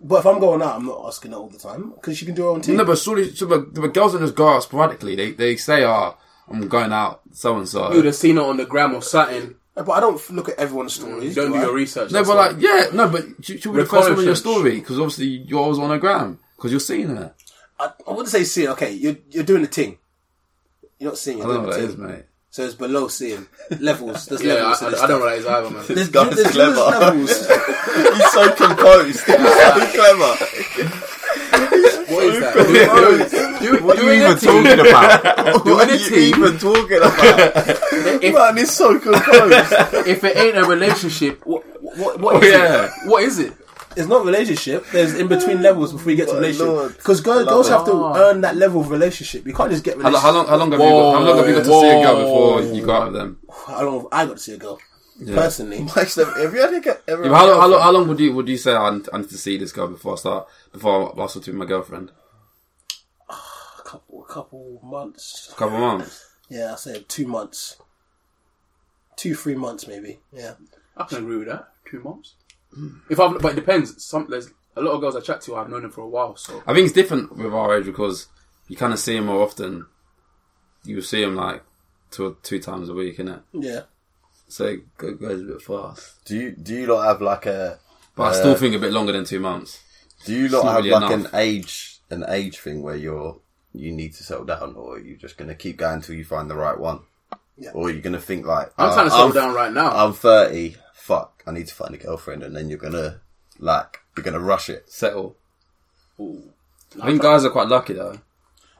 [SPEAKER 5] But if I'm going out, I'm not asking her all the time because she can do her own thing.
[SPEAKER 6] No, but surely, so, but, but girls don't just go out sporadically. They, they say, oh, I'm going out, so and so.
[SPEAKER 4] You'd have seen it on the gram or something.
[SPEAKER 5] but I don't look at everyone's stories.
[SPEAKER 4] Don't do
[SPEAKER 5] I?
[SPEAKER 4] your research.
[SPEAKER 6] No,
[SPEAKER 4] that's
[SPEAKER 6] but
[SPEAKER 4] all.
[SPEAKER 6] like, yeah, no, but she, she'll be the
[SPEAKER 4] Recall
[SPEAKER 6] first one in your
[SPEAKER 4] search.
[SPEAKER 6] story because obviously you're always on her gram because you're seeing her.
[SPEAKER 5] I, I wouldn't say seeing. Okay, you're you're doing a thing. You're not seeing. You're
[SPEAKER 6] I don't
[SPEAKER 5] doing
[SPEAKER 6] know
[SPEAKER 5] a
[SPEAKER 6] what that
[SPEAKER 5] thing.
[SPEAKER 6] is, mate.
[SPEAKER 5] So it's below seeing levels. There's
[SPEAKER 4] yeah,
[SPEAKER 5] levels.
[SPEAKER 4] I,
[SPEAKER 5] to this
[SPEAKER 4] I, I don't
[SPEAKER 5] stuff.
[SPEAKER 4] realize either, man.
[SPEAKER 5] There's,
[SPEAKER 3] guy's
[SPEAKER 5] there's
[SPEAKER 3] clever.
[SPEAKER 5] levels.
[SPEAKER 3] He's so composed. He's so clever.
[SPEAKER 4] What is that? Do, do,
[SPEAKER 3] What are you
[SPEAKER 4] doing a
[SPEAKER 3] even
[SPEAKER 4] team-
[SPEAKER 3] talking about?
[SPEAKER 4] Doing
[SPEAKER 3] What
[SPEAKER 4] a
[SPEAKER 3] are you
[SPEAKER 4] team.
[SPEAKER 3] even talking about?
[SPEAKER 4] If,
[SPEAKER 3] Man, he's so composed.
[SPEAKER 4] if it ain't a relationship, what what, what
[SPEAKER 6] Oh,
[SPEAKER 4] is
[SPEAKER 6] yeah.
[SPEAKER 4] it? What is it?
[SPEAKER 5] it's not relationship. There's in between levels before you get to
[SPEAKER 3] My
[SPEAKER 5] relationship.
[SPEAKER 3] lord.
[SPEAKER 5] Because girls,
[SPEAKER 3] Love
[SPEAKER 5] girls
[SPEAKER 3] it.
[SPEAKER 5] have to earn that level of relationship. You can't just get
[SPEAKER 6] How, lo-
[SPEAKER 5] relationship.
[SPEAKER 6] how long? How long have you got? How long have you got to see a girl before you go out with them?
[SPEAKER 5] How long have I got to see a girl? Personally,
[SPEAKER 3] Actually, have you ever get ever?
[SPEAKER 6] Yeah, but how, long, how, long, how long would you would you say "Ah, I need, I need to see this girl before I start before I ask her to be my girlfriend?
[SPEAKER 5] a couple, a couple months.
[SPEAKER 6] A couple of months.
[SPEAKER 5] Yeah, I say two months, two three months maybe. Yeah.
[SPEAKER 4] I can agree with that. Two months. Hmm. If I've, but it depends. Some there's a lot of girls I chat to. I've known them for a while, so
[SPEAKER 6] I think it's different with our age because you kind of see him more often. You see him like two or two times a week, innit?
[SPEAKER 5] Yeah.
[SPEAKER 6] So it go- goes a bit fast. Uh,
[SPEAKER 3] Do you do you lot have like a?
[SPEAKER 6] But I still think a bit longer than two months.
[SPEAKER 3] Do you lot
[SPEAKER 6] not
[SPEAKER 3] have
[SPEAKER 6] really
[SPEAKER 3] like
[SPEAKER 6] enough.
[SPEAKER 3] an age an age thing where you're you need to settle down, or are you just gonna keep going until you find the right one,
[SPEAKER 5] Yeah.
[SPEAKER 3] or you're gonna think like
[SPEAKER 4] I'm
[SPEAKER 3] uh,
[SPEAKER 4] trying to settle down right now.
[SPEAKER 3] I'm 30. Fuck, I need to find a girlfriend, and then you're gonna like you're gonna rush it.
[SPEAKER 6] Settle. I think guys are quite lucky though.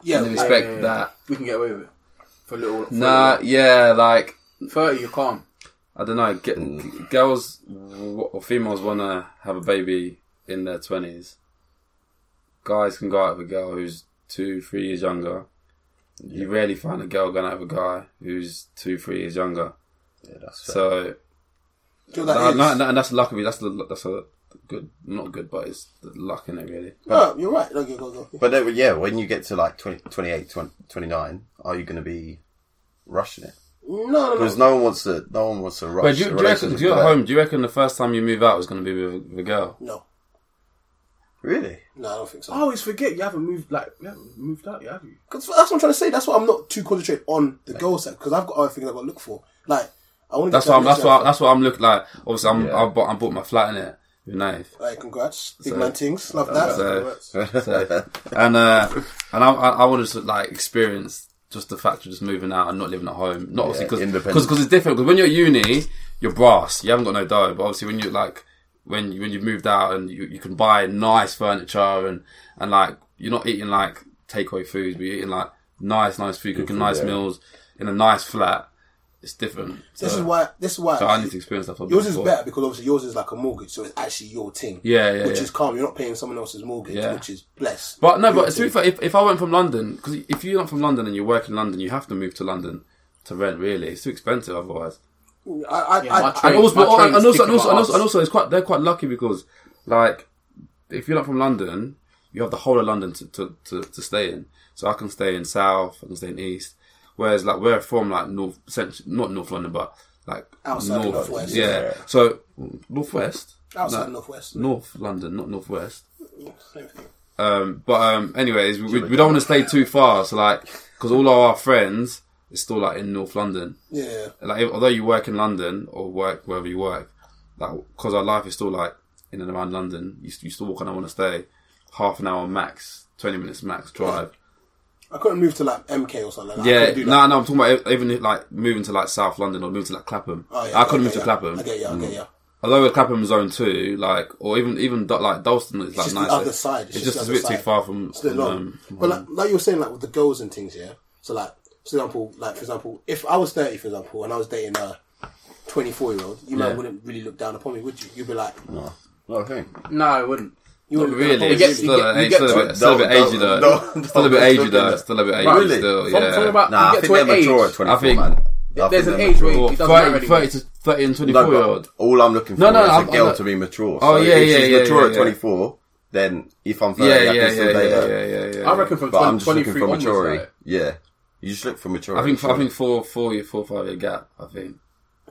[SPEAKER 5] Yeah.
[SPEAKER 6] They respect
[SPEAKER 4] yeah, yeah.
[SPEAKER 6] that.
[SPEAKER 4] we can get away with it for a little. For
[SPEAKER 6] Nah, yeah, like
[SPEAKER 4] thirty, you can't.
[SPEAKER 6] I don't know. Get, g- girls w- or females want to have a baby in their twenties. Guys can go out with a girl who's two, three years younger. You rarely find a girl going out with a guy who's two, three years younger.
[SPEAKER 3] Yeah, that's fair.
[SPEAKER 6] So
[SPEAKER 5] Do you know what that
[SPEAKER 6] that,
[SPEAKER 5] is?
[SPEAKER 6] no, no, and that's luck of you. That's the that's a good, not good, but it's the luck in it really.
[SPEAKER 5] No, Oh, you're right. No, go, go, go.
[SPEAKER 3] But then, yeah, when you get to like 20, 28, 20, 29, are you gonna be rushing it?
[SPEAKER 5] No, no, no.
[SPEAKER 3] Because no one wants to. No one wants to rush.
[SPEAKER 6] But do,
[SPEAKER 3] a
[SPEAKER 6] you- do you reckon?
[SPEAKER 3] relationship
[SPEAKER 6] Because you're
[SPEAKER 3] to
[SPEAKER 6] at
[SPEAKER 3] that.
[SPEAKER 6] home. Do you reckon the first time you move out is going to be with, with a girl?
[SPEAKER 5] No,
[SPEAKER 3] Really?
[SPEAKER 5] no, I don't think so.
[SPEAKER 4] I always forget you haven't moved. Like you haven't moved out, yet, have you?
[SPEAKER 5] 'Cause that's what I'm trying to say. That's why I'm not too concentrated on the girl side because I've got other things I've got to look for. Like, I want to.
[SPEAKER 6] That's
[SPEAKER 5] get
[SPEAKER 6] what I'm,
[SPEAKER 5] that
[SPEAKER 6] that's
[SPEAKER 5] next
[SPEAKER 6] what I,
[SPEAKER 5] round.
[SPEAKER 6] that's what I'm looking like. Obviously, I'm
[SPEAKER 3] Yeah.
[SPEAKER 6] I bought I bought my flat in it with knife.
[SPEAKER 5] Alright, congrats, big man things. Love that.
[SPEAKER 6] So, so- and uh, and I I, I want to like experience just the fact of just moving out and not living at home. Not obviously because
[SPEAKER 3] independent.
[SPEAKER 6] because it's different. Because when you're at uni, you're brass. You haven't got no dough. But obviously, when you like when you, when you've moved out and you, you can buy nice furniture and and like you're not eating like takeaway foods, but you're eating like nice nice food, cooking nice
[SPEAKER 3] yeah.
[SPEAKER 6] meals in a nice flat. It's different. So,
[SPEAKER 5] This is why. This is why.
[SPEAKER 6] so I need to experience that. for
[SPEAKER 5] Yours is
[SPEAKER 6] myself.
[SPEAKER 5] better because obviously yours is like a mortgage, so it's actually your thing.
[SPEAKER 6] Yeah, yeah,
[SPEAKER 5] Which
[SPEAKER 6] yeah.
[SPEAKER 5] is calm. You're not paying someone else's mortgage,
[SPEAKER 6] Yeah.
[SPEAKER 5] which is blessed.
[SPEAKER 6] But no, but to be fair, if, if I went from London, because if you're not from London and you work in London, you have to move to London to rent. Really, it's too expensive otherwise.
[SPEAKER 5] I, I,
[SPEAKER 4] Yeah,
[SPEAKER 5] I,
[SPEAKER 4] my
[SPEAKER 5] I-
[SPEAKER 4] train-
[SPEAKER 6] And also,
[SPEAKER 4] my
[SPEAKER 6] and also,
[SPEAKER 4] train's
[SPEAKER 6] and also,
[SPEAKER 4] kicking
[SPEAKER 6] and also,
[SPEAKER 4] my
[SPEAKER 6] and also,
[SPEAKER 4] ass.
[SPEAKER 6] it's quite they're quite lucky because like if you're not from London, you have the whole of London to, to, to, to stay in. So I can stay in South, I can stay in East. Whereas like where I'm from, like North, Central, not North London, but like
[SPEAKER 5] Outside of
[SPEAKER 6] North,
[SPEAKER 5] Northwest.
[SPEAKER 6] Yeah. So Northwest.
[SPEAKER 5] outside
[SPEAKER 6] No.
[SPEAKER 5] Northwest.
[SPEAKER 6] North London, not Northwest.
[SPEAKER 5] Same thing.
[SPEAKER 6] Um, but um, anyways, we, we, we don't want to stay too far. So like, because all of our friends is still like in North London.
[SPEAKER 5] Yeah.
[SPEAKER 6] Like, if- although you work in London or work wherever you work, like, because our life is still like in and around London, you, you still kind of want to stay half an hour max, twenty minutes max drive.
[SPEAKER 5] I couldn't move to like MK or something. Like that. I
[SPEAKER 6] Yeah,
[SPEAKER 5] couldn't do
[SPEAKER 6] no,
[SPEAKER 5] that.
[SPEAKER 6] no, I'm talking about e-, even if, like moving to like South London or moving to like Clapham.
[SPEAKER 5] Oh, yeah,
[SPEAKER 6] I
[SPEAKER 5] okay,
[SPEAKER 6] couldn't move
[SPEAKER 5] yeah.
[SPEAKER 6] to Clapham. Mm.
[SPEAKER 5] I get you. I get you.
[SPEAKER 6] Although we're Clapham Zone Two, like, or even even Du- like Dalston is like
[SPEAKER 5] just the
[SPEAKER 6] nice.
[SPEAKER 5] other side, it's
[SPEAKER 6] It's,
[SPEAKER 5] just
[SPEAKER 6] just,
[SPEAKER 5] the
[SPEAKER 6] a
[SPEAKER 5] other
[SPEAKER 6] bit too
[SPEAKER 5] side.
[SPEAKER 6] far from.
[SPEAKER 5] It's still
[SPEAKER 6] from,
[SPEAKER 5] long.
[SPEAKER 6] um,
[SPEAKER 5] but like, like you were saying, like with the girls and things, yeah. So like, for example, like for example, if I was thirty, for example, and I was dating a twenty-four-year-old, you man
[SPEAKER 6] Yeah.
[SPEAKER 5] wouldn't really look down upon me, would you? You'd be like, you
[SPEAKER 3] Okay.
[SPEAKER 4] No, I wouldn't.
[SPEAKER 6] Not
[SPEAKER 5] wouldn't look down
[SPEAKER 6] really.
[SPEAKER 5] upon
[SPEAKER 6] It's
[SPEAKER 5] me, really.
[SPEAKER 4] get-
[SPEAKER 6] still a
[SPEAKER 4] you
[SPEAKER 6] it's
[SPEAKER 4] get
[SPEAKER 6] still a
[SPEAKER 4] to-
[SPEAKER 6] bit- still a bit
[SPEAKER 3] don't-
[SPEAKER 6] agey
[SPEAKER 3] don't-
[SPEAKER 6] though.
[SPEAKER 3] don't-
[SPEAKER 6] Still a bit
[SPEAKER 3] don't
[SPEAKER 6] agey
[SPEAKER 3] look
[SPEAKER 6] though.
[SPEAKER 3] at
[SPEAKER 6] Still a bit
[SPEAKER 4] Right.
[SPEAKER 6] agey still.
[SPEAKER 4] From- from
[SPEAKER 6] Yeah.
[SPEAKER 4] about-
[SPEAKER 3] Nah,
[SPEAKER 4] You
[SPEAKER 3] I
[SPEAKER 4] get
[SPEAKER 3] think they're
[SPEAKER 4] to an
[SPEAKER 3] mature
[SPEAKER 4] age.
[SPEAKER 3] at 24,
[SPEAKER 6] I think-
[SPEAKER 3] man.
[SPEAKER 4] There's
[SPEAKER 3] think
[SPEAKER 4] an
[SPEAKER 3] they're
[SPEAKER 4] age
[SPEAKER 3] mature.
[SPEAKER 4] where you- It doesn't matter
[SPEAKER 6] 30,
[SPEAKER 4] anymore.
[SPEAKER 6] 30 to 30 and 24
[SPEAKER 3] No,
[SPEAKER 6] year
[SPEAKER 3] but
[SPEAKER 6] old.
[SPEAKER 3] all I'm looking for
[SPEAKER 6] No, no,
[SPEAKER 3] is
[SPEAKER 6] I'm-
[SPEAKER 3] a girl
[SPEAKER 6] I'm-
[SPEAKER 3] to be mature. so
[SPEAKER 6] Oh, yeah,
[SPEAKER 3] if
[SPEAKER 6] yeah,
[SPEAKER 3] she's
[SPEAKER 6] yeah,
[SPEAKER 3] mature
[SPEAKER 6] yeah,
[SPEAKER 3] at
[SPEAKER 6] yeah.
[SPEAKER 3] 24, then if I'm 30,
[SPEAKER 6] Yeah,
[SPEAKER 3] I
[SPEAKER 6] yeah,
[SPEAKER 3] can
[SPEAKER 6] yeah,
[SPEAKER 3] still date
[SPEAKER 6] yeah,
[SPEAKER 3] her.
[SPEAKER 6] yeah, yeah, yeah.
[SPEAKER 4] I reckon from
[SPEAKER 3] But I'm just
[SPEAKER 4] 23
[SPEAKER 3] looking for
[SPEAKER 4] onwards.
[SPEAKER 3] maturity.
[SPEAKER 4] like,
[SPEAKER 3] Yeah. You just look for maturity.
[SPEAKER 6] I think I
[SPEAKER 3] surely.
[SPEAKER 6] think four four year four five year gap. I think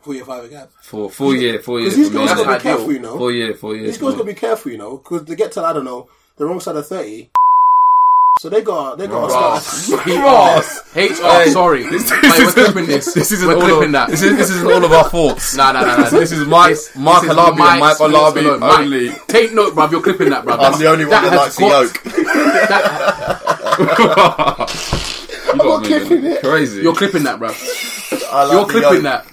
[SPEAKER 5] Four year, five year gap.
[SPEAKER 6] four four year four year
[SPEAKER 5] Because these
[SPEAKER 6] for
[SPEAKER 5] girls
[SPEAKER 4] that's
[SPEAKER 5] gotta be
[SPEAKER 6] me.
[SPEAKER 4] ideal.
[SPEAKER 5] careful, you know.
[SPEAKER 6] Four year four year.
[SPEAKER 5] These girls gotta be careful, you know, because they get to I don't know the wrong side of thirty, so they got they got to
[SPEAKER 4] Ross.
[SPEAKER 5] start.
[SPEAKER 4] Ross. HR, sorry. Like, we're clipping this.
[SPEAKER 6] This isn't
[SPEAKER 4] we're
[SPEAKER 6] all
[SPEAKER 4] clipping
[SPEAKER 6] of,
[SPEAKER 4] that.
[SPEAKER 6] This, is, this isn't all of our thoughts.
[SPEAKER 4] Nah, nah, nah, nah.
[SPEAKER 6] This is Mike-
[SPEAKER 4] this-
[SPEAKER 6] Mark
[SPEAKER 4] this is
[SPEAKER 6] Alabi and
[SPEAKER 4] Mike
[SPEAKER 6] Mike
[SPEAKER 4] Smith's
[SPEAKER 6] Alabi
[SPEAKER 4] alone. Mike,
[SPEAKER 6] only.
[SPEAKER 4] Take note, bruv. You're clipping that, bruv.
[SPEAKER 3] I'm the only one that likes
[SPEAKER 4] has
[SPEAKER 3] the yoke.
[SPEAKER 4] got- that-
[SPEAKER 6] You got me, man. Crazy.
[SPEAKER 4] You're clipping that, bruv.
[SPEAKER 3] I like
[SPEAKER 4] You're
[SPEAKER 3] the
[SPEAKER 4] clipping
[SPEAKER 3] yoke.
[SPEAKER 4] that.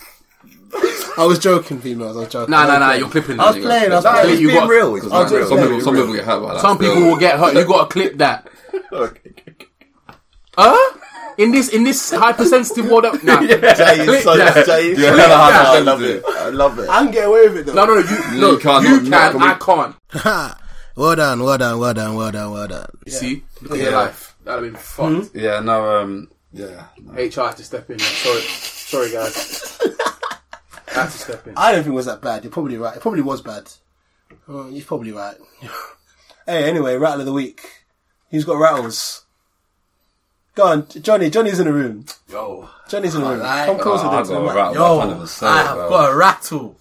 [SPEAKER 5] I was joking, females. I was joking.
[SPEAKER 4] Nah, nah, nah. You're clipping that.
[SPEAKER 5] I was
[SPEAKER 4] nigga.
[SPEAKER 5] playing, I was
[SPEAKER 4] Nah,
[SPEAKER 5] playing.
[SPEAKER 3] It's
[SPEAKER 4] you
[SPEAKER 3] being
[SPEAKER 4] got-
[SPEAKER 3] real. It's
[SPEAKER 5] I'll
[SPEAKER 3] being
[SPEAKER 5] do it
[SPEAKER 3] real.
[SPEAKER 6] some
[SPEAKER 5] Yeah,
[SPEAKER 6] people some people get hurt by that.
[SPEAKER 4] Some people will get hurt. You gotta clip that. Huh? In this in this hypersensitive world, up nah.
[SPEAKER 3] Jay is so,
[SPEAKER 4] Yeah.
[SPEAKER 3] Jay is so-
[SPEAKER 6] Yeah.
[SPEAKER 3] I love it. I love it.
[SPEAKER 5] I can get away with it though.
[SPEAKER 4] No, no, you, no, you
[SPEAKER 6] can't,
[SPEAKER 4] can't.
[SPEAKER 6] no,
[SPEAKER 4] You
[SPEAKER 6] no,
[SPEAKER 4] can.
[SPEAKER 6] can we-
[SPEAKER 4] I can't.
[SPEAKER 1] Ha! Well done, well done, well done, well done, well done.
[SPEAKER 4] You See, look at your life. That'd have been fucked.
[SPEAKER 6] Yeah. No. Um. Yeah.
[SPEAKER 3] Hmm?
[SPEAKER 6] no.
[SPEAKER 4] HR had to step in. man. Sorry, sorry, guys. I had to step in.
[SPEAKER 5] I don't think it was that bad. You're probably right. It probably was bad. Uh, you're probably right. hey, anyway, rattle of the week. Who's got rattles? Go on, Johnny. Johnny's in the room.
[SPEAKER 4] Yo,
[SPEAKER 5] Johnny's in the room.
[SPEAKER 7] Alright.
[SPEAKER 5] Come closer
[SPEAKER 6] Oh, I
[SPEAKER 5] to the
[SPEAKER 6] got a
[SPEAKER 5] mic.
[SPEAKER 6] rattle.
[SPEAKER 7] Yo,
[SPEAKER 6] I can't even say
[SPEAKER 7] I
[SPEAKER 6] it,
[SPEAKER 7] have
[SPEAKER 6] bro.
[SPEAKER 7] got a rattle.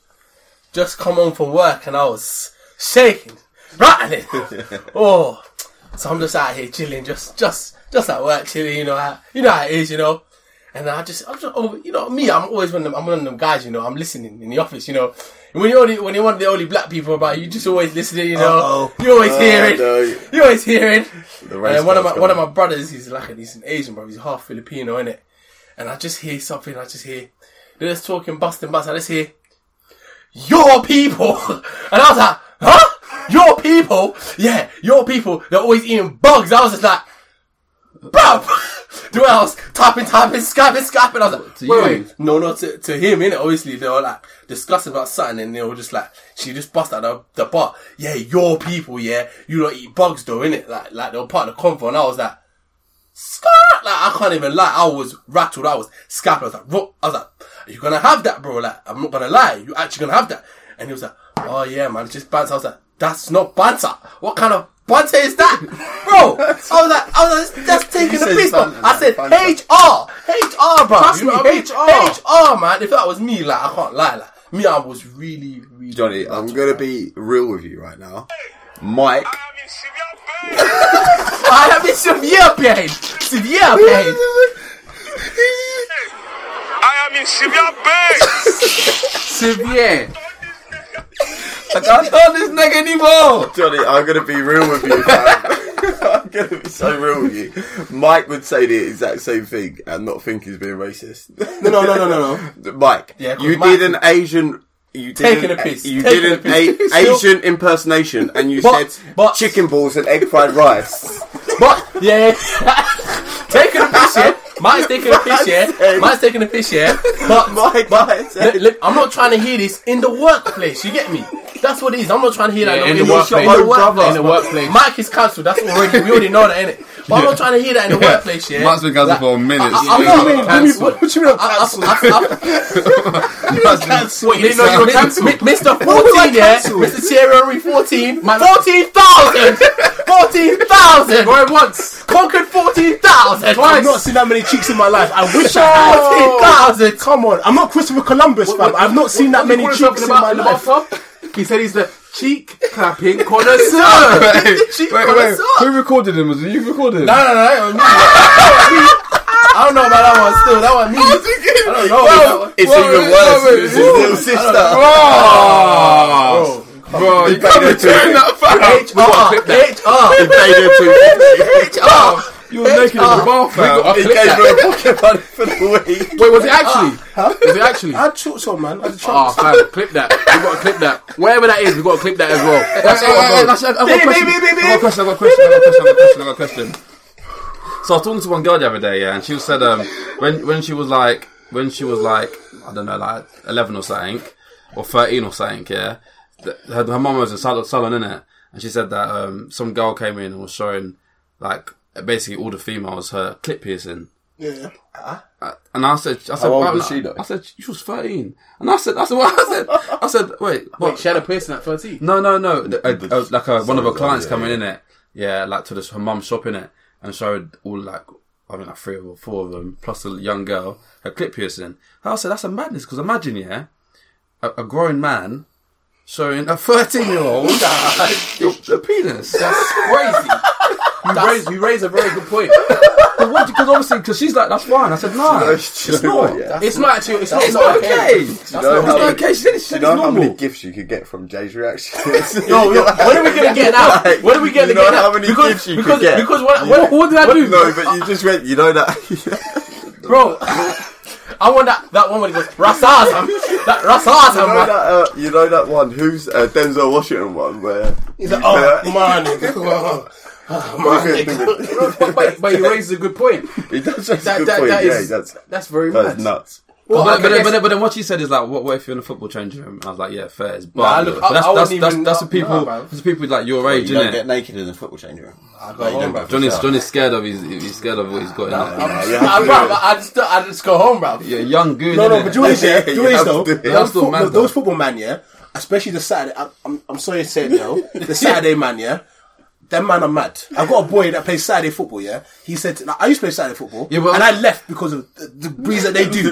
[SPEAKER 7] Just come home from work and I was shaking, rattling. oh, so I'm just out here chilling, just just just at work chilling. You know, how, you know how it is, you know. And I just, I'm just, oh, you know, me, I'm always one of them, I'm one of them guys, you know, I'm listening in the office, you know. When you're only, when you're one of the only black people about, you just always listening, you know. You're always hearing,
[SPEAKER 3] no.
[SPEAKER 7] you're always hearing.
[SPEAKER 3] race
[SPEAKER 7] And one of my
[SPEAKER 3] card's
[SPEAKER 7] one of my
[SPEAKER 3] coming.
[SPEAKER 7] brothers, he's like, he's an Asian brother, he's half Filipino, innit? And I just hear something, I just hear, they're just talking, busting, busting, I just hear, your people. And I was like, huh? Your people? Yeah, your people. They're always eating bugs. I was just like, bruv. Do I was typing, typing, skyping, skyping. I was like,
[SPEAKER 6] To
[SPEAKER 7] wait,
[SPEAKER 6] you?
[SPEAKER 7] wait. No, no, to, to him, innit? Obviously, they were like discussing about something and they were just like, she just bust out the, the bar. Yeah, your people, yeah. You don't eat bugs though, innit? Like, like they were part of the convo and I was like, Scat! Like, I can't even lie. I was rattled. I was scared. I was like, bro, I was like, are you gonna have that, bro? Like, I'm not gonna lie. You actually gonna have that? And he was like, oh yeah, man, it's just banter. I was like, that's not banter. What kind of banter is that, bro? I was like, I was like, that's taking the
[SPEAKER 3] said
[SPEAKER 7] piss, bro.
[SPEAKER 3] banter,
[SPEAKER 7] I said,
[SPEAKER 3] banter.
[SPEAKER 7] HR, HR, bro.
[SPEAKER 4] Trust me,
[SPEAKER 7] H-
[SPEAKER 4] HR.
[SPEAKER 7] HR, man. If that was me, like, I can't lie. Like, me, I was really, really.
[SPEAKER 3] Johnny, I'm going to be real with you right now. Mike,
[SPEAKER 7] I have been severe pain. Severe pain.
[SPEAKER 8] I am in severe pain.
[SPEAKER 4] severe. I can't hold this nigga anymore.
[SPEAKER 3] Johnny, I'm gonna be real with you, fam. I'm gonna be so real with you. Mike would say the exact same thing and not think he's being racist.
[SPEAKER 5] No, no, no, no, no, no.
[SPEAKER 3] Mike,
[SPEAKER 7] Yeah, 'cause
[SPEAKER 3] you
[SPEAKER 7] Mike-
[SPEAKER 3] did an Asian. You
[SPEAKER 7] Taking
[SPEAKER 3] did an-
[SPEAKER 7] a piss,
[SPEAKER 3] You
[SPEAKER 7] taking
[SPEAKER 3] did an
[SPEAKER 7] a piss.
[SPEAKER 3] a- Asian impersonation, and you
[SPEAKER 7] But-
[SPEAKER 3] said
[SPEAKER 7] but-
[SPEAKER 3] chicken balls and egg fried rice.
[SPEAKER 7] But yeah, taking a piss yeah. Mike's taking a piss yeah. Mike's taking a piss yeah. But
[SPEAKER 3] Mike, Mike said-
[SPEAKER 7] look, look, I'm not trying to hear this in the workplace. You get me? That's what it is. I'm not trying to hear that
[SPEAKER 4] Yeah,
[SPEAKER 7] no-
[SPEAKER 4] in the workplace.
[SPEAKER 7] In the
[SPEAKER 4] My brother.
[SPEAKER 7] workplace.
[SPEAKER 4] In the workplace.
[SPEAKER 7] Mike is cancelled. That's already. We already know that, innit? But I'm not trying to hear that in the workplace. Yeah.
[SPEAKER 6] Mike's been cancelled
[SPEAKER 7] Like,
[SPEAKER 6] for minutes.
[SPEAKER 7] I- I- I'm
[SPEAKER 5] What do you mean?
[SPEAKER 7] not-
[SPEAKER 5] What do you- What what do you mean?
[SPEAKER 7] I- I-
[SPEAKER 6] Mike's been-
[SPEAKER 7] I- Wait,
[SPEAKER 4] didn't know you were
[SPEAKER 7] Mi-
[SPEAKER 4] cancelled?
[SPEAKER 7] Mi- Mr. 14, yeah? Mr. Thierry Henry 14. 14,000! 14,000!
[SPEAKER 4] Going once.
[SPEAKER 7] Conquered 14,000!
[SPEAKER 5] I've not seen that many cheeks in my life. I wish I had.
[SPEAKER 7] 14,000!
[SPEAKER 5] Come on, I'm not Christopher Columbus, fam. I've not seen that many
[SPEAKER 4] What
[SPEAKER 5] cheeks
[SPEAKER 4] are you talking
[SPEAKER 5] in
[SPEAKER 4] about
[SPEAKER 5] my
[SPEAKER 4] in the
[SPEAKER 5] life.
[SPEAKER 4] bathtub? He said he's the cheek clapping connoisseur.
[SPEAKER 6] Wait, wait, wait. Who recorded him? Was it you recorded him?
[SPEAKER 7] No, no, no, that one. I don't know about that one still. That one means. I don't know about that one.
[SPEAKER 3] It's
[SPEAKER 6] Whoa,
[SPEAKER 3] even
[SPEAKER 6] whoa,
[SPEAKER 3] worse.
[SPEAKER 6] whoa,
[SPEAKER 3] It's his little sister.
[SPEAKER 6] Oh, bro, you
[SPEAKER 3] paid her
[SPEAKER 6] can't turn that far.
[SPEAKER 7] HR,
[SPEAKER 3] He paid her two.
[SPEAKER 7] HR, HR.
[SPEAKER 6] You were naked in the bar, fam. I'll
[SPEAKER 3] He
[SPEAKER 6] clip
[SPEAKER 3] gave
[SPEAKER 6] that.
[SPEAKER 3] her a pocket money for the week.
[SPEAKER 4] Wait, was it actually? Was it actually?
[SPEAKER 5] I had shorts on, man. I had shorts.
[SPEAKER 4] Oh, fam, clip that. We've got to clip that. Wherever that is, we've got to clip that as well. That's
[SPEAKER 6] Hey, hey, hey,
[SPEAKER 4] it,
[SPEAKER 6] that's- I've got a question. I've got a question. I've got a question. I've got a question. I've got a question. I've got a question. So I was talking to one girl the other day, yeah, and she said um, when when she was like when she was like I don't know like eleven or something or thirteen or something, yeah. th- Her, her mum was in salon, salon in it, and she said that um, some girl came in and was showing like basically all the females her clip piercing.
[SPEAKER 5] Yeah.
[SPEAKER 6] Uh, And I said, I said,
[SPEAKER 3] old
[SPEAKER 6] "Wow,
[SPEAKER 3] was
[SPEAKER 6] no."
[SPEAKER 3] she, though?
[SPEAKER 6] I said she was thirteen, and I said, I said, what I said, I said, wait, what?
[SPEAKER 4] She had a piercing at 13.
[SPEAKER 6] No, no, no. The- uh, uh, like uh, one of her
[SPEAKER 3] yeah,
[SPEAKER 6] clients
[SPEAKER 3] yeah,
[SPEAKER 6] coming in it, yeah, like to this her mum's shop in it, and showed all like I mean like three or four of them plus a young girl her clip piercing. I said that's a madness because imagine yeah, a, a grown man showing a thirteen-year-old a penis.
[SPEAKER 4] That's crazy. You raise, you raise a very good point.
[SPEAKER 6] Because obviously, because she's like that's fine. I said no, it's
[SPEAKER 3] You know
[SPEAKER 6] not.
[SPEAKER 3] what, yeah?
[SPEAKER 4] It's not actually. It's not,
[SPEAKER 6] It's
[SPEAKER 4] it's not
[SPEAKER 6] not
[SPEAKER 4] okay.
[SPEAKER 6] okay. It's
[SPEAKER 3] You know
[SPEAKER 6] not
[SPEAKER 3] how
[SPEAKER 6] okay.
[SPEAKER 3] many-
[SPEAKER 6] She said it's she
[SPEAKER 3] you
[SPEAKER 6] said it's
[SPEAKER 3] know how many
[SPEAKER 6] normal.
[SPEAKER 3] gifts you could get from Jay's reaction?
[SPEAKER 7] Yo, yo, when are we gonna get out? When are we gonna
[SPEAKER 3] You know
[SPEAKER 7] get
[SPEAKER 3] how
[SPEAKER 7] out?
[SPEAKER 3] many
[SPEAKER 7] Because
[SPEAKER 3] gifts you
[SPEAKER 7] because
[SPEAKER 3] could get?
[SPEAKER 7] because what
[SPEAKER 4] What, what did I do?
[SPEAKER 3] No, but you just went. You know that.
[SPEAKER 7] bro? I want that that one where he goes rasazam, that
[SPEAKER 3] You know
[SPEAKER 7] rasazam. man.
[SPEAKER 3] that, uh, you know that one, who's uh, Denzel Washington one, where
[SPEAKER 5] He's like, oh, man. Oh,
[SPEAKER 4] But, but, but you raised a good point.
[SPEAKER 3] he does that's a
[SPEAKER 4] That,
[SPEAKER 3] good
[SPEAKER 4] that,
[SPEAKER 3] point.
[SPEAKER 4] that
[SPEAKER 3] yeah,
[SPEAKER 4] is-
[SPEAKER 3] that's
[SPEAKER 4] that's very
[SPEAKER 3] that's
[SPEAKER 4] mad.
[SPEAKER 3] nuts.
[SPEAKER 4] Well,
[SPEAKER 6] But,
[SPEAKER 4] I
[SPEAKER 6] but,
[SPEAKER 4] guess-
[SPEAKER 6] but, but then what she said is like, what, what if you're in a football changing room? And I was like, yeah, fair, it's bar.
[SPEAKER 7] Nah, look,
[SPEAKER 6] but
[SPEAKER 7] I-
[SPEAKER 6] that's,
[SPEAKER 7] I
[SPEAKER 6] that's,
[SPEAKER 7] wouldn't
[SPEAKER 6] that's,
[SPEAKER 7] even-
[SPEAKER 6] that's the
[SPEAKER 7] nah,
[SPEAKER 6] people,
[SPEAKER 7] man.
[SPEAKER 6] that's the people like your age,
[SPEAKER 8] You don't
[SPEAKER 6] innit?
[SPEAKER 8] get naked in the football changing room. I
[SPEAKER 7] go home, bro.
[SPEAKER 6] Johnny's, Johnny's scared of his, he's scared of what he's got in it.
[SPEAKER 7] Nah, bro, uh, I just I just go home, bro.
[SPEAKER 6] Yeah, young goon,
[SPEAKER 5] No, no,
[SPEAKER 6] innit?
[SPEAKER 5] but do you know what it is, yeah? Do you know what it is, though?
[SPEAKER 3] You have to do it.
[SPEAKER 5] Those,
[SPEAKER 6] That's the
[SPEAKER 5] foot-
[SPEAKER 6] man, though.
[SPEAKER 5] those football man, yeah? Especially the Saturday. I'm, I'm, I'm sorry to say it, yo. The Saturday man, yeah? Them man are mad. I've got a boy that plays Saturday football, yeah? He said, to- like, I used to play Saturday football,
[SPEAKER 6] Yeah, but-
[SPEAKER 5] and I left because of the, the breeze that they do.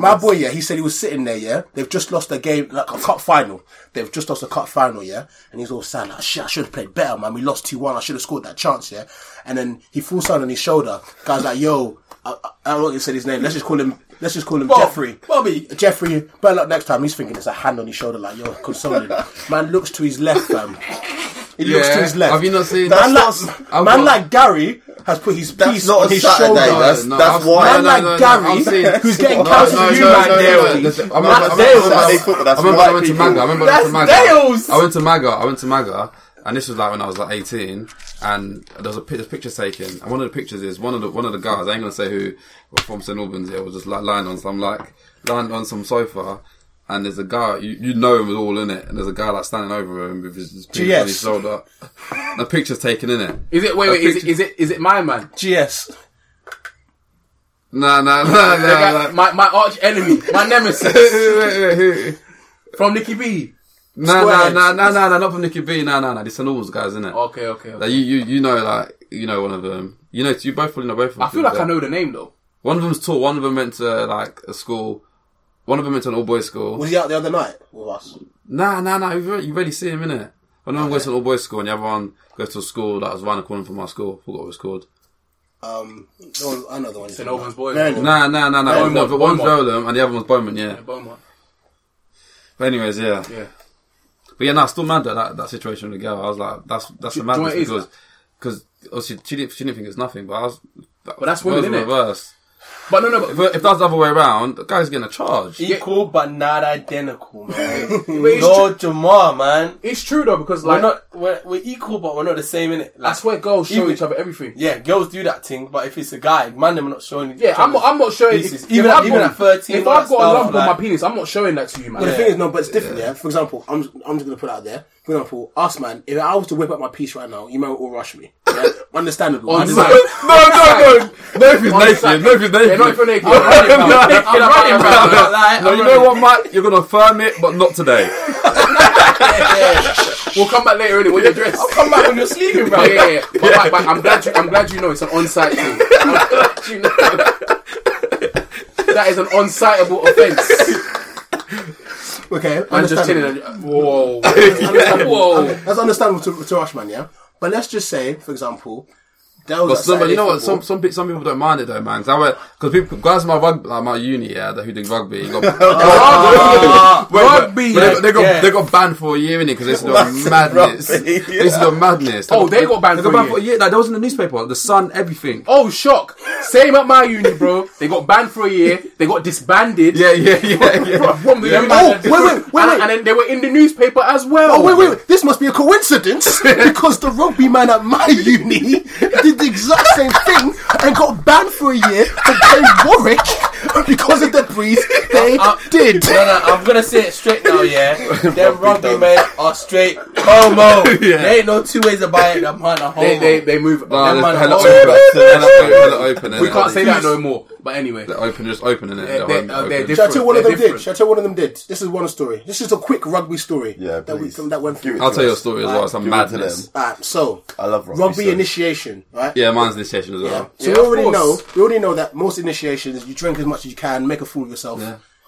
[SPEAKER 5] My boy, yeah, he said he was sitting there, yeah? They've just lost a game, like a cup final. They've just lost a cup final, yeah? And he's all sad, like, shit, I should have played better, man. We lost 2 1. I should have scored that chance, yeah? And then he falls down on his shoulder. Guy's like, yo, I, I, I don't want to say his name. Let's just call him, let's just call him Jeffrey.
[SPEAKER 7] Bobby.
[SPEAKER 5] Jeffrey, better luck next time. He's thinking it's a hand on his shoulder, like yo, consoling. man looks to his left, fam. He looks to his left.
[SPEAKER 6] Have you not seen
[SPEAKER 5] man, like,
[SPEAKER 6] I've
[SPEAKER 5] man
[SPEAKER 6] got-
[SPEAKER 5] like Gary has put his piece
[SPEAKER 3] not
[SPEAKER 5] on
[SPEAKER 3] a
[SPEAKER 5] his
[SPEAKER 3] Saturday,
[SPEAKER 5] shoulder.
[SPEAKER 3] that's-
[SPEAKER 6] No,
[SPEAKER 3] that's
[SPEAKER 6] I've-
[SPEAKER 3] why-
[SPEAKER 5] man
[SPEAKER 6] no, no,
[SPEAKER 5] like
[SPEAKER 6] no, no,
[SPEAKER 5] Gary,
[SPEAKER 6] I've seen-
[SPEAKER 5] who's getting
[SPEAKER 6] No,
[SPEAKER 5] cancelled
[SPEAKER 6] no,
[SPEAKER 5] you,
[SPEAKER 6] no,
[SPEAKER 5] man,
[SPEAKER 6] no, no,
[SPEAKER 5] Dale.
[SPEAKER 6] no, that's- I remember-
[SPEAKER 5] Matt
[SPEAKER 6] I remember-
[SPEAKER 5] Dale.
[SPEAKER 6] I
[SPEAKER 3] Saturday
[SPEAKER 6] remember-
[SPEAKER 3] football,
[SPEAKER 6] I
[SPEAKER 3] that's
[SPEAKER 6] remember
[SPEAKER 3] white
[SPEAKER 6] I went to
[SPEAKER 3] people.
[SPEAKER 6] MAGA. I remember I went
[SPEAKER 7] That's
[SPEAKER 6] to
[SPEAKER 7] Dales.
[SPEAKER 6] MAGA. I went to MAGA. I went to MAGA, and this was like when I was like 18, and there was a, pic- there's pictures taken. And one of the pictures is one of the one of the guys. I ain't gonna say who were from St Albans. It was just like lying on some like lying on some sofa. And there's a guy you, you know him was all in it, and there's a guy like standing over him with his, his penis on his
[SPEAKER 5] GS.
[SPEAKER 6] shoulder. And a picture's taken in it.
[SPEAKER 4] Is it? Wait, wait. Is it? Is it? Is it my man?
[SPEAKER 5] GS.
[SPEAKER 6] Nah, nah, nah,
[SPEAKER 4] The guy-
[SPEAKER 6] nah. nah.
[SPEAKER 4] my my arch enemy, my
[SPEAKER 6] Wait,
[SPEAKER 4] nemesis
[SPEAKER 6] wait, wait, wait.
[SPEAKER 4] from Nicky B.
[SPEAKER 6] No, no,
[SPEAKER 5] Squareheads.
[SPEAKER 6] no, no, no, no, not from Nicky B. No, no, no. This is an Alls guys, isn't it?
[SPEAKER 4] Okay, okay. okay.
[SPEAKER 6] Like you, you, you know, like you know, one of them. You know, you both probably know both of them.
[SPEAKER 4] I feel like I know the name though.
[SPEAKER 6] One of them's tall. One of them went to like a school. One of them went to an all-boys school.
[SPEAKER 5] Was he out the other night with us?
[SPEAKER 6] Nah, nah, nah. You really, you really see him in it. One of them goes to an all-boys school, and the other one goes to a school that was around the corner from my school. Forgot what it was called.
[SPEAKER 5] Um, no, I know the one. It's
[SPEAKER 4] an Oldman's boy.
[SPEAKER 5] No, no, no.
[SPEAKER 6] Nah, nah, nah, nah.
[SPEAKER 4] Beaumont,
[SPEAKER 6] no, but one's
[SPEAKER 4] Beaumont.
[SPEAKER 6] Bowlham and the other one's Bowman. Yeah.
[SPEAKER 4] Beaumont.
[SPEAKER 6] But anyways, yeah.
[SPEAKER 4] Yeah.
[SPEAKER 6] But yeah, no, I'm still mad at that, that situation with the girl. I was like, that's that's
[SPEAKER 4] do
[SPEAKER 6] the
[SPEAKER 4] you know
[SPEAKER 6] madness
[SPEAKER 4] what it is?
[SPEAKER 6] because because obviously she didn't she didn't think it's nothing, but I was.
[SPEAKER 4] But that's women,
[SPEAKER 6] in
[SPEAKER 4] innit?
[SPEAKER 6] Reverse.
[SPEAKER 4] But no, no, but
[SPEAKER 6] If, if that's the other way around, the guy's getting a charge.
[SPEAKER 7] Equal but not identical, man.
[SPEAKER 4] Wait, it's
[SPEAKER 7] Lord Jamar, man.
[SPEAKER 4] it's true though because
[SPEAKER 7] We're
[SPEAKER 4] like
[SPEAKER 7] not we're, we're equal, but we're not the same in it.
[SPEAKER 4] I swear, girls show
[SPEAKER 7] Even-
[SPEAKER 4] each other everything.
[SPEAKER 7] yeah, girls do that thing, but if it's a guy, man, them are not showing.
[SPEAKER 4] Yeah, I'm not, I'm not showing.
[SPEAKER 7] Pieces. Even at-
[SPEAKER 4] I've
[SPEAKER 7] even
[SPEAKER 4] got-
[SPEAKER 7] at 13,
[SPEAKER 4] if
[SPEAKER 7] all
[SPEAKER 4] I've
[SPEAKER 7] that
[SPEAKER 4] got a
[SPEAKER 7] stuff,
[SPEAKER 4] lump on
[SPEAKER 7] like-
[SPEAKER 4] my penis, I'm not showing that to you, man.
[SPEAKER 5] But the thing is, no, but it's different, yeah. For example, I'm I'm just gonna put it out there. For example, us man, if I was to whip up my piece right now, you might all rush me. Yeah? Understandable.
[SPEAKER 4] On
[SPEAKER 5] Understand-
[SPEAKER 4] site.
[SPEAKER 6] No, no, no, no. If he's
[SPEAKER 4] side.
[SPEAKER 6] naked, no, if he's naked.
[SPEAKER 4] Yeah, not if you're naked.
[SPEAKER 6] I'm
[SPEAKER 4] I'm
[SPEAKER 6] running, bro.
[SPEAKER 4] running,
[SPEAKER 6] I'm
[SPEAKER 4] bro.
[SPEAKER 6] running, bro.
[SPEAKER 4] I'm not
[SPEAKER 7] lying,
[SPEAKER 6] No,
[SPEAKER 7] I'm
[SPEAKER 6] you know
[SPEAKER 7] running.
[SPEAKER 6] what, Mike? You're gonna firm it, but not today.
[SPEAKER 4] We'll come back later, innit? When you're dressed.
[SPEAKER 7] I'll come back when you're sleeping, bro.
[SPEAKER 4] Yeah, yeah, yeah. But, Mike, Mike, I'm glad you. I'm glad you know it's an on-site thing. I'm glad you know. That is an on-siteable offence.
[SPEAKER 5] Okay,
[SPEAKER 4] I'm just chilling.
[SPEAKER 5] understandable.
[SPEAKER 4] And, whoa,
[SPEAKER 5] Understandable.
[SPEAKER 6] Oh.
[SPEAKER 4] whoa.
[SPEAKER 5] That's understandable to, to rush man, yeah. But let's just say, for example, that was at
[SPEAKER 6] But some, but you
[SPEAKER 5] Saturday
[SPEAKER 6] know what? Some
[SPEAKER 5] football.
[SPEAKER 6] some pe- some people don't mind it though, man. Because I went because people guys in my rugby, like my uni, yeah, that who did rugby, Oh, you got, Wait, wait,
[SPEAKER 4] Ah, Rugby,
[SPEAKER 6] but they, they got
[SPEAKER 7] yeah.
[SPEAKER 6] they got banned for a year in it because it's the madness. This is the madness.
[SPEAKER 4] Oh, they got banned
[SPEAKER 6] They
[SPEAKER 4] for
[SPEAKER 6] got
[SPEAKER 4] a
[SPEAKER 6] banned for a year. Like, that was in the newspaper, the Sun, everything.
[SPEAKER 4] Oh, shock. Same at my uni, bro. They got banned for a year. They got disbanded.
[SPEAKER 6] Yeah, yeah, yeah, yeah.
[SPEAKER 4] From, from the uni.
[SPEAKER 5] Oh, wait, wait, wait,
[SPEAKER 4] And-
[SPEAKER 5] wait.
[SPEAKER 4] And then they were in the newspaper as well.
[SPEAKER 5] Oh wait, wait, wait! This must be a coincidence because the rugby man at my uni did the exact same thing and got banned for a year for playing Warwick because of the breeze they
[SPEAKER 6] Uh,
[SPEAKER 5] did.
[SPEAKER 7] No, no, I'm gonna say it straight now, yeah. Them rugby men are straight homo. There ain't no two ways about it. Them man are homo.
[SPEAKER 4] They, they, they move.
[SPEAKER 6] Oh,
[SPEAKER 7] man
[SPEAKER 6] just hella
[SPEAKER 7] are
[SPEAKER 6] open,
[SPEAKER 7] open.
[SPEAKER 6] hella open, hella open.
[SPEAKER 4] we can't say that no more. But anyway.
[SPEAKER 6] Open, just opening it.
[SPEAKER 4] They're- they're- uh, they're
[SPEAKER 5] Shall I tell you one of
[SPEAKER 4] They're
[SPEAKER 5] them did?
[SPEAKER 4] different.
[SPEAKER 5] Shall I tell you one of them did? This is one story. This is a quick rugby story.
[SPEAKER 3] Yeah,
[SPEAKER 5] that, we,
[SPEAKER 3] please.
[SPEAKER 5] that went through.
[SPEAKER 6] I'll tell you a story as well. Some
[SPEAKER 3] Give it to
[SPEAKER 6] madness.
[SPEAKER 3] them.
[SPEAKER 5] Alright, so
[SPEAKER 3] I love rugby,
[SPEAKER 5] rugby
[SPEAKER 3] so-
[SPEAKER 5] initiation, right?
[SPEAKER 6] Yeah, mine's this session as
[SPEAKER 5] Yeah.
[SPEAKER 6] well.
[SPEAKER 5] So
[SPEAKER 4] Yeah,
[SPEAKER 5] we
[SPEAKER 4] of
[SPEAKER 5] already
[SPEAKER 4] course.
[SPEAKER 5] know we already know that most initiations you drink as much as you can, make a fool of yourself.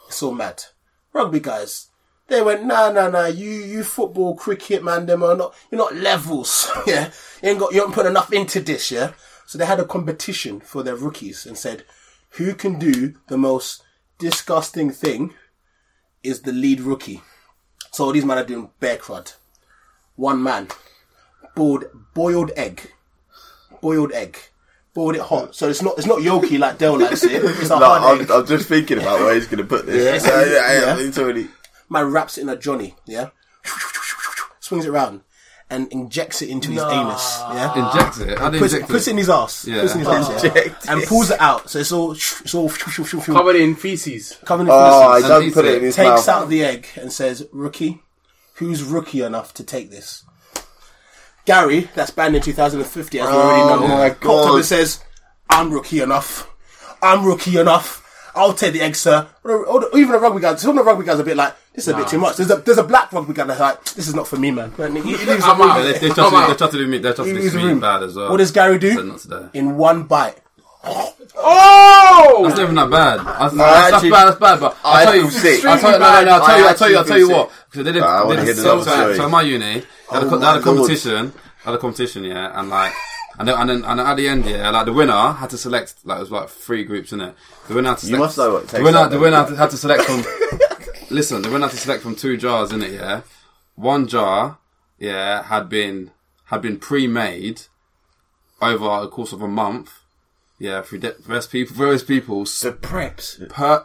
[SPEAKER 5] It's all mad. Rugby guys. They went, nah nah nah, you you football, cricket man, them are not you're not levels. yeah. You ain't got you haven't put enough into this, yeah? So they had a competition for their rookies and said, Who can do the most disgusting thing is the lead rookie. So these men are doing bear crud. One man. Boiled boiled egg. Boiled egg. Boiled it hot. So it's not it's not yolky like Dell likes it. It's a
[SPEAKER 3] No,
[SPEAKER 5] hard egg.
[SPEAKER 3] I'm, I'm just thinking about where he's going to put this. Yeah, yeah, yeah,
[SPEAKER 5] Yeah.
[SPEAKER 3] It's already.
[SPEAKER 5] Man wraps it in a Johnny, yeah? Swings it around and injects it into his anus. Yeah.
[SPEAKER 6] Injects it. How do you
[SPEAKER 5] puts,
[SPEAKER 6] inject
[SPEAKER 5] puts it
[SPEAKER 6] it?
[SPEAKER 5] in his ass.
[SPEAKER 6] Yeah.
[SPEAKER 5] Puts it in his ass. yeah.
[SPEAKER 3] Inject
[SPEAKER 5] And
[SPEAKER 3] it.
[SPEAKER 5] pulls it out. So it's all it's all covered
[SPEAKER 4] Covered in feces.
[SPEAKER 5] in
[SPEAKER 3] Oh, I
[SPEAKER 5] feces.
[SPEAKER 3] don't put it in his
[SPEAKER 5] takes
[SPEAKER 3] mouth.
[SPEAKER 5] out the egg and says, "Rookie, who's rookie enough to take this?" Gary, that's banned in 2050, as we already know,
[SPEAKER 3] my
[SPEAKER 5] popped up
[SPEAKER 3] God.
[SPEAKER 5] and says, "I'm rookie enough. I'm rookie enough. I'll take the egg, sir." Or, or- or even the rugby guys. Some of the rugby guys are a bit like, "This is a bit too much." There's a there's a black rugby guy that's like, "This is not for me, man." And he- he leaves the
[SPEAKER 4] I'm
[SPEAKER 5] room.
[SPEAKER 4] out.
[SPEAKER 6] They- They
[SPEAKER 4] Come out.
[SPEAKER 6] are to do me. They're
[SPEAKER 5] He
[SPEAKER 6] trusting
[SPEAKER 5] leaves
[SPEAKER 6] this
[SPEAKER 5] the
[SPEAKER 6] me
[SPEAKER 5] room.
[SPEAKER 6] bad as well.
[SPEAKER 5] What does Gary
[SPEAKER 6] So
[SPEAKER 5] do?
[SPEAKER 6] not today.
[SPEAKER 5] In one bite,
[SPEAKER 6] That's not even that bad. That's, that's,
[SPEAKER 3] actually-
[SPEAKER 6] bad. That's bad. But I'll
[SPEAKER 3] I
[SPEAKER 6] tell you.
[SPEAKER 3] feel sick.
[SPEAKER 6] I'll tell you. No, no, no. I'll tell
[SPEAKER 3] I
[SPEAKER 6] you. I'll tell you. I'll
[SPEAKER 3] actually
[SPEAKER 6] tell you
[SPEAKER 3] feel
[SPEAKER 6] what. Because they did.
[SPEAKER 3] I wanna
[SPEAKER 6] they did
[SPEAKER 3] hear the love
[SPEAKER 6] so, so,
[SPEAKER 3] story.
[SPEAKER 6] so at my uni, they had a, co- they
[SPEAKER 3] my
[SPEAKER 6] had a
[SPEAKER 3] Lord.
[SPEAKER 6] competition. They had a competition. Yeah, and like. And then, and then and at the end, yeah, like the winner had to select like it was like three groups in it. The winner had to select.
[SPEAKER 3] must know what it
[SPEAKER 6] the
[SPEAKER 3] takes
[SPEAKER 6] winner,
[SPEAKER 3] out
[SPEAKER 6] the
[SPEAKER 3] there.
[SPEAKER 6] winner had to, had to select from. listen, the winner had to select from two jars in it. Yeah, one jar, yeah, had been had been pre-made over the course of a month. Yeah, through de- various people, various people
[SPEAKER 5] preps.
[SPEAKER 6] per-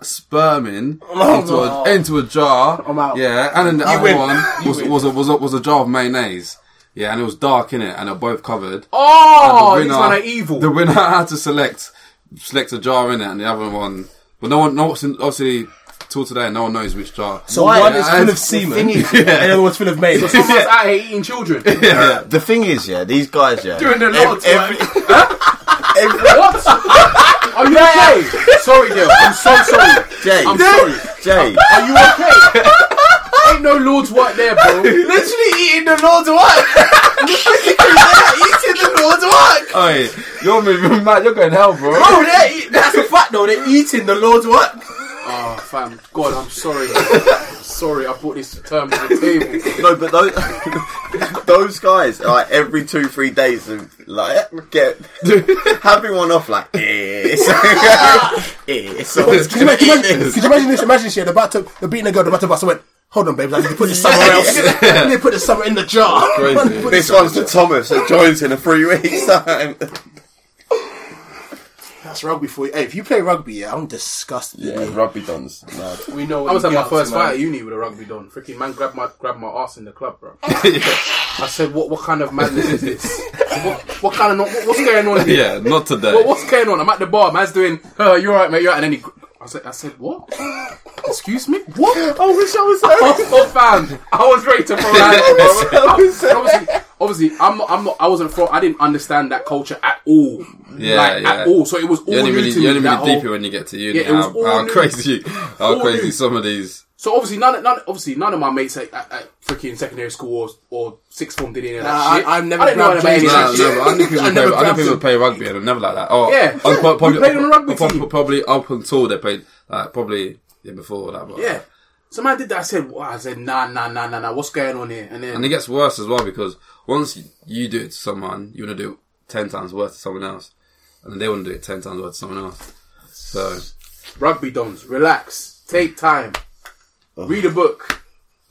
[SPEAKER 6] sperm in
[SPEAKER 4] Oh,
[SPEAKER 6] into, a, into a jar.
[SPEAKER 5] I'm out.
[SPEAKER 6] Yeah, and then the other one was, was, a, was, a, was a jar of mayonnaise. Yeah, and it was dark in it, and they're both covered.
[SPEAKER 4] Oh, these men are evil.
[SPEAKER 6] The winner had to select select a jar in it, and the other one. But no one, no obviously, till today, no one knows which jar.
[SPEAKER 5] So
[SPEAKER 6] yeah,
[SPEAKER 5] one is
[SPEAKER 6] and-
[SPEAKER 5] full of semen, and the other one's full of maize.
[SPEAKER 4] Someone's out here eating children. Doing
[SPEAKER 3] Yeah. The thing is, yeah, these guys, yeah.
[SPEAKER 4] the Lord's
[SPEAKER 3] every-
[SPEAKER 4] work. What? Are you okay? Sorry, Dale. I'm so sorry.
[SPEAKER 3] Jay,
[SPEAKER 4] I'm sorry.
[SPEAKER 3] Jay,
[SPEAKER 4] Are you okay? Ain't no Lord's work there, bro.
[SPEAKER 3] literally eating the Lord's work. eating the Lord's work.
[SPEAKER 6] Oi, you're moving mad. You're going hell, bro.
[SPEAKER 7] Oh, they're eat- that's the fact though. They're eating the Lord's work.
[SPEAKER 4] Oh, fam. God, I'm sorry. I'm sorry, I brought this term to the table.
[SPEAKER 3] No, but those those guys like every two three days and like get having one off like eh. So, eh, so it's
[SPEAKER 5] Could you, imagine, could you imagine this? Imagine she had about to, the beating a girl, the battle bus, and went, Hold on, babes. I need to put this somewhere else. I need to put this somewhere in the jar. Put
[SPEAKER 3] This one's to Thomas that joins in a three weeks time.
[SPEAKER 5] That's rugby for you. Hey, if you play rugby, yeah, I'm disgusted.
[SPEAKER 3] yeah, rugby dons. Mad.
[SPEAKER 7] We know.
[SPEAKER 4] I was at my first fight
[SPEAKER 7] fight.
[SPEAKER 4] at uni with a rugby don. Freaking man grabbed my grabbed my ass in the club, bro. I said, "What what kind of madness is this? what, what kind of no- what, what's going on here?
[SPEAKER 6] Yeah, not today.
[SPEAKER 4] What, what's going on? I'm at the bar. Man's doing. Uh, you're right, mate. You're right. And then he. I said, I said, what? Excuse me? What? I wish I was there. Oh, fam, I was ready to throw hands, bro. Obviously, obviously, I'm not, I'm not, I wasn't from, I didn't understand that culture at all.
[SPEAKER 6] Yeah,
[SPEAKER 4] like, at
[SPEAKER 6] yeah.
[SPEAKER 4] all. So it was all
[SPEAKER 6] you only
[SPEAKER 4] new
[SPEAKER 6] really,
[SPEAKER 4] to
[SPEAKER 6] you
[SPEAKER 4] me,
[SPEAKER 6] only
[SPEAKER 4] that
[SPEAKER 6] really
[SPEAKER 4] whole-
[SPEAKER 6] deep it when you get to uni.
[SPEAKER 4] Yeah, it was
[SPEAKER 6] how
[SPEAKER 4] all
[SPEAKER 6] how
[SPEAKER 4] new.
[SPEAKER 6] crazy, how
[SPEAKER 4] All
[SPEAKER 6] crazy
[SPEAKER 4] new.
[SPEAKER 6] some of these.
[SPEAKER 4] So obviously, none, none, obviously, none of my mates at, at, at freaking secondary school or, or sixth form did any of that
[SPEAKER 5] Nah,
[SPEAKER 4] shit.
[SPEAKER 5] I- I've never
[SPEAKER 4] I didn't know
[SPEAKER 5] grabbed
[SPEAKER 4] about any of
[SPEAKER 6] No,
[SPEAKER 4] that
[SPEAKER 5] James.
[SPEAKER 4] shit.
[SPEAKER 6] no, but I knew people,
[SPEAKER 4] I never
[SPEAKER 6] play, I knew
[SPEAKER 4] grabbed
[SPEAKER 6] people
[SPEAKER 4] them.
[SPEAKER 6] play rugby and I'm never like that. Oh,
[SPEAKER 4] Yeah,
[SPEAKER 6] I was
[SPEAKER 4] yeah,
[SPEAKER 6] probably,
[SPEAKER 4] we played on a rugby
[SPEAKER 6] prob-
[SPEAKER 4] team.
[SPEAKER 6] probably up until they played, like, probably yeah, before that. But,
[SPEAKER 4] Yeah. So man did that. I said, wow. I said, nah, nah, nah, nah, nah. What's going on here? And then
[SPEAKER 6] And it gets worse as well because once you, you do it to someone, you want to do it 10 times worse to someone else. And then they want to do it 10 times worse to someone else. So,
[SPEAKER 4] rugby dons, relax, take time, read a book.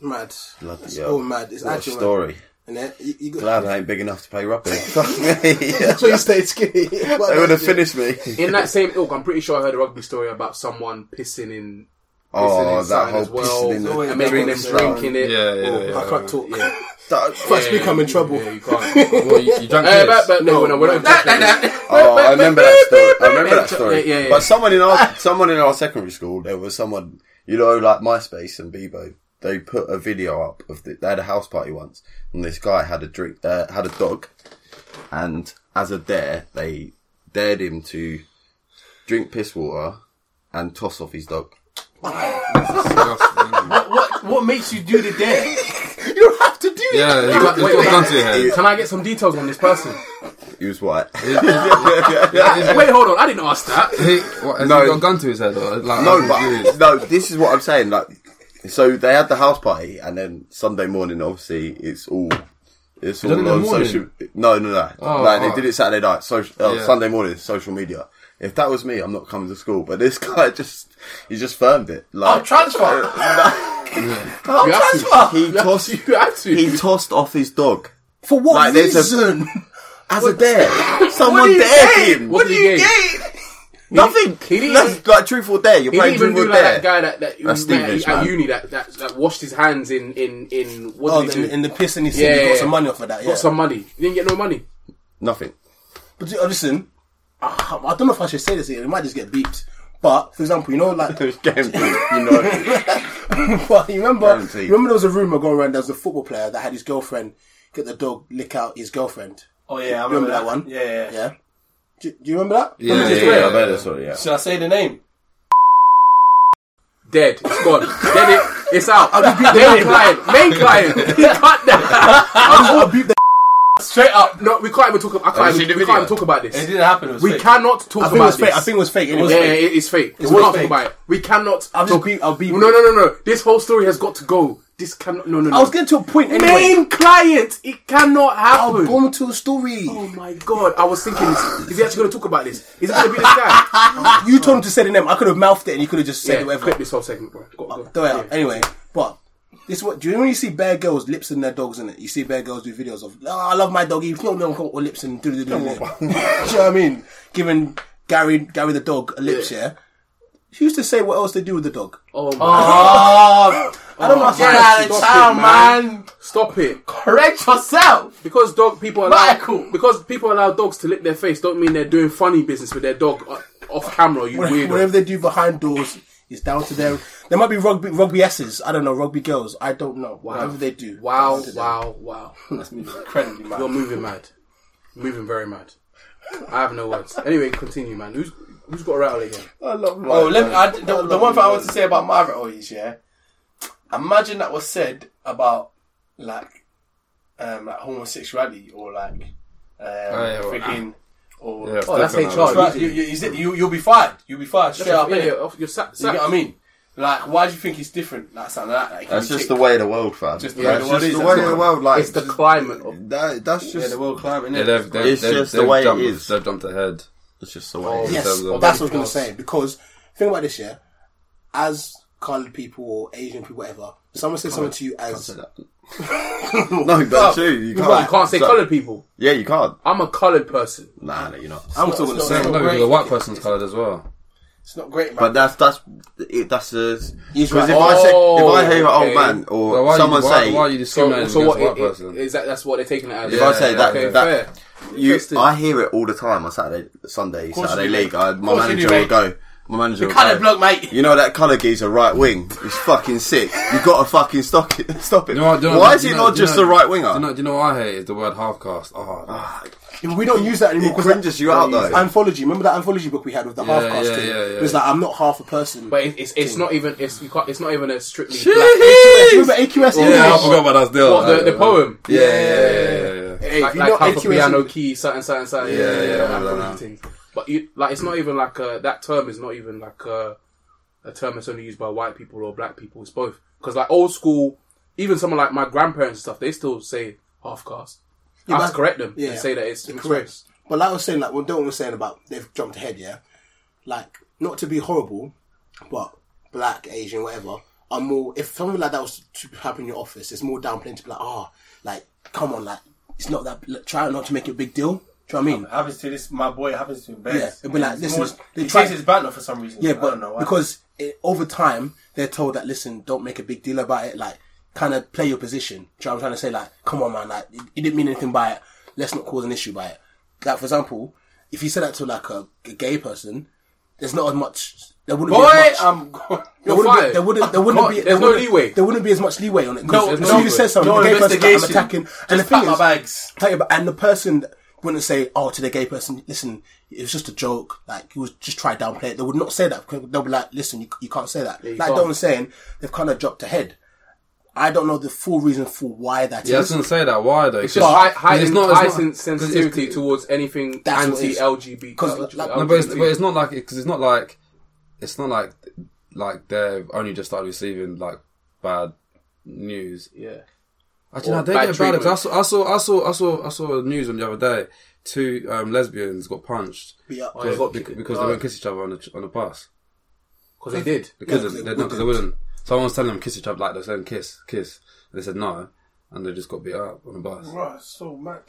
[SPEAKER 5] Mad.
[SPEAKER 3] Bloody
[SPEAKER 5] It's
[SPEAKER 3] hell.
[SPEAKER 5] all mad. It's
[SPEAKER 3] What a
[SPEAKER 5] actually mad.
[SPEAKER 3] story.
[SPEAKER 5] And then you, you got,
[SPEAKER 3] Glad I ain't big enough to play rugby. Fuck me.
[SPEAKER 5] so you stayed skinny. But
[SPEAKER 3] They would have
[SPEAKER 5] yeah.
[SPEAKER 3] finished me.
[SPEAKER 4] In that same ilk, I'm pretty sure I heard a rugby story about someone pissing in, pissing
[SPEAKER 3] Oh,
[SPEAKER 4] in
[SPEAKER 3] that
[SPEAKER 4] something
[SPEAKER 3] whole
[SPEAKER 4] as well,
[SPEAKER 3] pissing in the
[SPEAKER 4] and making them
[SPEAKER 3] drinks
[SPEAKER 4] drinking it.
[SPEAKER 6] yeah, yeah,
[SPEAKER 4] Or-
[SPEAKER 6] yeah.
[SPEAKER 5] I can't talk.
[SPEAKER 3] That-
[SPEAKER 5] Fucks me, come in trouble.
[SPEAKER 4] Yeah, you can't.
[SPEAKER 6] Well, you, you drank
[SPEAKER 4] Eh, but-
[SPEAKER 6] beers.
[SPEAKER 4] but no, no, we're not talking about it.
[SPEAKER 3] Oh, I remember that story. I remember that story.
[SPEAKER 4] Yeah, yeah, yeah.
[SPEAKER 3] But someone in our someone in our secondary school, there was someone you know, like MySpace and Bebo. They put a video up of the, they had a house party once, and this guy had a drink, uh, had a dog, and as a dare, they dared him to drink piss water and toss off his dog.
[SPEAKER 7] What what makes you do the dare?
[SPEAKER 6] yeah, you got,
[SPEAKER 4] Wait,
[SPEAKER 6] it's got
[SPEAKER 4] wait.
[SPEAKER 6] a gun to your head.
[SPEAKER 4] Can I get some details on this person?
[SPEAKER 3] He was white.
[SPEAKER 4] Wait, hold on. I didn't ask that.
[SPEAKER 6] He, what, has
[SPEAKER 3] No.
[SPEAKER 6] he got a gun to his head? Or, like,
[SPEAKER 3] No,
[SPEAKER 6] I'm
[SPEAKER 3] but
[SPEAKER 6] confused.
[SPEAKER 3] no, this is what I'm saying. Like, so they had the house party, and then Sunday morning, obviously, it's all it's all
[SPEAKER 6] done it in the
[SPEAKER 3] on
[SPEAKER 6] morning?
[SPEAKER 3] social. No, no, no.
[SPEAKER 6] Oh,
[SPEAKER 3] like they
[SPEAKER 6] oh.
[SPEAKER 3] did it Saturday night, social, uh,
[SPEAKER 6] Yeah.
[SPEAKER 3] Sunday morning, social media. If that was me, I'm not coming to school. But this guy just he just firmed it. Like
[SPEAKER 7] I'll transfer.
[SPEAKER 4] You have to.
[SPEAKER 7] Transfer.
[SPEAKER 3] he tossed
[SPEAKER 4] You have to.
[SPEAKER 3] he tossed off his dog
[SPEAKER 5] For what
[SPEAKER 3] Like, there's a-
[SPEAKER 5] reason?
[SPEAKER 3] as a dare. Someone
[SPEAKER 7] you
[SPEAKER 3] dared
[SPEAKER 7] gain?
[SPEAKER 3] him.
[SPEAKER 4] What did he gain?
[SPEAKER 3] Nothing.
[SPEAKER 4] he didn't
[SPEAKER 3] That's
[SPEAKER 4] even-
[SPEAKER 3] like truth or dare. You're
[SPEAKER 4] He
[SPEAKER 3] playing
[SPEAKER 4] didn't even
[SPEAKER 3] truth
[SPEAKER 4] do
[SPEAKER 3] or
[SPEAKER 4] like that
[SPEAKER 3] dare.
[SPEAKER 4] guy that, that you
[SPEAKER 3] That's
[SPEAKER 4] met
[SPEAKER 3] Stevenage,
[SPEAKER 4] at
[SPEAKER 3] man.
[SPEAKER 4] uni that, that, that washed his hands in in in what
[SPEAKER 5] Oh,
[SPEAKER 4] did
[SPEAKER 5] in,
[SPEAKER 4] he do?
[SPEAKER 5] in the piss and he said
[SPEAKER 4] Yeah,
[SPEAKER 5] you got
[SPEAKER 4] yeah,
[SPEAKER 5] some
[SPEAKER 4] yeah.
[SPEAKER 5] money off of that. Yeah.
[SPEAKER 4] Got some money. He didn't get no money.
[SPEAKER 3] Nothing.
[SPEAKER 5] But uh, listen, uh, I don't know if I should say this here. It might just get beeped. But for example, you know, like,
[SPEAKER 3] It was game. You know.
[SPEAKER 5] but you remember,
[SPEAKER 3] Guaranteed.
[SPEAKER 5] you remember there was a rumor going around. There was a football player that had his girlfriend get the dog lick out his girlfriend.
[SPEAKER 7] Oh yeah, I
[SPEAKER 5] You remember
[SPEAKER 7] remember
[SPEAKER 5] that one?
[SPEAKER 7] Yeah, yeah.
[SPEAKER 5] Yeah. Do, do you remember that?
[SPEAKER 6] Yeah, yeah,
[SPEAKER 7] Remember this
[SPEAKER 6] yeah,
[SPEAKER 7] way?
[SPEAKER 6] yeah, I bet that's what- yeah.
[SPEAKER 7] Should I say the name?
[SPEAKER 4] Dead. It's gone. Dead it. It's out. Main client. Main client. Cut that.
[SPEAKER 5] I'll beep the
[SPEAKER 4] Straight up. No, we can't even talk. I
[SPEAKER 3] you
[SPEAKER 4] can't,
[SPEAKER 3] seen the
[SPEAKER 4] even, we
[SPEAKER 3] video?
[SPEAKER 4] can't even talk about
[SPEAKER 7] It
[SPEAKER 4] this.
[SPEAKER 7] didn't happen. It was
[SPEAKER 4] We
[SPEAKER 7] fake.
[SPEAKER 4] cannot talk
[SPEAKER 5] I think it
[SPEAKER 4] about
[SPEAKER 5] was
[SPEAKER 4] this.
[SPEAKER 5] fake. I think it was fake. It was
[SPEAKER 4] yeah,
[SPEAKER 5] fake.
[SPEAKER 4] it is fake. we
[SPEAKER 5] was
[SPEAKER 4] can't
[SPEAKER 5] fake.
[SPEAKER 4] talk about it. We cannot.
[SPEAKER 5] I'll just
[SPEAKER 4] talk.
[SPEAKER 5] beep. I'll beep.
[SPEAKER 4] No, no, no, no. This whole story has got to go. This cannot. No, no, no.
[SPEAKER 5] I was getting to a point anyway.
[SPEAKER 4] Main client. It cannot
[SPEAKER 5] I'll
[SPEAKER 4] happen.
[SPEAKER 5] go to a story.
[SPEAKER 4] Oh my god, I was thinking, is, is he actually going to talk about this? Is it going to be this guy?
[SPEAKER 5] You told him to say the name. I could have mouthed it and you could have just said
[SPEAKER 4] yeah,
[SPEAKER 5] whatever.
[SPEAKER 4] clip this whole segment, bro. Go, go.
[SPEAKER 5] Don't worry. Anyway, but this is what do you know when you see bear girls lips in their dogs in it? You see bear girls do videos of oh, I love my dog, he's no no or lips and do do do. do." Do you know what I mean? Giving Gary Gary the dog a lips, yeah. She used to say what else they do with the dog.
[SPEAKER 4] Oh my
[SPEAKER 7] Oh,
[SPEAKER 5] I don't know. how to-
[SPEAKER 7] get out of
[SPEAKER 4] Stop
[SPEAKER 7] town,
[SPEAKER 4] it, man.
[SPEAKER 7] man.
[SPEAKER 4] Stop it.
[SPEAKER 7] Correct yourself.
[SPEAKER 4] Because dog people allow
[SPEAKER 7] Michael.
[SPEAKER 4] because people allow dogs to lick their face don't mean they're doing funny business with their dog uh, off camera, you
[SPEAKER 5] Whatever,
[SPEAKER 4] weirdo.
[SPEAKER 5] whatever they do behind doors is down to their. There might be rugby rugby s's. I don't know rugby girls. I don't know. Whatever they do.
[SPEAKER 4] Wow,
[SPEAKER 5] down to them.
[SPEAKER 4] wow, wow.
[SPEAKER 5] That's me.
[SPEAKER 7] Incredibly mad.
[SPEAKER 4] You're moving mad. Moving very mad. I have no words. Anyway, continue, man. Who's who's got a rattle again?
[SPEAKER 7] Oh, let me. I, the, the one thing I want to say about my rattle is, yeah, imagine that was said about like, um, like homosexuality or like, um,
[SPEAKER 6] yeah, well,
[SPEAKER 7] freaking, or
[SPEAKER 6] Yeah,
[SPEAKER 7] oh,
[SPEAKER 4] that's
[SPEAKER 6] definitely.
[SPEAKER 4] HR.
[SPEAKER 7] right, you, you, is it- you, you'll be fired. You'll be fired straight up.
[SPEAKER 4] yeah,
[SPEAKER 7] innit?
[SPEAKER 4] yeah, off- you're sacked.
[SPEAKER 7] You get
[SPEAKER 4] sacked.
[SPEAKER 7] what I mean? Like, why do you think it's different? Like something like that. Like,
[SPEAKER 3] That's
[SPEAKER 7] you
[SPEAKER 3] just the
[SPEAKER 7] chick-
[SPEAKER 3] way of the world, fam.
[SPEAKER 7] Just the way
[SPEAKER 3] That's
[SPEAKER 7] the world
[SPEAKER 3] just
[SPEAKER 7] is,
[SPEAKER 3] the
[SPEAKER 7] that's
[SPEAKER 3] way of the
[SPEAKER 7] all.
[SPEAKER 3] world. Like
[SPEAKER 4] It's the climate of
[SPEAKER 3] that, that's
[SPEAKER 7] Yeah,
[SPEAKER 3] just
[SPEAKER 7] the world climate.
[SPEAKER 6] Yeah,
[SPEAKER 7] innit?
[SPEAKER 6] they've, they've,
[SPEAKER 3] It's
[SPEAKER 6] they've,
[SPEAKER 3] just the
[SPEAKER 6] they've
[SPEAKER 3] way it
[SPEAKER 6] jumped,
[SPEAKER 3] is.
[SPEAKER 6] They've jumped ahead.
[SPEAKER 3] It's just the way. it is.
[SPEAKER 5] Yes,
[SPEAKER 6] terms of-
[SPEAKER 5] that's what I was going to say. Because think about this, yeah. As coloured people or Asian people, whatever, someone says something to you as
[SPEAKER 3] No, that's true. You can't.
[SPEAKER 4] You can't say
[SPEAKER 3] So-
[SPEAKER 4] coloured people.
[SPEAKER 3] Yeah, you can't.
[SPEAKER 4] I'm a coloured person.
[SPEAKER 3] Nah, no, you're not.
[SPEAKER 5] I'm talking the
[SPEAKER 6] No,
[SPEAKER 5] same.
[SPEAKER 6] because the white person's coloured as well.
[SPEAKER 5] It's not great, man.
[SPEAKER 3] But that's that's it, that's a. Because
[SPEAKER 5] right.
[SPEAKER 3] if I say
[SPEAKER 4] Oh,
[SPEAKER 3] if I hear an
[SPEAKER 4] okay.
[SPEAKER 3] old man or
[SPEAKER 6] So why
[SPEAKER 3] someone
[SPEAKER 6] you, why,
[SPEAKER 3] say
[SPEAKER 6] why are you
[SPEAKER 4] So, so
[SPEAKER 6] discriminating against
[SPEAKER 4] what?
[SPEAKER 6] a white
[SPEAKER 4] It, it,
[SPEAKER 6] person?
[SPEAKER 4] is that that's what they're taking it as?
[SPEAKER 3] if I say
[SPEAKER 6] Yeah,
[SPEAKER 3] that
[SPEAKER 4] okay,
[SPEAKER 3] that
[SPEAKER 4] fair.
[SPEAKER 3] you
[SPEAKER 4] Interesting.
[SPEAKER 3] I hear it all the time on Saturday Sunday Saturday
[SPEAKER 7] you do.
[SPEAKER 3] league. I,
[SPEAKER 7] Of
[SPEAKER 3] my
[SPEAKER 7] course you do,
[SPEAKER 3] manager will
[SPEAKER 7] mate.
[SPEAKER 3] go. My manager will
[SPEAKER 7] Colour
[SPEAKER 3] go.
[SPEAKER 7] block, mate.
[SPEAKER 3] You know that colour geezer right wing. He's fucking sick. You got to fucking stop it. Stop it.
[SPEAKER 6] You know what- do you know
[SPEAKER 3] Why
[SPEAKER 6] what-
[SPEAKER 3] is
[SPEAKER 6] do
[SPEAKER 3] he
[SPEAKER 6] you know-
[SPEAKER 3] not
[SPEAKER 6] do you
[SPEAKER 3] just
[SPEAKER 6] know-
[SPEAKER 3] a right winger? Ah.
[SPEAKER 6] Do you know? Do you know what I hate is the word half-caste. Oh, no.
[SPEAKER 5] we don't use that anymore.
[SPEAKER 3] It
[SPEAKER 5] 'cause that-
[SPEAKER 3] cringes you out, though.
[SPEAKER 5] Anthology. Remember that anthology book we had with the half caste
[SPEAKER 6] yeah,
[SPEAKER 5] thing?
[SPEAKER 6] yeah, yeah.
[SPEAKER 5] It was like I'm not half a person.
[SPEAKER 4] But it, it's it's not even it's you can't, it's not even a strictly.
[SPEAKER 5] remember AQS?
[SPEAKER 6] yeah, I
[SPEAKER 5] English?
[SPEAKER 6] forgot about that still.
[SPEAKER 4] What, the- the poem?
[SPEAKER 6] Yeah, yeah, yeah, yeah, yeah,
[SPEAKER 5] Hey,
[SPEAKER 6] yeah.
[SPEAKER 4] like,
[SPEAKER 5] if you
[SPEAKER 4] like
[SPEAKER 5] know
[SPEAKER 4] half a
[SPEAKER 5] AQS
[SPEAKER 4] piano key, certain, certain, certain.
[SPEAKER 6] Yeah, yeah, yeah, I
[SPEAKER 4] like,
[SPEAKER 6] remember
[SPEAKER 4] all
[SPEAKER 6] that.
[SPEAKER 4] these things. But you, like, it's not even like uh, that term is not even like uh, a term that's only used by white people or black people. It's both because like old school, even someone like my grandparents and stuff, they still say half caste. I have to
[SPEAKER 5] but-
[SPEAKER 4] correct them
[SPEAKER 5] yeah.
[SPEAKER 4] and say that it's mixed
[SPEAKER 5] Correct.
[SPEAKER 4] race.
[SPEAKER 5] But like I was saying, like, well, don't was saying about they've jumped ahead, yeah? Like, not to be horrible, but black, Asian, whatever, are more, if something like that was to happen in your office, it's more downplaying to be like, ah, like, come on, like, it's not that, like, try not to make it a big deal. Do you know what I mean?
[SPEAKER 7] happens to this. My boy happens to him. Best.
[SPEAKER 5] Yeah, it'd be like,
[SPEAKER 7] It's
[SPEAKER 5] listen,
[SPEAKER 7] more-
[SPEAKER 5] they
[SPEAKER 7] he
[SPEAKER 5] try-
[SPEAKER 7] takes his banter for some reason.
[SPEAKER 5] Yeah,
[SPEAKER 7] I
[SPEAKER 5] but
[SPEAKER 7] don't know why.
[SPEAKER 5] because it, over time they're told that listen, don't make a big deal about it. Like, kind of play your position. Do you know what I'm trying to say? Like, come on, man. Like, it, it didn't mean anything by it. Let's not cause an issue by it. Like, for example, if you said that to like a, a gay person, there's not as much. There wouldn't
[SPEAKER 4] Boy,
[SPEAKER 5] be as much.
[SPEAKER 4] I'm going.
[SPEAKER 5] there
[SPEAKER 4] You're
[SPEAKER 5] wouldn't, be,
[SPEAKER 4] fired.
[SPEAKER 5] there wouldn't. There wouldn't
[SPEAKER 4] God,
[SPEAKER 5] be.
[SPEAKER 4] There's
[SPEAKER 5] there
[SPEAKER 4] no
[SPEAKER 5] wouldn't-
[SPEAKER 4] leeway.
[SPEAKER 5] There wouldn't be as much leeway on it. 'cause
[SPEAKER 4] No,
[SPEAKER 5] as
[SPEAKER 4] no
[SPEAKER 5] soon as you said something,
[SPEAKER 7] No
[SPEAKER 5] the gay person like, I'm
[SPEAKER 7] investigation.
[SPEAKER 5] attacking. And the
[SPEAKER 7] Just
[SPEAKER 5] thing
[SPEAKER 7] pack
[SPEAKER 5] is,
[SPEAKER 7] my bags.
[SPEAKER 5] Tell you about- and the person wouldn't say, "Oh, to the gay person, listen, it was just a joke. Like you was just try to downplay it." They would not say that. 'cause They'll be like, "Listen, you, you can't say that." like
[SPEAKER 4] can't.
[SPEAKER 5] Don was saying, they've kind of dropped ahead. I don't know the full reason for why that is.
[SPEAKER 6] Yeah, I was gonna say that. Why though?
[SPEAKER 4] It's just high, high,
[SPEAKER 6] it's
[SPEAKER 4] it's
[SPEAKER 6] not-
[SPEAKER 4] not,
[SPEAKER 6] it's
[SPEAKER 4] high
[SPEAKER 6] not-
[SPEAKER 4] sen-
[SPEAKER 6] 'cause it's-
[SPEAKER 4] sensitivity towards anything
[SPEAKER 5] That's what it
[SPEAKER 4] anti
[SPEAKER 5] is.
[SPEAKER 4] LGBT.
[SPEAKER 5] 'Cause, like-
[SPEAKER 6] No, but it's, but it's not like because it's not like it's not like like they've only just started receiving like bad news.
[SPEAKER 4] yeah.
[SPEAKER 6] Actually, no,
[SPEAKER 4] Or
[SPEAKER 6] they
[SPEAKER 4] bad
[SPEAKER 6] get bad.
[SPEAKER 4] treatment.
[SPEAKER 6] I saw, I saw, I saw, I saw, I saw news on the other day. Two um, lesbians got punched
[SPEAKER 5] Yeah.
[SPEAKER 4] Oh, they got-
[SPEAKER 6] because, because they wouldn't kiss each other on the on the bus
[SPEAKER 4] Because they did.
[SPEAKER 6] because
[SPEAKER 5] Yeah,
[SPEAKER 6] they,
[SPEAKER 5] they
[SPEAKER 6] they, no, 'cause they wouldn't. Someone was telling them kiss each other like they're saying kiss, kiss. And they said no, and they just got beat up on the bus.
[SPEAKER 7] Right, so mad.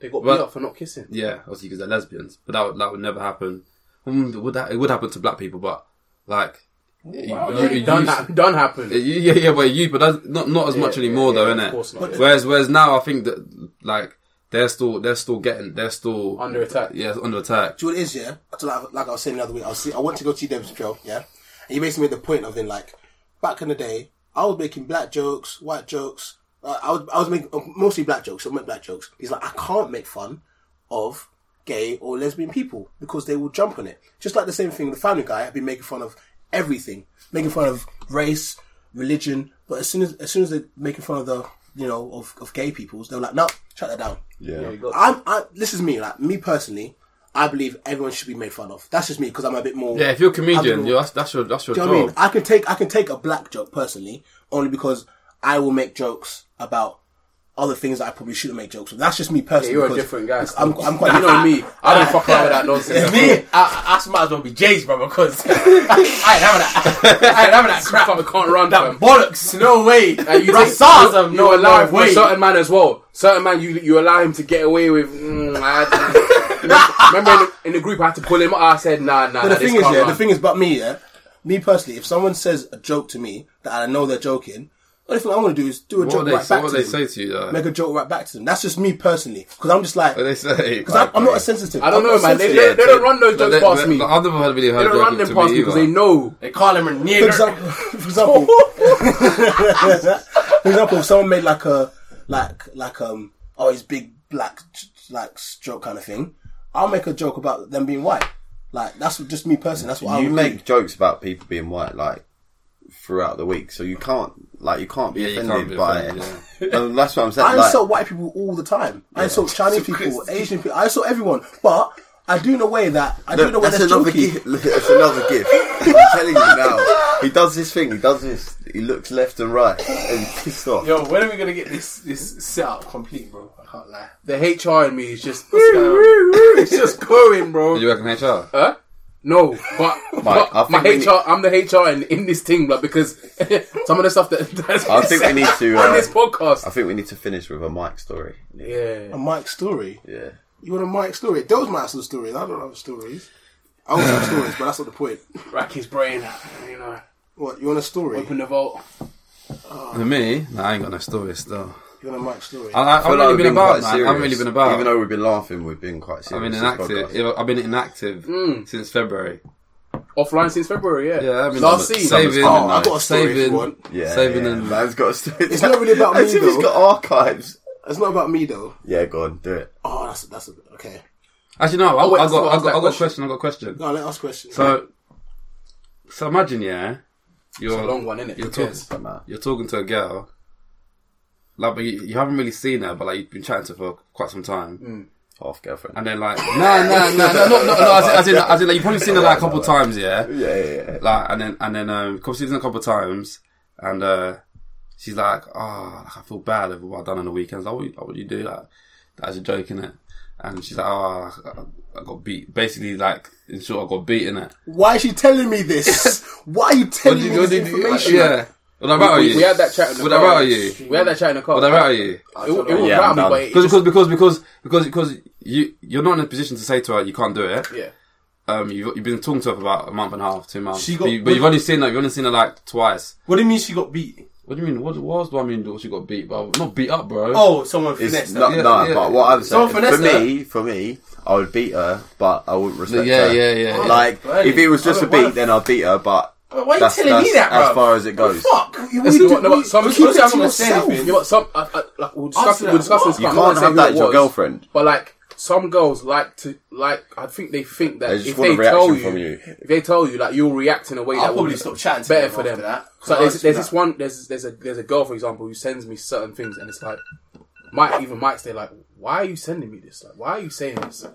[SPEAKER 4] They got
[SPEAKER 6] But-
[SPEAKER 4] beat up for not kissing.
[SPEAKER 6] Yeah, obviously because they're lesbians, but that would, that would never happen. Mm, would that it would happen to black people, but like you- you-
[SPEAKER 4] It
[SPEAKER 6] you-
[SPEAKER 4] done, ha- done happen.
[SPEAKER 6] you- yeah, yeah, but you, but that's not not as much
[SPEAKER 4] yeah,
[SPEAKER 6] anymore
[SPEAKER 4] yeah,
[SPEAKER 6] though,
[SPEAKER 4] of
[SPEAKER 6] innit?
[SPEAKER 4] course not, yeah.
[SPEAKER 6] Whereas whereas now I think that like they're still they're still getting they're still
[SPEAKER 4] Under attack.
[SPEAKER 6] Yeah, under attack.
[SPEAKER 5] Do you know what it is, yeah? So like, like I was saying the other week, I, was, see- I went to go to Deb's show, yeah? And you basically made the point of in like, back in the day, I was making black jokes, white jokes. Uh, I, was, I was making uh, mostly black jokes, I make black jokes. He's like, I can't make fun of gay or lesbian people because they will jump on it. Just like the same thing with the family guy, I've been making fun of everything, making fun of race, religion. But as soon as as soon as they're making fun of the, you know, of, of gay peoples, they're like, no, shut that down.
[SPEAKER 3] yeah.
[SPEAKER 5] I'm, I, this is me, like me personally. I believe everyone should be made fun of. That's just me because I'm a bit more.
[SPEAKER 6] Yeah, if you're a comedian,
[SPEAKER 5] admirable.
[SPEAKER 6] you're, that's, that's your that's your
[SPEAKER 5] Do you
[SPEAKER 6] job.
[SPEAKER 5] know what I mean? I can take I can take a black joke personally only because I will make jokes about other things that I probably shouldn't make jokes. With. That's just me personally.
[SPEAKER 4] you're a
[SPEAKER 5] because
[SPEAKER 4] different guy,
[SPEAKER 5] I'm, I'm quite.
[SPEAKER 4] you know me.
[SPEAKER 6] Ah,
[SPEAKER 4] I don't fuck around with that nonsense.
[SPEAKER 7] Me, I, I, I might as well be Jay's, brother, because I ain't having that. I ain't having that crap.
[SPEAKER 4] I can't run
[SPEAKER 7] That
[SPEAKER 4] that.
[SPEAKER 7] um, bollocks, no way.
[SPEAKER 4] And you take-
[SPEAKER 7] Rassism,
[SPEAKER 4] you
[SPEAKER 7] no,
[SPEAKER 4] allow
[SPEAKER 7] no
[SPEAKER 4] for
[SPEAKER 7] way.
[SPEAKER 4] a certain man as well. Certain man, you you allow him to get away with. Mm, I had- remember in the, in the group, I had to pull him. up. I said, Nah,
[SPEAKER 5] But the
[SPEAKER 4] nah. nah, this
[SPEAKER 5] thing is,
[SPEAKER 4] can't
[SPEAKER 5] yeah, the
[SPEAKER 4] run.
[SPEAKER 5] thing is, but me, yeah, me personally, if someone says a joke to me that I know they're joking, the only thing I'm going to do is do a
[SPEAKER 6] What
[SPEAKER 5] joke
[SPEAKER 6] they
[SPEAKER 5] right back
[SPEAKER 6] what
[SPEAKER 5] to
[SPEAKER 6] they
[SPEAKER 5] them.
[SPEAKER 6] say to you though?
[SPEAKER 5] Make a joke right back to them. That's just me personally because I'm just like
[SPEAKER 6] What they say?
[SPEAKER 5] because I'm, I'm not
[SPEAKER 6] like,
[SPEAKER 5] as sensitive.
[SPEAKER 4] I don't
[SPEAKER 5] I'm
[SPEAKER 4] know,
[SPEAKER 5] not
[SPEAKER 4] man. They,
[SPEAKER 5] sensitive.
[SPEAKER 4] they, they don't run those
[SPEAKER 6] like,
[SPEAKER 4] jokes
[SPEAKER 6] they-
[SPEAKER 4] past
[SPEAKER 6] they-
[SPEAKER 4] me.
[SPEAKER 6] I've never heard really
[SPEAKER 4] They
[SPEAKER 6] heard
[SPEAKER 4] don't run
[SPEAKER 6] joking
[SPEAKER 4] them
[SPEAKER 6] to
[SPEAKER 4] past
[SPEAKER 6] me
[SPEAKER 4] me because
[SPEAKER 6] either.
[SPEAKER 4] they know.
[SPEAKER 7] They call him a
[SPEAKER 5] for
[SPEAKER 7] nigger.
[SPEAKER 5] example, for example, for example, if someone made like a like like um oh his big black like joke kind of thing, I'll make a joke about them being white. Like that's just me personally. That's what I
[SPEAKER 3] you
[SPEAKER 5] would
[SPEAKER 3] make
[SPEAKER 5] do.
[SPEAKER 3] jokes about people being white like throughout the week, so you can't like you can't be
[SPEAKER 6] Yeah, you
[SPEAKER 3] offended
[SPEAKER 6] can't be
[SPEAKER 3] by
[SPEAKER 6] offended,
[SPEAKER 3] it. And that's what I'm saying.
[SPEAKER 5] I
[SPEAKER 3] like,
[SPEAKER 5] insult white people all the time. I insult Chinese people, Asian people. I insult everyone, but I do in a way that I do in a way
[SPEAKER 3] that's
[SPEAKER 5] that's,
[SPEAKER 3] another
[SPEAKER 5] jokey.
[SPEAKER 3] gift. That's another gift. I'm telling you now. He does this thing. He does this. He looks left and right and he's pissed off.
[SPEAKER 7] Yo, when are we gonna get this this setup complete, bro? I can't lie.
[SPEAKER 4] The HR in me is just it's just going, bro. Uh.
[SPEAKER 6] You work in HR?
[SPEAKER 4] Huh? No, but, but
[SPEAKER 3] I think
[SPEAKER 4] my HR,
[SPEAKER 3] we need-
[SPEAKER 4] I'm the HR in, in this thing, like because some of the stuff that that's
[SPEAKER 3] I think we need to,
[SPEAKER 4] on
[SPEAKER 3] uh,
[SPEAKER 4] this podcast.
[SPEAKER 3] I think we need to finish with a Mike story.
[SPEAKER 4] yeah,
[SPEAKER 5] A Mike story.
[SPEAKER 3] Yeah.
[SPEAKER 5] You want a Mike story? Those might have some stories. I don't have stories. I always have stories, but that's not the point.
[SPEAKER 4] rack his brain. You know,
[SPEAKER 5] What you want a story?
[SPEAKER 4] open the vault.
[SPEAKER 6] For me, nah, I ain't got no story still.
[SPEAKER 5] You want a Mike story?
[SPEAKER 6] I, I, I haven't
[SPEAKER 3] feel like
[SPEAKER 6] really
[SPEAKER 3] we've
[SPEAKER 6] been
[SPEAKER 3] quite
[SPEAKER 6] about, man. I haven't
[SPEAKER 3] serious.
[SPEAKER 6] really been about.
[SPEAKER 3] Even though we've been laughing, we've been quite
[SPEAKER 6] I've
[SPEAKER 3] serious.
[SPEAKER 6] been
[SPEAKER 3] this
[SPEAKER 6] inactive.
[SPEAKER 3] podcast.
[SPEAKER 6] I've been inactive since February.
[SPEAKER 4] Offline since February. Yeah,
[SPEAKER 6] Yeah, I've been
[SPEAKER 4] last
[SPEAKER 6] summer-
[SPEAKER 4] scene.
[SPEAKER 6] saving.
[SPEAKER 5] Oh, I've got a story if you
[SPEAKER 6] saving,
[SPEAKER 5] want.
[SPEAKER 3] Yeah,
[SPEAKER 6] saving,
[SPEAKER 3] yeah.
[SPEAKER 6] and
[SPEAKER 3] man's got a story.
[SPEAKER 5] It's not really about me,
[SPEAKER 3] As if He's
[SPEAKER 5] though.
[SPEAKER 3] got archives.
[SPEAKER 5] It's not about me though.
[SPEAKER 3] Yeah, go on, do it.
[SPEAKER 5] Oh, that's that's a, okay.
[SPEAKER 6] actually no, I,
[SPEAKER 4] wait,
[SPEAKER 6] I
[SPEAKER 4] that's
[SPEAKER 6] got,
[SPEAKER 4] what
[SPEAKER 6] I
[SPEAKER 4] I was
[SPEAKER 6] got, I got a
[SPEAKER 4] like,
[SPEAKER 6] question. I got a question.
[SPEAKER 5] No, let us question.
[SPEAKER 6] So, so imagine, yeah, you're
[SPEAKER 4] a long one, innit?
[SPEAKER 6] You're
[SPEAKER 4] Who cares?
[SPEAKER 6] talking, you're talking to a girl, like, but you, you haven't really seen her, but like you've been chatting to her for quite some time,
[SPEAKER 3] Half girlfriend.
[SPEAKER 6] and then like, no, no, no, no, no, no, no, as in, as in, as in like, you've probably seen her like a couple of times, yeah,
[SPEAKER 3] yeah, yeah, yeah.
[SPEAKER 6] like, and then, and then, um, come seen her a couple of times, and uh, she's like, oh, like, I feel bad over what I've done on the weekends. Like, what, you- like, what you do? Like, that's a joke, innit? And she's like, oh, I- I got beat. Basically, like, in short, I got beat, innit?
[SPEAKER 5] Why is she telling me this? Why are you
[SPEAKER 6] What
[SPEAKER 5] telling
[SPEAKER 6] did
[SPEAKER 5] me
[SPEAKER 6] you, what
[SPEAKER 5] this
[SPEAKER 6] did you,
[SPEAKER 5] information?
[SPEAKER 6] yeah. What about
[SPEAKER 4] we,
[SPEAKER 6] you?
[SPEAKER 4] we had that chat in the
[SPEAKER 6] What
[SPEAKER 4] car.
[SPEAKER 6] about you?
[SPEAKER 4] We had that chat in the car.
[SPEAKER 6] What about you?
[SPEAKER 4] It, it, it
[SPEAKER 3] Yeah,
[SPEAKER 4] yeah,
[SPEAKER 3] I'm
[SPEAKER 4] me,
[SPEAKER 3] done.
[SPEAKER 4] but it
[SPEAKER 6] Because
[SPEAKER 4] just,
[SPEAKER 6] because because because because because you you're not in a position to say to her you can't do it.
[SPEAKER 4] yeah.
[SPEAKER 6] Um, you've you've been talking to her for about a month and a half, two months.
[SPEAKER 7] She got-
[SPEAKER 6] but, you, but you've only seen her. You've only seen her like twice.
[SPEAKER 7] What do you mean she got beat?
[SPEAKER 6] What do you mean? What what else do I mean? She got beat, but not beat up, bro.
[SPEAKER 7] Oh, someone
[SPEAKER 3] It's
[SPEAKER 7] finessed
[SPEAKER 3] not,
[SPEAKER 7] her.
[SPEAKER 6] Yeah,
[SPEAKER 3] no,
[SPEAKER 6] yeah.
[SPEAKER 3] but what I'm saying,
[SPEAKER 7] Someone
[SPEAKER 3] for
[SPEAKER 7] finessed her.
[SPEAKER 3] me, for me, I would beat her, but I wouldn't respect
[SPEAKER 6] Yeah,
[SPEAKER 3] her.
[SPEAKER 6] yeah, yeah, yeah.
[SPEAKER 3] Like,
[SPEAKER 7] Bloody-
[SPEAKER 3] if it was just
[SPEAKER 7] I
[SPEAKER 3] a
[SPEAKER 7] don't wanna-
[SPEAKER 3] beat, then I'd beat her, but
[SPEAKER 7] Why are you
[SPEAKER 3] that's,
[SPEAKER 7] telling me
[SPEAKER 3] that's
[SPEAKER 7] that, bro?
[SPEAKER 3] as far as it goes.
[SPEAKER 7] Fuck.
[SPEAKER 5] We
[SPEAKER 4] You know
[SPEAKER 5] do-
[SPEAKER 4] what, no,
[SPEAKER 5] we-
[SPEAKER 4] but some,
[SPEAKER 5] we
[SPEAKER 4] obviously
[SPEAKER 5] keep it
[SPEAKER 4] I'm
[SPEAKER 5] to
[SPEAKER 4] not gonna say
[SPEAKER 5] yourself.
[SPEAKER 4] anything. Yeah, but some, I, I, like, we'll discuss,
[SPEAKER 7] Answer that.
[SPEAKER 4] we'll discuss this.
[SPEAKER 7] You
[SPEAKER 4] but I'm
[SPEAKER 3] can't
[SPEAKER 4] not gonna say
[SPEAKER 3] have
[SPEAKER 4] who
[SPEAKER 3] that
[SPEAKER 4] it
[SPEAKER 3] as your
[SPEAKER 4] was.
[SPEAKER 3] girlfriend.
[SPEAKER 4] But like, some girls like to, like, I think they think that
[SPEAKER 3] They just
[SPEAKER 4] if
[SPEAKER 3] want
[SPEAKER 4] they
[SPEAKER 3] a reaction
[SPEAKER 4] tell you,
[SPEAKER 3] from you.
[SPEAKER 4] if they tell you, like, you'll react in a way
[SPEAKER 7] I'll
[SPEAKER 4] that
[SPEAKER 7] probably
[SPEAKER 4] will
[SPEAKER 7] stop chatting to
[SPEAKER 4] better
[SPEAKER 7] them
[SPEAKER 4] for them.
[SPEAKER 7] after that.
[SPEAKER 4] So
[SPEAKER 7] I'll
[SPEAKER 4] there's,
[SPEAKER 7] answer
[SPEAKER 4] there's
[SPEAKER 7] that.
[SPEAKER 4] this one, there's there's a there's a girl for example who sends me certain things, and it's like, might even might say like, why are you sending me this? Like, why are you saying this?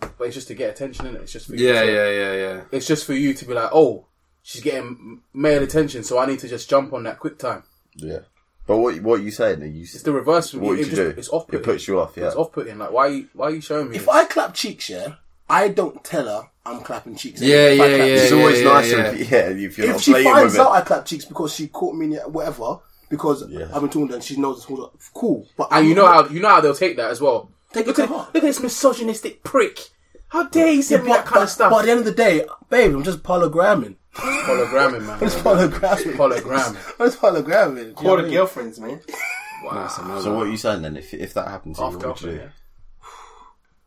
[SPEAKER 4] But it's just to get attention, and it's just for you
[SPEAKER 6] yeah,
[SPEAKER 4] to-
[SPEAKER 6] yeah, yeah, yeah.
[SPEAKER 4] it's just for you to be like, oh, she's getting male attention, so I need to just jump on that quick time.
[SPEAKER 3] Yeah. But what, what you saying? Are you,
[SPEAKER 4] It's the reverse.
[SPEAKER 3] what
[SPEAKER 4] it
[SPEAKER 3] would you
[SPEAKER 4] just-
[SPEAKER 3] do?
[SPEAKER 4] It's off.
[SPEAKER 3] It puts you off, yeah.
[SPEAKER 4] It's off putting. Like, why? you- Why are you showing me?
[SPEAKER 5] If
[SPEAKER 4] this?
[SPEAKER 5] I clap cheeks, yeah, I don't tell her I'm clapping cheeks.
[SPEAKER 6] Yeah,
[SPEAKER 5] If I
[SPEAKER 6] yeah,
[SPEAKER 5] clap
[SPEAKER 6] yeah,
[SPEAKER 5] cheeks-
[SPEAKER 3] it's always
[SPEAKER 6] yeah,
[SPEAKER 3] nicer
[SPEAKER 6] yeah.
[SPEAKER 3] If, yeah, if you're
[SPEAKER 5] If
[SPEAKER 3] not
[SPEAKER 5] she
[SPEAKER 3] playing with
[SPEAKER 5] finds
[SPEAKER 3] it.
[SPEAKER 5] out I clap cheeks because she caught me in the- whatever, because I've been talking to her and she knows it's all cool. But
[SPEAKER 4] and you know how you know how they'll take that as well.
[SPEAKER 5] Take
[SPEAKER 4] look
[SPEAKER 5] it to
[SPEAKER 4] at
[SPEAKER 5] heart.
[SPEAKER 4] look at this misogynistic prick. How dare you send me that kind of stuff?
[SPEAKER 5] But at the end of the day, babe, I'm just hologramming.
[SPEAKER 4] Hologramming, man.
[SPEAKER 5] Hologramming.
[SPEAKER 4] Hologramming.
[SPEAKER 5] I'm just hologramming.
[SPEAKER 7] Call the girlfriends, man.
[SPEAKER 6] That's another
[SPEAKER 3] So
[SPEAKER 6] one.
[SPEAKER 3] what are you saying then? If, if that happened to you, what would you do?
[SPEAKER 4] girlfriend,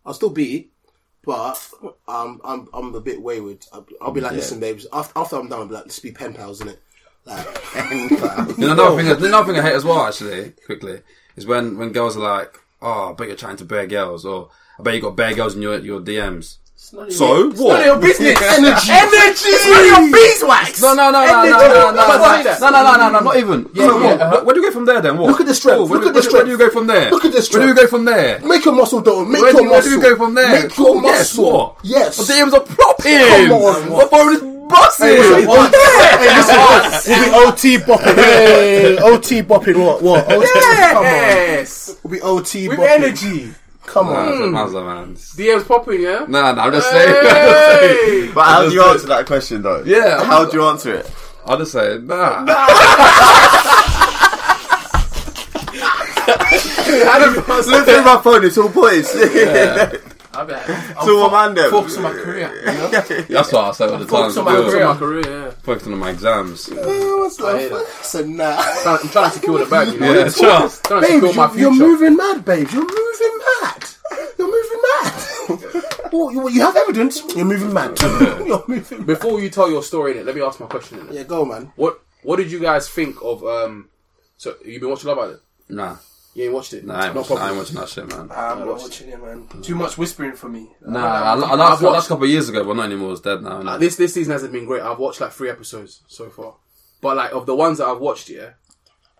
[SPEAKER 5] I'll still be, but um, I'm I'm a bit wayward. I'll, I'll be like, listen, babes. After, after I'm done, I'll be like, let's be pen pals, innit? Like,
[SPEAKER 6] You know, another thing, another thing I hate as well, actually, quickly, is when, when girls are like, "Oh, I bet you're chatting to bare girls," or "I bet you got bare girls in your your DMs." So what?
[SPEAKER 4] None of your business. Energy. Energy. It's none of your beeswax.
[SPEAKER 6] No, no, no, no, no,
[SPEAKER 4] Energy.
[SPEAKER 6] no, no, no,
[SPEAKER 4] I'm about to say that.
[SPEAKER 6] no, no, no, no, no, not even. Yeah, so
[SPEAKER 5] yeah,
[SPEAKER 6] what? Where- Where do you go from there then? What?
[SPEAKER 5] Look at the strength,
[SPEAKER 6] What? Where
[SPEAKER 5] look
[SPEAKER 6] do-
[SPEAKER 5] at the
[SPEAKER 6] Where do you go
[SPEAKER 5] strength.
[SPEAKER 6] from there?
[SPEAKER 5] Look at the
[SPEAKER 6] Where do you
[SPEAKER 5] strength.
[SPEAKER 6] go from there?
[SPEAKER 5] make your muscle, though. Make
[SPEAKER 6] Where do
[SPEAKER 5] your
[SPEAKER 6] you, where do
[SPEAKER 5] muscle.
[SPEAKER 6] you go from there?
[SPEAKER 5] Make your
[SPEAKER 6] Guess
[SPEAKER 5] muscle.
[SPEAKER 6] what?
[SPEAKER 5] Yes.
[SPEAKER 6] The DMs are plopping.
[SPEAKER 5] Come on.
[SPEAKER 6] My phone is busting.
[SPEAKER 5] what?
[SPEAKER 6] Yeah.
[SPEAKER 5] We'll be OT bopping. Hey, OT bopping what? What? OT, Come on.
[SPEAKER 4] Yes.
[SPEAKER 5] We'll be OT
[SPEAKER 4] With
[SPEAKER 5] bopping.
[SPEAKER 4] energy.
[SPEAKER 5] Come on.
[SPEAKER 6] Nah, Mazda, man.
[SPEAKER 4] DM's popping, yeah.
[SPEAKER 6] Nah, nah, I'm just saying.
[SPEAKER 4] Hey.
[SPEAKER 3] But how do you answer that question though?
[SPEAKER 6] Yeah,
[SPEAKER 3] How do you answer it?
[SPEAKER 6] I'll just say, nah.
[SPEAKER 3] Look through my phone, it's all boys.
[SPEAKER 4] I'll be like,
[SPEAKER 3] It's all
[SPEAKER 4] Oh,
[SPEAKER 3] a man there.
[SPEAKER 7] Focus on my career. you know?
[SPEAKER 6] That's what I say all the time.
[SPEAKER 7] Focus on my
[SPEAKER 6] Good.
[SPEAKER 4] "Focus on my career, yeah.
[SPEAKER 6] Focusing on my exams.
[SPEAKER 5] What's that? So nah.
[SPEAKER 4] I'm trying to secure the bag, you know.
[SPEAKER 6] Yeah, sure.
[SPEAKER 4] I'm trying to
[SPEAKER 5] Babe,
[SPEAKER 4] secure my
[SPEAKER 5] you,
[SPEAKER 4] future.
[SPEAKER 5] you're moving mad, babe. You're moving mad. You're moving mad. well, you, you have evidence. You're moving mad. you're moving mad.
[SPEAKER 4] Before you tell your story, innit, let me ask my question. Innit?
[SPEAKER 5] Yeah, go, man.
[SPEAKER 4] What What did you guys think of? um So you been watching Love Island?
[SPEAKER 6] Nah,
[SPEAKER 4] You ain't watched it.
[SPEAKER 6] nah, I ain't,
[SPEAKER 4] no
[SPEAKER 6] watching, I ain't
[SPEAKER 4] problem.
[SPEAKER 6] watching that shit, man.
[SPEAKER 7] I'm not watching it, man. Too much whispering for me.
[SPEAKER 6] Nah, I, I, I,
[SPEAKER 4] I've
[SPEAKER 6] last, I
[SPEAKER 4] watched-
[SPEAKER 6] last couple of years ago, but not anymore. It's dead now. innit?
[SPEAKER 4] Uh, this This season hasn't been great. I've watched like three episodes so far, but like of the ones that I've watched, yeah,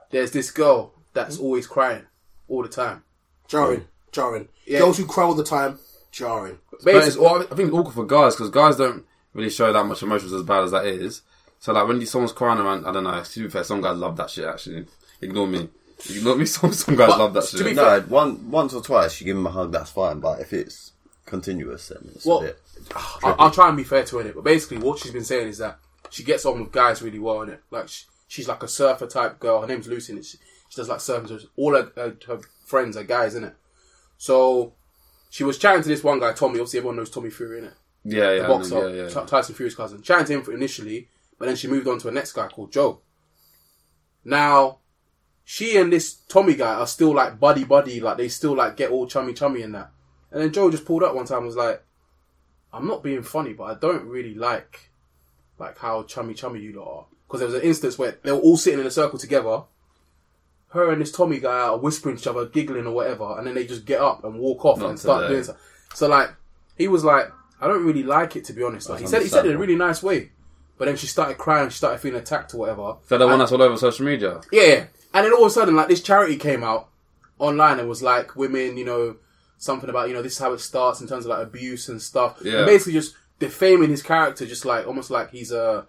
[SPEAKER 4] there's this girl that's always crying all the time.
[SPEAKER 5] Jarring. Jarring.
[SPEAKER 4] Yeah.
[SPEAKER 5] Girls who cry all the time. Jarring.
[SPEAKER 6] But it's,
[SPEAKER 4] Basically,
[SPEAKER 6] all- I think it's awkward for guys because guys don't really show that much emotions as bad as that is. So like when you- someone's crying around, I don't know. To be fair, some guys love that shit. Actually, ignore me. Ignore me. Some some guys love that
[SPEAKER 4] to
[SPEAKER 6] shit.
[SPEAKER 4] be
[SPEAKER 6] No,
[SPEAKER 3] No, one once or twice you give him a hug, that's fine. But if it's continuous then. It's a
[SPEAKER 4] Well,
[SPEAKER 3] bit-
[SPEAKER 4] I, I'll try and be fair to her, innit? but basically what she's been saying is that she gets on with guys really well, innit? Like she, she's like a surfer type girl. Her name's Lucy, and she, she does like surfing. So all her, her, her friends are guys, innit? So she was chatting to this one guy, Tommy. Obviously, everyone knows Tommy Fury, innit?
[SPEAKER 6] Yeah, yeah, I know,
[SPEAKER 4] boxer,
[SPEAKER 6] yeah, yeah.
[SPEAKER 4] Ty- Tyson Fury's cousin. Chatting to him for initially, but then she moved on to a next guy called Joe. Now, she and this Tommy guy are still like buddy buddy, like they still like get all chummy chummy and that. And then Joe just pulled up one time and was like, I'm not being funny, but I don't really like like how chummy chummy you lot are. Because there was an instance where they were all sitting in a circle together. Her and this Tommy guy are whispering to each other, giggling or whatever, and then they just get up and walk off and start
[SPEAKER 6] today.
[SPEAKER 4] doing something. So like, he was like, I don't really like it to be honest. Like, he said he said it in a really nice way, but then she started crying, she started feeling attacked or whatever.
[SPEAKER 6] So the one that's all over social media.
[SPEAKER 4] Yeah, yeah. And then all of a sudden, like this charity came out online and was like women, you know, something about you know this is how it starts in terms of like abuse and stuff.
[SPEAKER 6] Yeah.
[SPEAKER 4] And basically just defaming his character, just like almost like he's a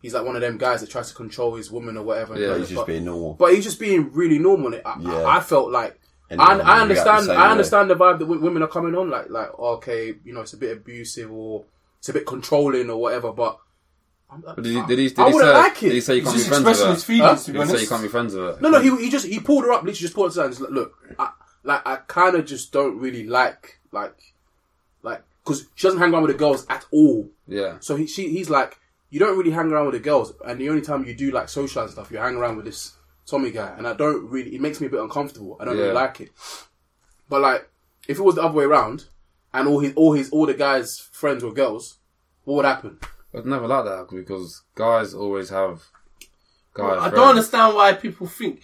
[SPEAKER 4] he's like one of them guys that tries to control his woman or whatever.
[SPEAKER 6] Yeah,
[SPEAKER 4] But-
[SPEAKER 3] He's just
[SPEAKER 4] but,
[SPEAKER 3] being normal.
[SPEAKER 4] but he's just being really normal. And I,
[SPEAKER 3] Yeah.
[SPEAKER 4] I, I felt like.
[SPEAKER 3] And
[SPEAKER 4] I,
[SPEAKER 3] then you
[SPEAKER 4] I
[SPEAKER 3] react the
[SPEAKER 4] understand.
[SPEAKER 3] same
[SPEAKER 4] I
[SPEAKER 3] way.
[SPEAKER 4] understand the vibe that w- women are coming on like, like okay, you know, it's a bit abusive or it's a bit controlling or whatever. But
[SPEAKER 6] But did he, did he, did
[SPEAKER 4] I
[SPEAKER 6] he
[SPEAKER 4] wouldn't
[SPEAKER 6] say,
[SPEAKER 4] like it.
[SPEAKER 6] Did he say you
[SPEAKER 7] He's
[SPEAKER 6] can't be
[SPEAKER 7] just
[SPEAKER 6] friends with
[SPEAKER 7] expressing
[SPEAKER 6] her?
[SPEAKER 7] his feelings,
[SPEAKER 6] Did
[SPEAKER 7] to be
[SPEAKER 6] he say you
[SPEAKER 7] honest.
[SPEAKER 6] can't be friends with her?
[SPEAKER 4] No, no, he, he just he pulled her up, literally just pulled her aside. And was like, look, I, like I kind of just don't really like like like because she doesn't hang around with the girls at all.
[SPEAKER 6] Yeah.
[SPEAKER 4] So he she he's like, you don't really hang around with the girls, and the only time you do like socialize and stuff, you hang around with this Tommy guy, and I don't really. It makes me a bit uncomfortable. I don't
[SPEAKER 6] Yeah.
[SPEAKER 4] really like it. But like, if it was the other way around, and all his all his all the guys' friends were girls, what would happen?
[SPEAKER 6] I'd never like that because guys always have guys.
[SPEAKER 7] I
[SPEAKER 6] friends.
[SPEAKER 7] don't understand why people think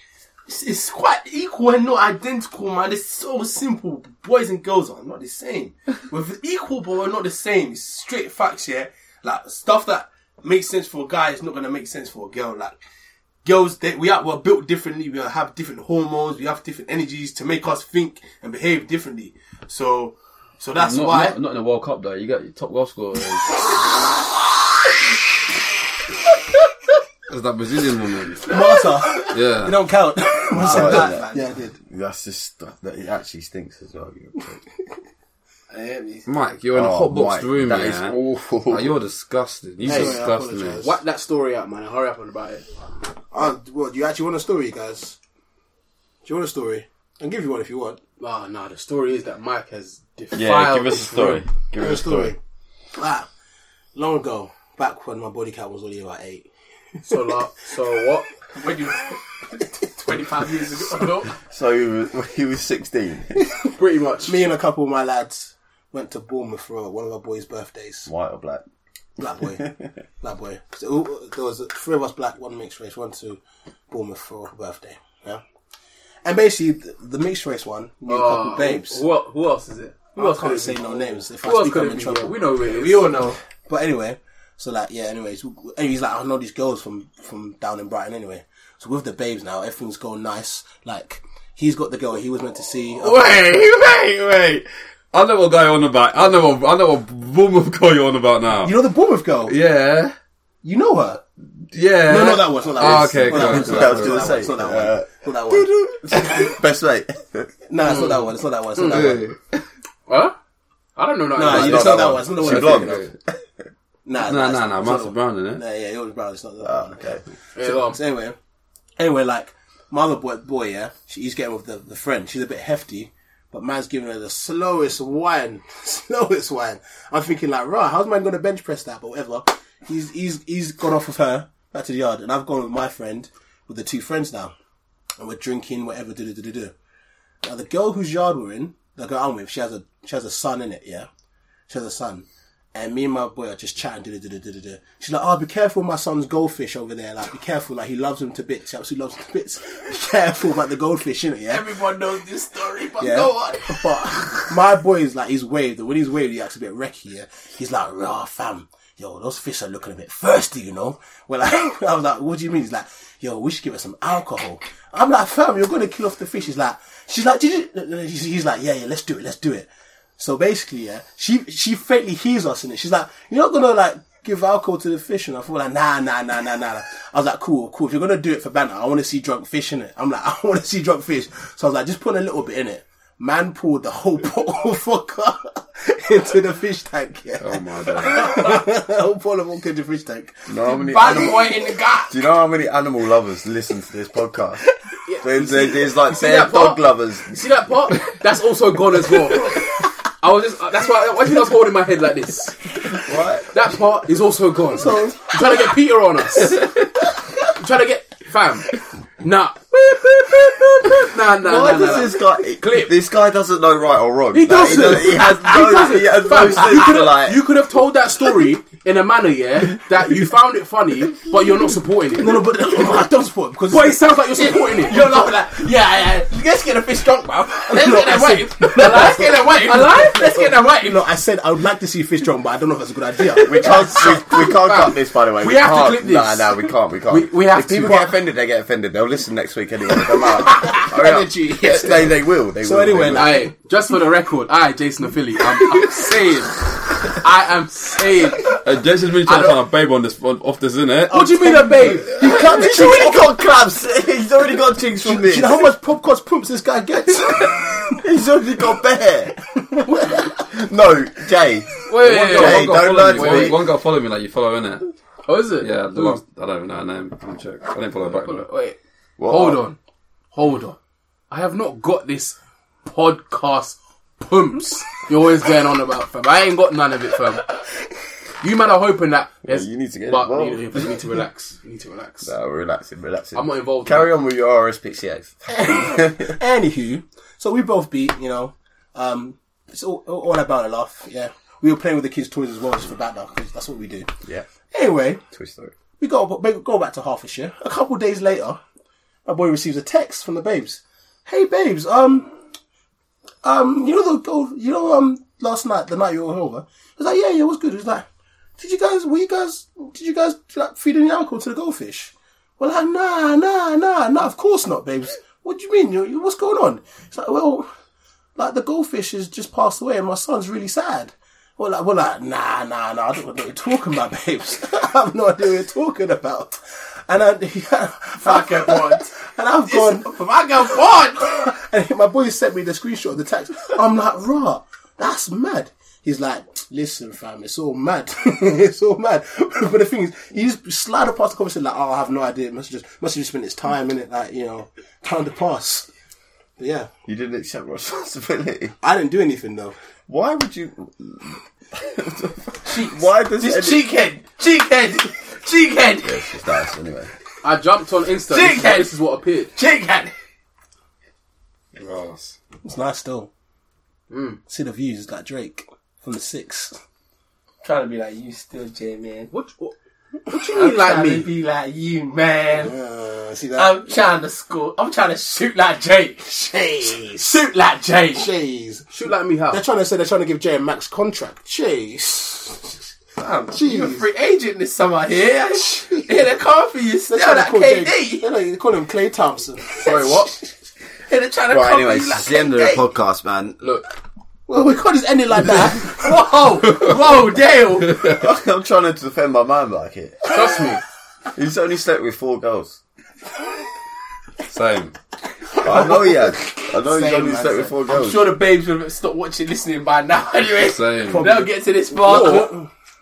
[SPEAKER 7] it's, it's quite equal and not identical, man. It's so simple. Boys and girls are not the same. We're equal, but we're not the same. It's straight facts, yeah. Like stuff that makes sense for a guy is not gonna make sense for a girl. Like girls, they, we are we're built differently. We have different hormones. We have different energies to make us think and behave differently. So, so that's
[SPEAKER 6] Not,
[SPEAKER 7] why.
[SPEAKER 6] not, not in the World Cup though. You got your top goal scorer. is- Is that Brazilian woman?
[SPEAKER 7] Marta,
[SPEAKER 6] Yeah.
[SPEAKER 7] you don't count. Said that, man.
[SPEAKER 5] Yeah, I did.
[SPEAKER 3] That's just stuff that it actually stinks as well. You
[SPEAKER 6] Mike, you're in a
[SPEAKER 3] Oh,
[SPEAKER 6] hot box
[SPEAKER 3] Mike,
[SPEAKER 6] room,
[SPEAKER 3] that is
[SPEAKER 6] yeah.
[SPEAKER 3] awful.
[SPEAKER 6] Like, you're disgusting. You're
[SPEAKER 5] Anyway, I
[SPEAKER 6] disgusting.
[SPEAKER 5] apologise.
[SPEAKER 4] Whack that story out, man. and Hurry up on about it.
[SPEAKER 5] Uh, what, do you actually want a story, guys? Do you want a story? I can give you one if you want.
[SPEAKER 4] Oh, no, the story is that Mike has defiled.
[SPEAKER 8] Yeah, give us a
[SPEAKER 4] this
[SPEAKER 8] story.
[SPEAKER 4] room.
[SPEAKER 8] Give
[SPEAKER 5] Here's
[SPEAKER 8] us a story.
[SPEAKER 5] Ah, long ago, back when my body count was only about eight.
[SPEAKER 4] So, like, so what?
[SPEAKER 7] When you twenty five years ago.
[SPEAKER 3] So he was, when he was 16.
[SPEAKER 4] Pretty much.
[SPEAKER 5] Me and a couple of my lads went to Bournemouth for one of our boys' birthdays.
[SPEAKER 3] White or black?
[SPEAKER 5] Black boy, black boy. So, all- there was three of us black, one mixed race, one to Bournemouth for her birthday. Yeah, and basically the, the mixed race one knew a couple
[SPEAKER 4] Uh,
[SPEAKER 5] of babes.
[SPEAKER 4] Who, who else is it? Who
[SPEAKER 5] I
[SPEAKER 4] else could
[SPEAKER 5] can't
[SPEAKER 4] it
[SPEAKER 5] say
[SPEAKER 4] be?
[SPEAKER 5] no names. If
[SPEAKER 4] Who
[SPEAKER 5] I
[SPEAKER 4] else
[SPEAKER 5] speak,
[SPEAKER 4] could
[SPEAKER 5] I'm
[SPEAKER 4] it
[SPEAKER 5] in
[SPEAKER 4] be?
[SPEAKER 5] trouble.
[SPEAKER 4] We know who it is.
[SPEAKER 7] We all know.
[SPEAKER 5] But anyway, so like yeah. Anyways, w- anyways, like I know these girls from from down in Brighton. Anyway, so with the babes now, everything's going nice. Like he's got the girl he was meant to see.
[SPEAKER 6] Wait, wait, wait. I know what guy you're on about. I know what I know what woman guy you're on about now.
[SPEAKER 5] You know the Bournemouth girl.
[SPEAKER 6] yeah,
[SPEAKER 5] You know her.
[SPEAKER 6] yeah.
[SPEAKER 5] No, not that one. Not that
[SPEAKER 6] Ah,
[SPEAKER 5] one.
[SPEAKER 6] okay,
[SPEAKER 5] Not that
[SPEAKER 6] cool,
[SPEAKER 5] one,
[SPEAKER 6] cool,
[SPEAKER 5] not that
[SPEAKER 3] cool.
[SPEAKER 5] one,
[SPEAKER 3] I
[SPEAKER 5] not
[SPEAKER 3] was
[SPEAKER 5] that
[SPEAKER 3] gonna
[SPEAKER 5] one,
[SPEAKER 3] say, uh,
[SPEAKER 5] Not that one. Not that one.
[SPEAKER 3] Best mate.
[SPEAKER 5] Nah, it's not
[SPEAKER 4] Mm.
[SPEAKER 5] that one. It's not that one. It's not that one.
[SPEAKER 6] Hey.
[SPEAKER 4] Huh? I don't know nothing
[SPEAKER 5] Nah,
[SPEAKER 4] about
[SPEAKER 5] you
[SPEAKER 4] this.
[SPEAKER 5] don't know that one. It's not the one.
[SPEAKER 3] She
[SPEAKER 5] I'm
[SPEAKER 3] blonde.
[SPEAKER 5] thinking of. Nah,
[SPEAKER 6] Nah,
[SPEAKER 5] it's
[SPEAKER 6] nah,
[SPEAKER 5] not-
[SPEAKER 6] nah.
[SPEAKER 5] it's not the
[SPEAKER 6] Martha
[SPEAKER 5] one.
[SPEAKER 6] Brown, innit?
[SPEAKER 5] Nah, yeah, it was brown. It's not that one.
[SPEAKER 3] Okay.
[SPEAKER 4] Yeah, go on.
[SPEAKER 5] So anyway, anyway, like my other boy, boy yeah, she, he's getting with the, the friend. She's a bit hefty, but man's giving her the slowest wine, slowest wine. I'm thinking like, right, how's man gonna bench press that? But whatever. He's he's he's gone off with her back to the yard, and I've gone with my friend with the two friends now, and we're drinking whatever. Do do do do. Now the girl whose yard we're in, the girl I'm with, she has a she has a son in it, yeah. She has a son. And me and my boy are just chatting. duh, duh, duh, duh, duh, duh, duh. She's like, "Oh, be careful, my son's goldfish over there. Like, be careful. Like, he loves him to bits. He absolutely loves him to bits. Be careful about the goldfish, innit? Yeah,
[SPEAKER 7] Everyone knows this story, but
[SPEAKER 5] yeah.
[SPEAKER 7] no one.
[SPEAKER 5] But my boy is like, he's waved. And when he's waved, he acts a bit wrecky. Yeah? He's like, rah, fam. Yo, those fish are looking a bit thirsty, you know? Well, like, I was like, what do you mean? He's like, yo, we should give it some alcohol. I'm like, fam, you're going to kill off the fish. He's like, she's like, did you? He's he's like, yeah, yeah, let's do it, let's do it. So basically, yeah, she, she faintly hears us in it. She's like, you're not going to like, give alcohol to the fish and I thought like nah nah nah nah nah nah. I was like cool cool if you're gonna do it for banner I want to see drunk fish in it I'm like I want to see drunk fish so I was like just put a little bit in it Man pulled the whole bottle of vodka into the fish tank. Yeah,
[SPEAKER 3] Oh my god.
[SPEAKER 5] oh, Paul walked into the fish tank.
[SPEAKER 3] You know how many
[SPEAKER 7] Bad
[SPEAKER 3] animal-
[SPEAKER 7] boy in the gut.
[SPEAKER 3] do you know how many animal lovers listen to this podcast? There- there- there's like
[SPEAKER 4] see
[SPEAKER 3] they're
[SPEAKER 4] that part?
[SPEAKER 3] dog lovers.
[SPEAKER 4] See that part? That's also gone as well. I was just, that's why, why do you think I was holding my head like this?
[SPEAKER 3] Right?
[SPEAKER 4] That part is also gone. You're trying to get Peter on us. You're trying to get, fam. Nah. Nah, nah,
[SPEAKER 3] Why
[SPEAKER 4] nah, nah,
[SPEAKER 3] does
[SPEAKER 4] nah.
[SPEAKER 3] this guy?
[SPEAKER 4] Clip.
[SPEAKER 3] This guy doesn't know right or wrong.
[SPEAKER 4] He
[SPEAKER 3] Like,
[SPEAKER 4] doesn't.
[SPEAKER 3] He, has no. He,
[SPEAKER 4] doesn't.
[SPEAKER 3] has no
[SPEAKER 4] Fam, you
[SPEAKER 3] sense
[SPEAKER 4] could
[SPEAKER 3] to
[SPEAKER 4] have
[SPEAKER 3] like.
[SPEAKER 4] you could have told that story in a manner, yeah, that you found it funny, but you're not supporting it.
[SPEAKER 5] No, no, but I don't support it because
[SPEAKER 4] But it sounds like you're supporting it.
[SPEAKER 7] You're laughing like, yeah, yeah, let's get the fish drunk, man. Let's
[SPEAKER 5] No,
[SPEAKER 7] get that
[SPEAKER 5] I
[SPEAKER 7] white. Let's get that white.
[SPEAKER 4] Alive?
[SPEAKER 7] Let's get that white.
[SPEAKER 5] no, I said I would like to see fish drunk, but I don't know if that's a good idea.
[SPEAKER 3] We can't. We, we can't cut this. By the way, we,
[SPEAKER 4] have to
[SPEAKER 3] can't-
[SPEAKER 4] clip this.
[SPEAKER 3] Nah, nah, we can't. We can't.
[SPEAKER 4] We- we have
[SPEAKER 3] if people
[SPEAKER 4] to.
[SPEAKER 3] get offended, they get offended. They'll listen next week anyway. Don't matter. Hurry up.
[SPEAKER 7] Energy.
[SPEAKER 3] Yes, they, they will. They
[SPEAKER 5] So
[SPEAKER 3] will.
[SPEAKER 5] anyway,
[SPEAKER 3] they will.
[SPEAKER 5] like-
[SPEAKER 4] Aye, just for the record, I, Jason Affili, I'm, I'm saying, I am saying.
[SPEAKER 6] Uh, Jason's really trying to
[SPEAKER 4] don't-
[SPEAKER 6] find a babe on this on, off this, isn't
[SPEAKER 5] Oh,
[SPEAKER 6] it?
[SPEAKER 4] What do you mean a babe?
[SPEAKER 3] he's already got claps. He's already got things from
[SPEAKER 5] Do
[SPEAKER 3] this.
[SPEAKER 5] you know how much pop cost pumps this guy gets?
[SPEAKER 3] He's already got bear. no, Jay.
[SPEAKER 4] Wait,
[SPEAKER 6] One
[SPEAKER 4] wait,
[SPEAKER 6] girl,
[SPEAKER 3] Hey,
[SPEAKER 6] one
[SPEAKER 4] wait, wait.
[SPEAKER 6] girl
[SPEAKER 3] don't
[SPEAKER 6] follow
[SPEAKER 3] lie
[SPEAKER 6] me.
[SPEAKER 3] to
[SPEAKER 6] One-
[SPEAKER 3] me.
[SPEAKER 6] One girl follow me like you follow innit?
[SPEAKER 4] Oh, is it?
[SPEAKER 6] Yeah, the
[SPEAKER 4] Ooh.
[SPEAKER 6] last I don't even know her name. Let me check. I didn't follow her back. though.
[SPEAKER 4] Wait,
[SPEAKER 3] What?
[SPEAKER 4] hold on, hold on. I have not got this podcast pumps you're always going on about, fam. I ain't got none of it, fam. You man are hoping that. Yes,
[SPEAKER 3] you need to get
[SPEAKER 4] but
[SPEAKER 3] involved.
[SPEAKER 4] you, need- you need to relax. You need to relax.
[SPEAKER 3] No, we're relaxing, relaxing.
[SPEAKER 4] I'm not involved.
[SPEAKER 3] Carry on with your RSPCA.
[SPEAKER 5] Anywho, so we both beat, you know. Um, it's all, all about a laugh, yeah. We were playing with the kids' toys as well, just for banter, because that's what we do.
[SPEAKER 3] yeah,
[SPEAKER 5] Anyway,
[SPEAKER 3] twist story.
[SPEAKER 5] we go go back to Hertfordshire. A couple of days later, my boy receives a text from the babes. Hey babes, um, um, you know the girl- you know um last night the night you were over. I was like, yeah, yeah, what's good? It was like, did you guys were you guys did you guys like feed any alcohol to the goldfish? We're like, nah, nah, nah, nah. Of course not, babes. What do you mean? You- you- What's going on? It's like, well, like the goldfish has just passed away, and my son's really sad. We're like, we're like, nah, nah, nah. I don't know what you're talking about, babes. I have no idea what you're talking about. And I,
[SPEAKER 7] Fucking bored.
[SPEAKER 5] and I've gone.
[SPEAKER 7] Fucking bored.
[SPEAKER 5] And my boy sent me the screenshot of the text. I'm like, rah, that's mad. He's like, listen, fam, it's all mad. it's all mad. but the thing is, he just slided past the conversation like, oh, I have no idea. It must have just must have just spent his time in it, like you know, time to pass. But yeah,
[SPEAKER 3] You didn't accept responsibility.
[SPEAKER 5] I didn't do anything though.
[SPEAKER 3] Why would you? Why does
[SPEAKER 7] This
[SPEAKER 3] any-
[SPEAKER 7] cheekhead. Cheekhead. Cheekhead.
[SPEAKER 3] Yes, it's nice anyway.
[SPEAKER 4] I jumped on Insta. This is,
[SPEAKER 7] Dickhead.
[SPEAKER 4] this is what appeared.
[SPEAKER 7] Cheekhead.
[SPEAKER 5] It's nice though. See the views, it's like Drake from the six.
[SPEAKER 7] Trying to be like you still, J man.
[SPEAKER 4] What? What, what you mean like
[SPEAKER 7] Trying to
[SPEAKER 4] me?
[SPEAKER 7] be like you, man.
[SPEAKER 5] Uh, see that?
[SPEAKER 7] I'm trying to score. I'm trying to shoot like Jake.
[SPEAKER 5] Jeez,
[SPEAKER 7] Shoot like Jake.
[SPEAKER 5] jeez.
[SPEAKER 4] Shoot like me how?
[SPEAKER 5] They're trying to say they're trying to give Jay a max contract. Jeez.
[SPEAKER 7] You're a free agent this summer here. Here they come for you. Still
[SPEAKER 5] They're trying
[SPEAKER 7] like
[SPEAKER 5] to call Jay.
[SPEAKER 7] KD.
[SPEAKER 5] They're like- They call him Clay Thompson.
[SPEAKER 3] Sorry, what?
[SPEAKER 7] Here they're trying to
[SPEAKER 3] Right,
[SPEAKER 7] come
[SPEAKER 3] anyway,
[SPEAKER 7] for you like
[SPEAKER 3] it's the end of the
[SPEAKER 7] KD.
[SPEAKER 3] podcast, man. Look,
[SPEAKER 5] Well, we can't just end it like that.
[SPEAKER 7] Whoa, whoa, Dale.
[SPEAKER 3] I'm trying to defend my man like it.
[SPEAKER 4] Trust me.
[SPEAKER 3] He's only slept with four girls.
[SPEAKER 6] Same.
[SPEAKER 3] I know he has. I know he's
[SPEAKER 5] Same,
[SPEAKER 3] only
[SPEAKER 5] man,
[SPEAKER 3] slept
[SPEAKER 5] same.
[SPEAKER 3] with four
[SPEAKER 7] I'm
[SPEAKER 3] girls.
[SPEAKER 7] sure the babes will have stopped watching, listening by now. Anyway,
[SPEAKER 6] Same.
[SPEAKER 7] they'll get to this part.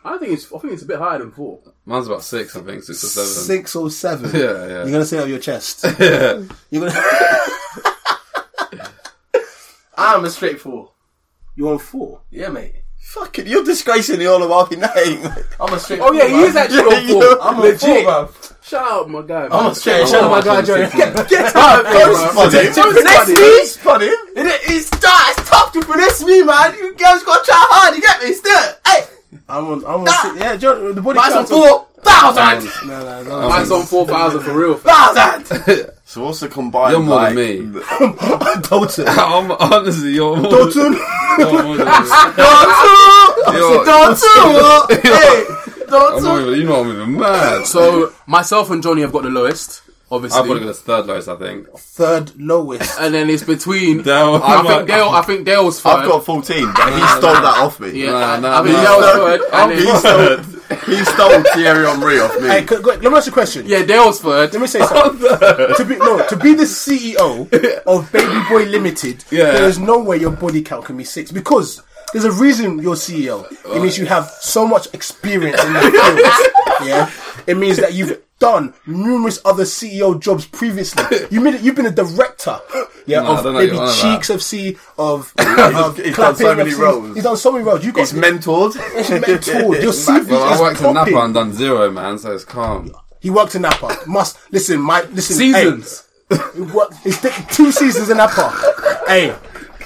[SPEAKER 4] I think it's. I think it's a bit higher than four.
[SPEAKER 6] Mine's about six, I think, six or seven.
[SPEAKER 5] Six or seven.
[SPEAKER 6] Yeah, yeah.
[SPEAKER 5] You're gonna say it out your chest. You're gonna.
[SPEAKER 7] I'm a straight four.
[SPEAKER 5] You're on four.
[SPEAKER 7] Yeah, mate.
[SPEAKER 3] Fucking, you're disgracing the Olamapi name.
[SPEAKER 7] I'm a straight.
[SPEAKER 4] Oh yeah, he
[SPEAKER 7] four,
[SPEAKER 4] is
[SPEAKER 7] man.
[SPEAKER 4] actually on four.
[SPEAKER 3] you're-
[SPEAKER 7] I'm a
[SPEAKER 4] Legit.
[SPEAKER 7] four, man.
[SPEAKER 4] Shout out my guy.
[SPEAKER 7] I'm
[SPEAKER 4] man.
[SPEAKER 7] a straight.
[SPEAKER 4] Oh,
[SPEAKER 7] Shout out
[SPEAKER 4] my
[SPEAKER 7] my
[SPEAKER 4] guy,
[SPEAKER 7] guy,
[SPEAKER 4] Joey.
[SPEAKER 7] Joey. Get, get
[SPEAKER 3] Next week, spot him.
[SPEAKER 7] It, it's, it's tough to finesse me, man. You girls gotta try hard. You get me? Still, hey,
[SPEAKER 5] I'm on. I'm on.
[SPEAKER 7] Ah!
[SPEAKER 5] Six. Yeah, John, the body
[SPEAKER 7] mine's on
[SPEAKER 5] count's on-
[SPEAKER 7] four thousand.
[SPEAKER 5] No, no, no.
[SPEAKER 4] Mine's on four thousand for real. fam.
[SPEAKER 7] Thousand.
[SPEAKER 3] So what's the combined?
[SPEAKER 6] You're more than
[SPEAKER 3] like-
[SPEAKER 6] me.
[SPEAKER 5] Dalton.
[SPEAKER 6] I'm honestly, you're more
[SPEAKER 5] Dalton.
[SPEAKER 6] you're more than me. You're-
[SPEAKER 7] Don't do it. Hey,
[SPEAKER 6] I'm
[SPEAKER 7] don't
[SPEAKER 6] not
[SPEAKER 7] do it.
[SPEAKER 6] even, you know I'm even mad.
[SPEAKER 4] So myself and Johnny have got the lowest, obviously.
[SPEAKER 6] I've got to go to third lowest, I think.
[SPEAKER 5] Third lowest.
[SPEAKER 4] and then it's between.
[SPEAKER 6] Dale.
[SPEAKER 4] I
[SPEAKER 6] I'm
[SPEAKER 4] think
[SPEAKER 6] a-
[SPEAKER 4] Dale. I think Dale's 5
[SPEAKER 3] I've got 14, but he stole that off me.
[SPEAKER 4] yeah,
[SPEAKER 6] Nah,
[SPEAKER 4] I-
[SPEAKER 6] nah,
[SPEAKER 4] I think
[SPEAKER 6] nah.
[SPEAKER 4] Dale's
[SPEAKER 3] Nah.
[SPEAKER 4] third.
[SPEAKER 3] I'm
[SPEAKER 4] And then,
[SPEAKER 3] stole, he stole Thierry Henry off me.
[SPEAKER 5] Hey, c- go- let me ask you a question.
[SPEAKER 4] yeah, Dale's third.
[SPEAKER 5] Let me say something. to be no, to be the CEO of Baby Boy Limited,
[SPEAKER 6] Yeah.
[SPEAKER 5] there is no way your body count can be six because There's a reason you're CEO. It means you have so much experience in the field. Yeah, it means that you've done numerous other CEO jobs previously. You made it, you've been a director. Yeah,
[SPEAKER 6] No, I
[SPEAKER 5] of
[SPEAKER 6] don't know-
[SPEAKER 5] maybe
[SPEAKER 6] I don't know that.
[SPEAKER 5] Cheeks FC of, of
[SPEAKER 3] he's done
[SPEAKER 5] Clapping
[SPEAKER 3] so many
[SPEAKER 5] FCs.
[SPEAKER 3] roles.
[SPEAKER 5] He's done so many roles. You got
[SPEAKER 3] It's mentored.
[SPEAKER 5] mentored. Your CV
[SPEAKER 6] Well,
[SPEAKER 5] is
[SPEAKER 6] I worked in
[SPEAKER 5] popping.
[SPEAKER 6] Napa and done zero, man, so it's calm.
[SPEAKER 5] He worked in Napa. Must listen, my listen.
[SPEAKER 4] Seasons.
[SPEAKER 5] Hey, what, he's t- two seasons in Napa. hey,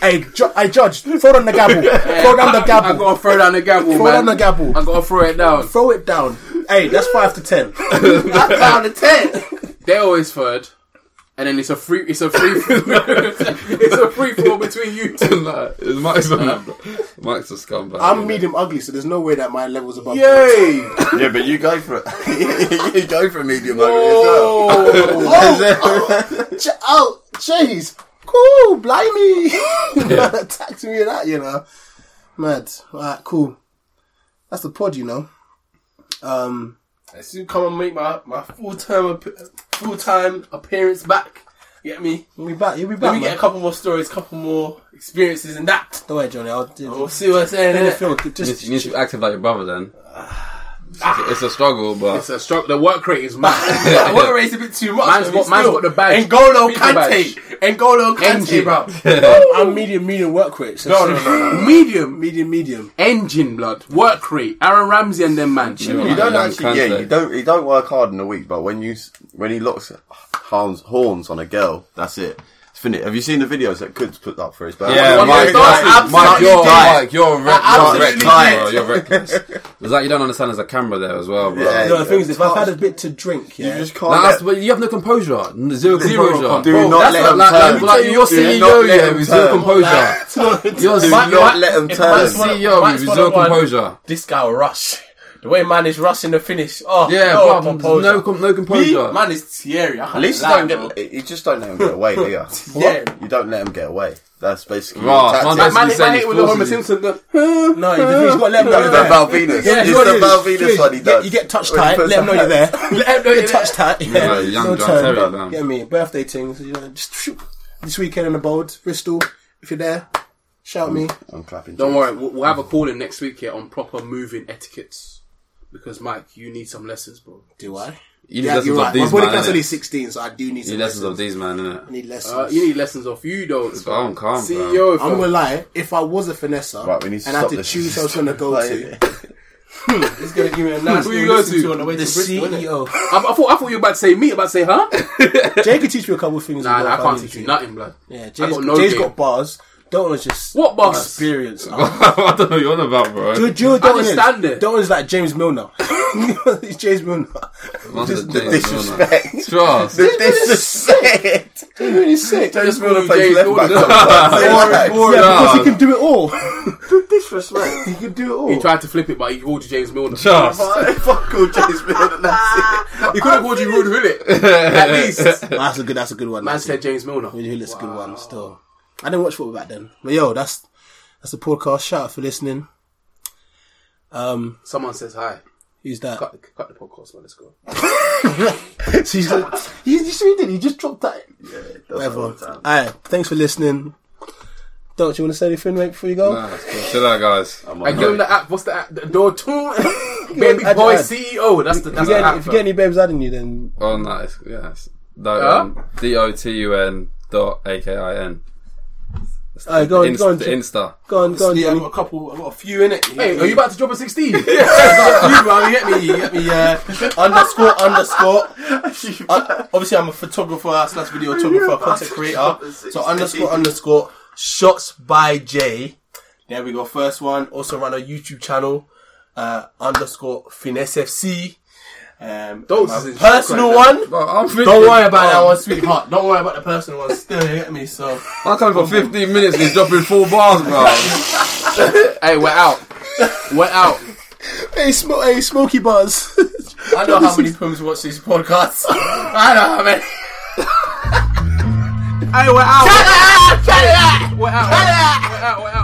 [SPEAKER 5] hey, ju- I judge. Throw down the gavel. Throw down the
[SPEAKER 4] I
[SPEAKER 5] gavel.
[SPEAKER 4] gotta throw down the gavel,
[SPEAKER 5] Throw
[SPEAKER 4] man.
[SPEAKER 5] down the gavel.
[SPEAKER 4] I gotta throw it down.
[SPEAKER 5] Throw it down. Hey, that's five to ten.
[SPEAKER 7] Down the ten.
[SPEAKER 4] They're always third, and then it's a free, it's a free, it's a free fall between you two.
[SPEAKER 6] no, it's Mike's on Mike's a scumbag.
[SPEAKER 5] I'm medium ugly, so there's no way that my level's above.
[SPEAKER 4] Yay!
[SPEAKER 3] yeah, but you go for it. you go for medium ugly as well.
[SPEAKER 5] Ch- oh, jeez. Cool, blimey. Attacked me and that, you know. Mad. Alright, cool. That's the pod, you know. Um,
[SPEAKER 7] I soon come and make my, my full term full time appearance back. You Get me?
[SPEAKER 5] you'll be back. You'll be
[SPEAKER 7] Let
[SPEAKER 5] back,
[SPEAKER 7] me
[SPEAKER 5] man.
[SPEAKER 7] get a couple more stories, couple more experiences, and that.
[SPEAKER 5] Don't worry, Johnny. I'll do
[SPEAKER 7] We'll see what I'm saying.
[SPEAKER 5] in the
[SPEAKER 7] innit?
[SPEAKER 5] field.
[SPEAKER 6] You need,
[SPEAKER 5] Just
[SPEAKER 6] to, you need to be active like your brother then. It's a, it's a struggle, but
[SPEAKER 4] It's a struggle. The work rate is mad.
[SPEAKER 7] I want to raise a bit too much.
[SPEAKER 4] Man's
[SPEAKER 7] but
[SPEAKER 4] got-
[SPEAKER 7] we
[SPEAKER 4] man's
[SPEAKER 7] still-
[SPEAKER 4] got the badge.
[SPEAKER 7] N'Golo
[SPEAKER 4] Beat the badge.
[SPEAKER 7] Kante. N'Golo
[SPEAKER 4] Engine.
[SPEAKER 7] Kante, bro.
[SPEAKER 5] I'm medium, medium work rate. So
[SPEAKER 7] No, no, no, no,
[SPEAKER 4] Medium
[SPEAKER 5] Medium, medium.
[SPEAKER 4] engine blood work rate. Aaron Ramsey and them man.
[SPEAKER 3] You don't
[SPEAKER 6] Young
[SPEAKER 3] actually, yeah,
[SPEAKER 6] cancer.
[SPEAKER 3] you don't, you don't work hard in a week, but when you, s- when he locks horns, horns on a girl, that's it. It's finished. Have you seen the videos that Goods put up for his band?
[SPEAKER 6] Yeah,
[SPEAKER 4] One
[SPEAKER 6] Mike,
[SPEAKER 4] day Darcy-
[SPEAKER 6] Mike, Mike,
[SPEAKER 7] absolutely
[SPEAKER 6] you're,
[SPEAKER 7] died.
[SPEAKER 6] Mike, you're, re- you're
[SPEAKER 7] absolutely
[SPEAKER 6] reckless,
[SPEAKER 7] died.
[SPEAKER 6] bro. You're reckless. It's like you don't understand there's a camera there as well, bro.
[SPEAKER 3] Yeah.
[SPEAKER 5] No, the thing is, if I've had a bit to drink, yeah.
[SPEAKER 3] You just can't.
[SPEAKER 6] Like,
[SPEAKER 3] let-
[SPEAKER 6] that's, but you have no composure. N- Zero composure.
[SPEAKER 3] do not
[SPEAKER 6] that's
[SPEAKER 3] let
[SPEAKER 6] what-
[SPEAKER 3] them
[SPEAKER 6] like,
[SPEAKER 3] turn.
[SPEAKER 6] like, like, you're
[SPEAKER 3] Do
[SPEAKER 6] CEO,
[SPEAKER 3] not let
[SPEAKER 6] yeah,
[SPEAKER 3] them
[SPEAKER 6] with zero
[SPEAKER 3] turn.
[SPEAKER 6] composure. E You're
[SPEAKER 3] Do not let them
[SPEAKER 7] If
[SPEAKER 3] turn.
[SPEAKER 7] Mike's one of-
[SPEAKER 6] CEO
[SPEAKER 7] Mike's
[SPEAKER 6] E with
[SPEAKER 7] one
[SPEAKER 6] zero
[SPEAKER 7] of one,
[SPEAKER 6] composure.
[SPEAKER 7] This guy will rush. The way man is rushing the finish. Oh,
[SPEAKER 6] Yeah,
[SPEAKER 7] no
[SPEAKER 6] bro,
[SPEAKER 7] composure.
[SPEAKER 6] no com- no composure.
[SPEAKER 7] Me? Man is Thierry. I can't
[SPEAKER 3] At least you
[SPEAKER 7] lie,
[SPEAKER 3] don't
[SPEAKER 7] bro.
[SPEAKER 3] get, you just don't let him get away, do you?
[SPEAKER 7] Yeah.
[SPEAKER 3] You don't let him get away. That's basically
[SPEAKER 6] Right,
[SPEAKER 3] your
[SPEAKER 6] man,
[SPEAKER 3] tactic.
[SPEAKER 6] that's-
[SPEAKER 4] Man,
[SPEAKER 6] He's
[SPEAKER 4] I hate
[SPEAKER 6] saying
[SPEAKER 4] when the Homer
[SPEAKER 6] forces you.
[SPEAKER 4] Simpson. The,
[SPEAKER 5] No, you just got to let him know
[SPEAKER 3] It's
[SPEAKER 5] you're
[SPEAKER 3] the
[SPEAKER 5] there.
[SPEAKER 3] Val Venus.
[SPEAKER 5] Yeah,
[SPEAKER 3] it's
[SPEAKER 5] you know
[SPEAKER 3] the
[SPEAKER 5] what it
[SPEAKER 3] Val
[SPEAKER 5] is?
[SPEAKER 3] Venus one he
[SPEAKER 5] You get-
[SPEAKER 3] does.
[SPEAKER 5] You get touched
[SPEAKER 3] When he
[SPEAKER 5] tight,
[SPEAKER 3] puts
[SPEAKER 5] let him know
[SPEAKER 3] that-
[SPEAKER 5] you're there. Let him know you're touched tight.
[SPEAKER 6] Yeah,
[SPEAKER 5] Yeah,
[SPEAKER 6] young
[SPEAKER 5] no
[SPEAKER 6] John
[SPEAKER 5] turn.
[SPEAKER 6] Terry, man.
[SPEAKER 5] Get me birthday things. You know, just shoot. this weekend in the bold Bristol. If you're there, shout me.
[SPEAKER 3] I'm clapping.
[SPEAKER 4] Don't worry, we'll, we'll have a call in next week here on proper moving etiquettes. Because Mike, you need some lessons, bro.
[SPEAKER 5] Do I?
[SPEAKER 6] You need
[SPEAKER 5] Yeah,
[SPEAKER 6] lessons
[SPEAKER 5] you're
[SPEAKER 6] of
[SPEAKER 5] right. My
[SPEAKER 6] these,
[SPEAKER 5] body count's
[SPEAKER 6] man.
[SPEAKER 5] only
[SPEAKER 6] innit?
[SPEAKER 5] 16, so I do need
[SPEAKER 6] You
[SPEAKER 5] some
[SPEAKER 6] need lessons of
[SPEAKER 5] lessons.
[SPEAKER 6] these, man, innit?
[SPEAKER 5] I need lessons.
[SPEAKER 4] Uh, you need lessons off you, though.
[SPEAKER 6] I'm calm, bro.
[SPEAKER 4] CEO,
[SPEAKER 5] I'm
[SPEAKER 4] fam.
[SPEAKER 5] gonna lie. If I was a finesser
[SPEAKER 3] Right, we need to
[SPEAKER 5] and I had
[SPEAKER 3] stop
[SPEAKER 5] to
[SPEAKER 3] this.
[SPEAKER 5] choose who I was gonna go
[SPEAKER 3] Like,
[SPEAKER 5] to,
[SPEAKER 7] He's going to give me a nice
[SPEAKER 4] Who
[SPEAKER 7] little
[SPEAKER 4] you go
[SPEAKER 7] listen
[SPEAKER 4] to?
[SPEAKER 7] on the way
[SPEAKER 5] the
[SPEAKER 7] to Bristol, innit?
[SPEAKER 5] CEO.
[SPEAKER 4] I, I thought I thought you were about to say me. About to say, huh?
[SPEAKER 5] Jay could teach me a couple of things.
[SPEAKER 4] nah,
[SPEAKER 5] as well
[SPEAKER 4] nah, I
[SPEAKER 5] if
[SPEAKER 4] can't
[SPEAKER 5] needed
[SPEAKER 4] teach
[SPEAKER 5] to.
[SPEAKER 4] you nothing, blood.
[SPEAKER 5] Yeah, Jay's,
[SPEAKER 4] I got no
[SPEAKER 5] Jay's
[SPEAKER 4] game.
[SPEAKER 5] got bars. Don't just
[SPEAKER 4] What bars?
[SPEAKER 5] experience.
[SPEAKER 6] I don't know what you're on about, bro.
[SPEAKER 5] Do, do you know what
[SPEAKER 4] I
[SPEAKER 5] Dalton is?
[SPEAKER 4] understand it.
[SPEAKER 5] Dalton is like James Milner. He's James Milner.
[SPEAKER 6] Must have
[SPEAKER 3] the
[SPEAKER 6] changed,
[SPEAKER 3] disrespect.
[SPEAKER 6] don't I? Trust.
[SPEAKER 3] The disrespect.
[SPEAKER 5] Really sick.
[SPEAKER 3] James Milner
[SPEAKER 4] you
[SPEAKER 3] plays
[SPEAKER 4] James
[SPEAKER 3] left back.
[SPEAKER 4] Milner.
[SPEAKER 3] sometimes.
[SPEAKER 5] Yeah, because he
[SPEAKER 6] Trust.
[SPEAKER 5] can do it all. disrespect. He can do it
[SPEAKER 4] He
[SPEAKER 5] all.
[SPEAKER 4] tried to flip it, but he called you James Milner.
[SPEAKER 6] Trust.
[SPEAKER 3] Fuck all James Milner. That's it.
[SPEAKER 4] He could have called you Rude Hullet. At least.
[SPEAKER 5] Nah, that's a good. That's a good one.
[SPEAKER 4] Man
[SPEAKER 5] That's
[SPEAKER 4] said James Milner.
[SPEAKER 5] a really that's a good one. Still, I didn't watch football back then. But yo, that's that's the podcast. Shout out for listening. Um,
[SPEAKER 4] Someone says hi.
[SPEAKER 5] who's that?
[SPEAKER 4] Cut, cut the podcast, man. Let's go.
[SPEAKER 5] He's like, he, he sure did. He just dropped that. Whatever. Alright, thanks for listening. Don't you want to say anything, mate, before you go?
[SPEAKER 6] Nah, it's cool. Chill out, guys.
[SPEAKER 4] And give him the app. What's the app? The door two. Baby
[SPEAKER 5] Give him-
[SPEAKER 4] boy
[SPEAKER 5] add- add.
[SPEAKER 4] CEO. That's the that's
[SPEAKER 5] if,
[SPEAKER 4] the
[SPEAKER 5] you get,
[SPEAKER 4] app.
[SPEAKER 5] if you get
[SPEAKER 4] fam.
[SPEAKER 5] any babes adding you, then
[SPEAKER 6] Oh, nice. Yes. um, D O T U N dot A K I N.
[SPEAKER 5] alright, Oh, go on,
[SPEAKER 6] Inst-
[SPEAKER 5] go on,
[SPEAKER 6] the
[SPEAKER 5] Jo-
[SPEAKER 6] Insta.
[SPEAKER 5] go on, go on,
[SPEAKER 7] Yeah, I've
[SPEAKER 5] Johnny.
[SPEAKER 7] got a couple, I've got a few in it.
[SPEAKER 4] Hey, are you about to drop a sixteen?
[SPEAKER 7] you, bro. You get me. You get me. Uh, underscore underscore. Uh, obviously, I'm a photographer slash videographer, content creator. So underscore underscore shots by J. There we go. First one. Also run a YouTube channel. Uh, underscore finesse FC. Um,
[SPEAKER 4] Those
[SPEAKER 7] my
[SPEAKER 4] is in
[SPEAKER 7] personal
[SPEAKER 4] shock right
[SPEAKER 7] one.
[SPEAKER 6] Bro, I'm thinking-
[SPEAKER 7] Don't worry about that one, sweetheart. Don't worry about the personal one. Still, you get me. So
[SPEAKER 6] I'm coming for 15 minutes and he's dropping four bars, bro.
[SPEAKER 4] hey, we're out. We're out.
[SPEAKER 5] Hey, sm- hey, Smoky Buzz.
[SPEAKER 7] I know how many people watch these podcasts. I know how many.
[SPEAKER 4] Hey, we're out. We're out. We're out. We're out. We're out. We're out.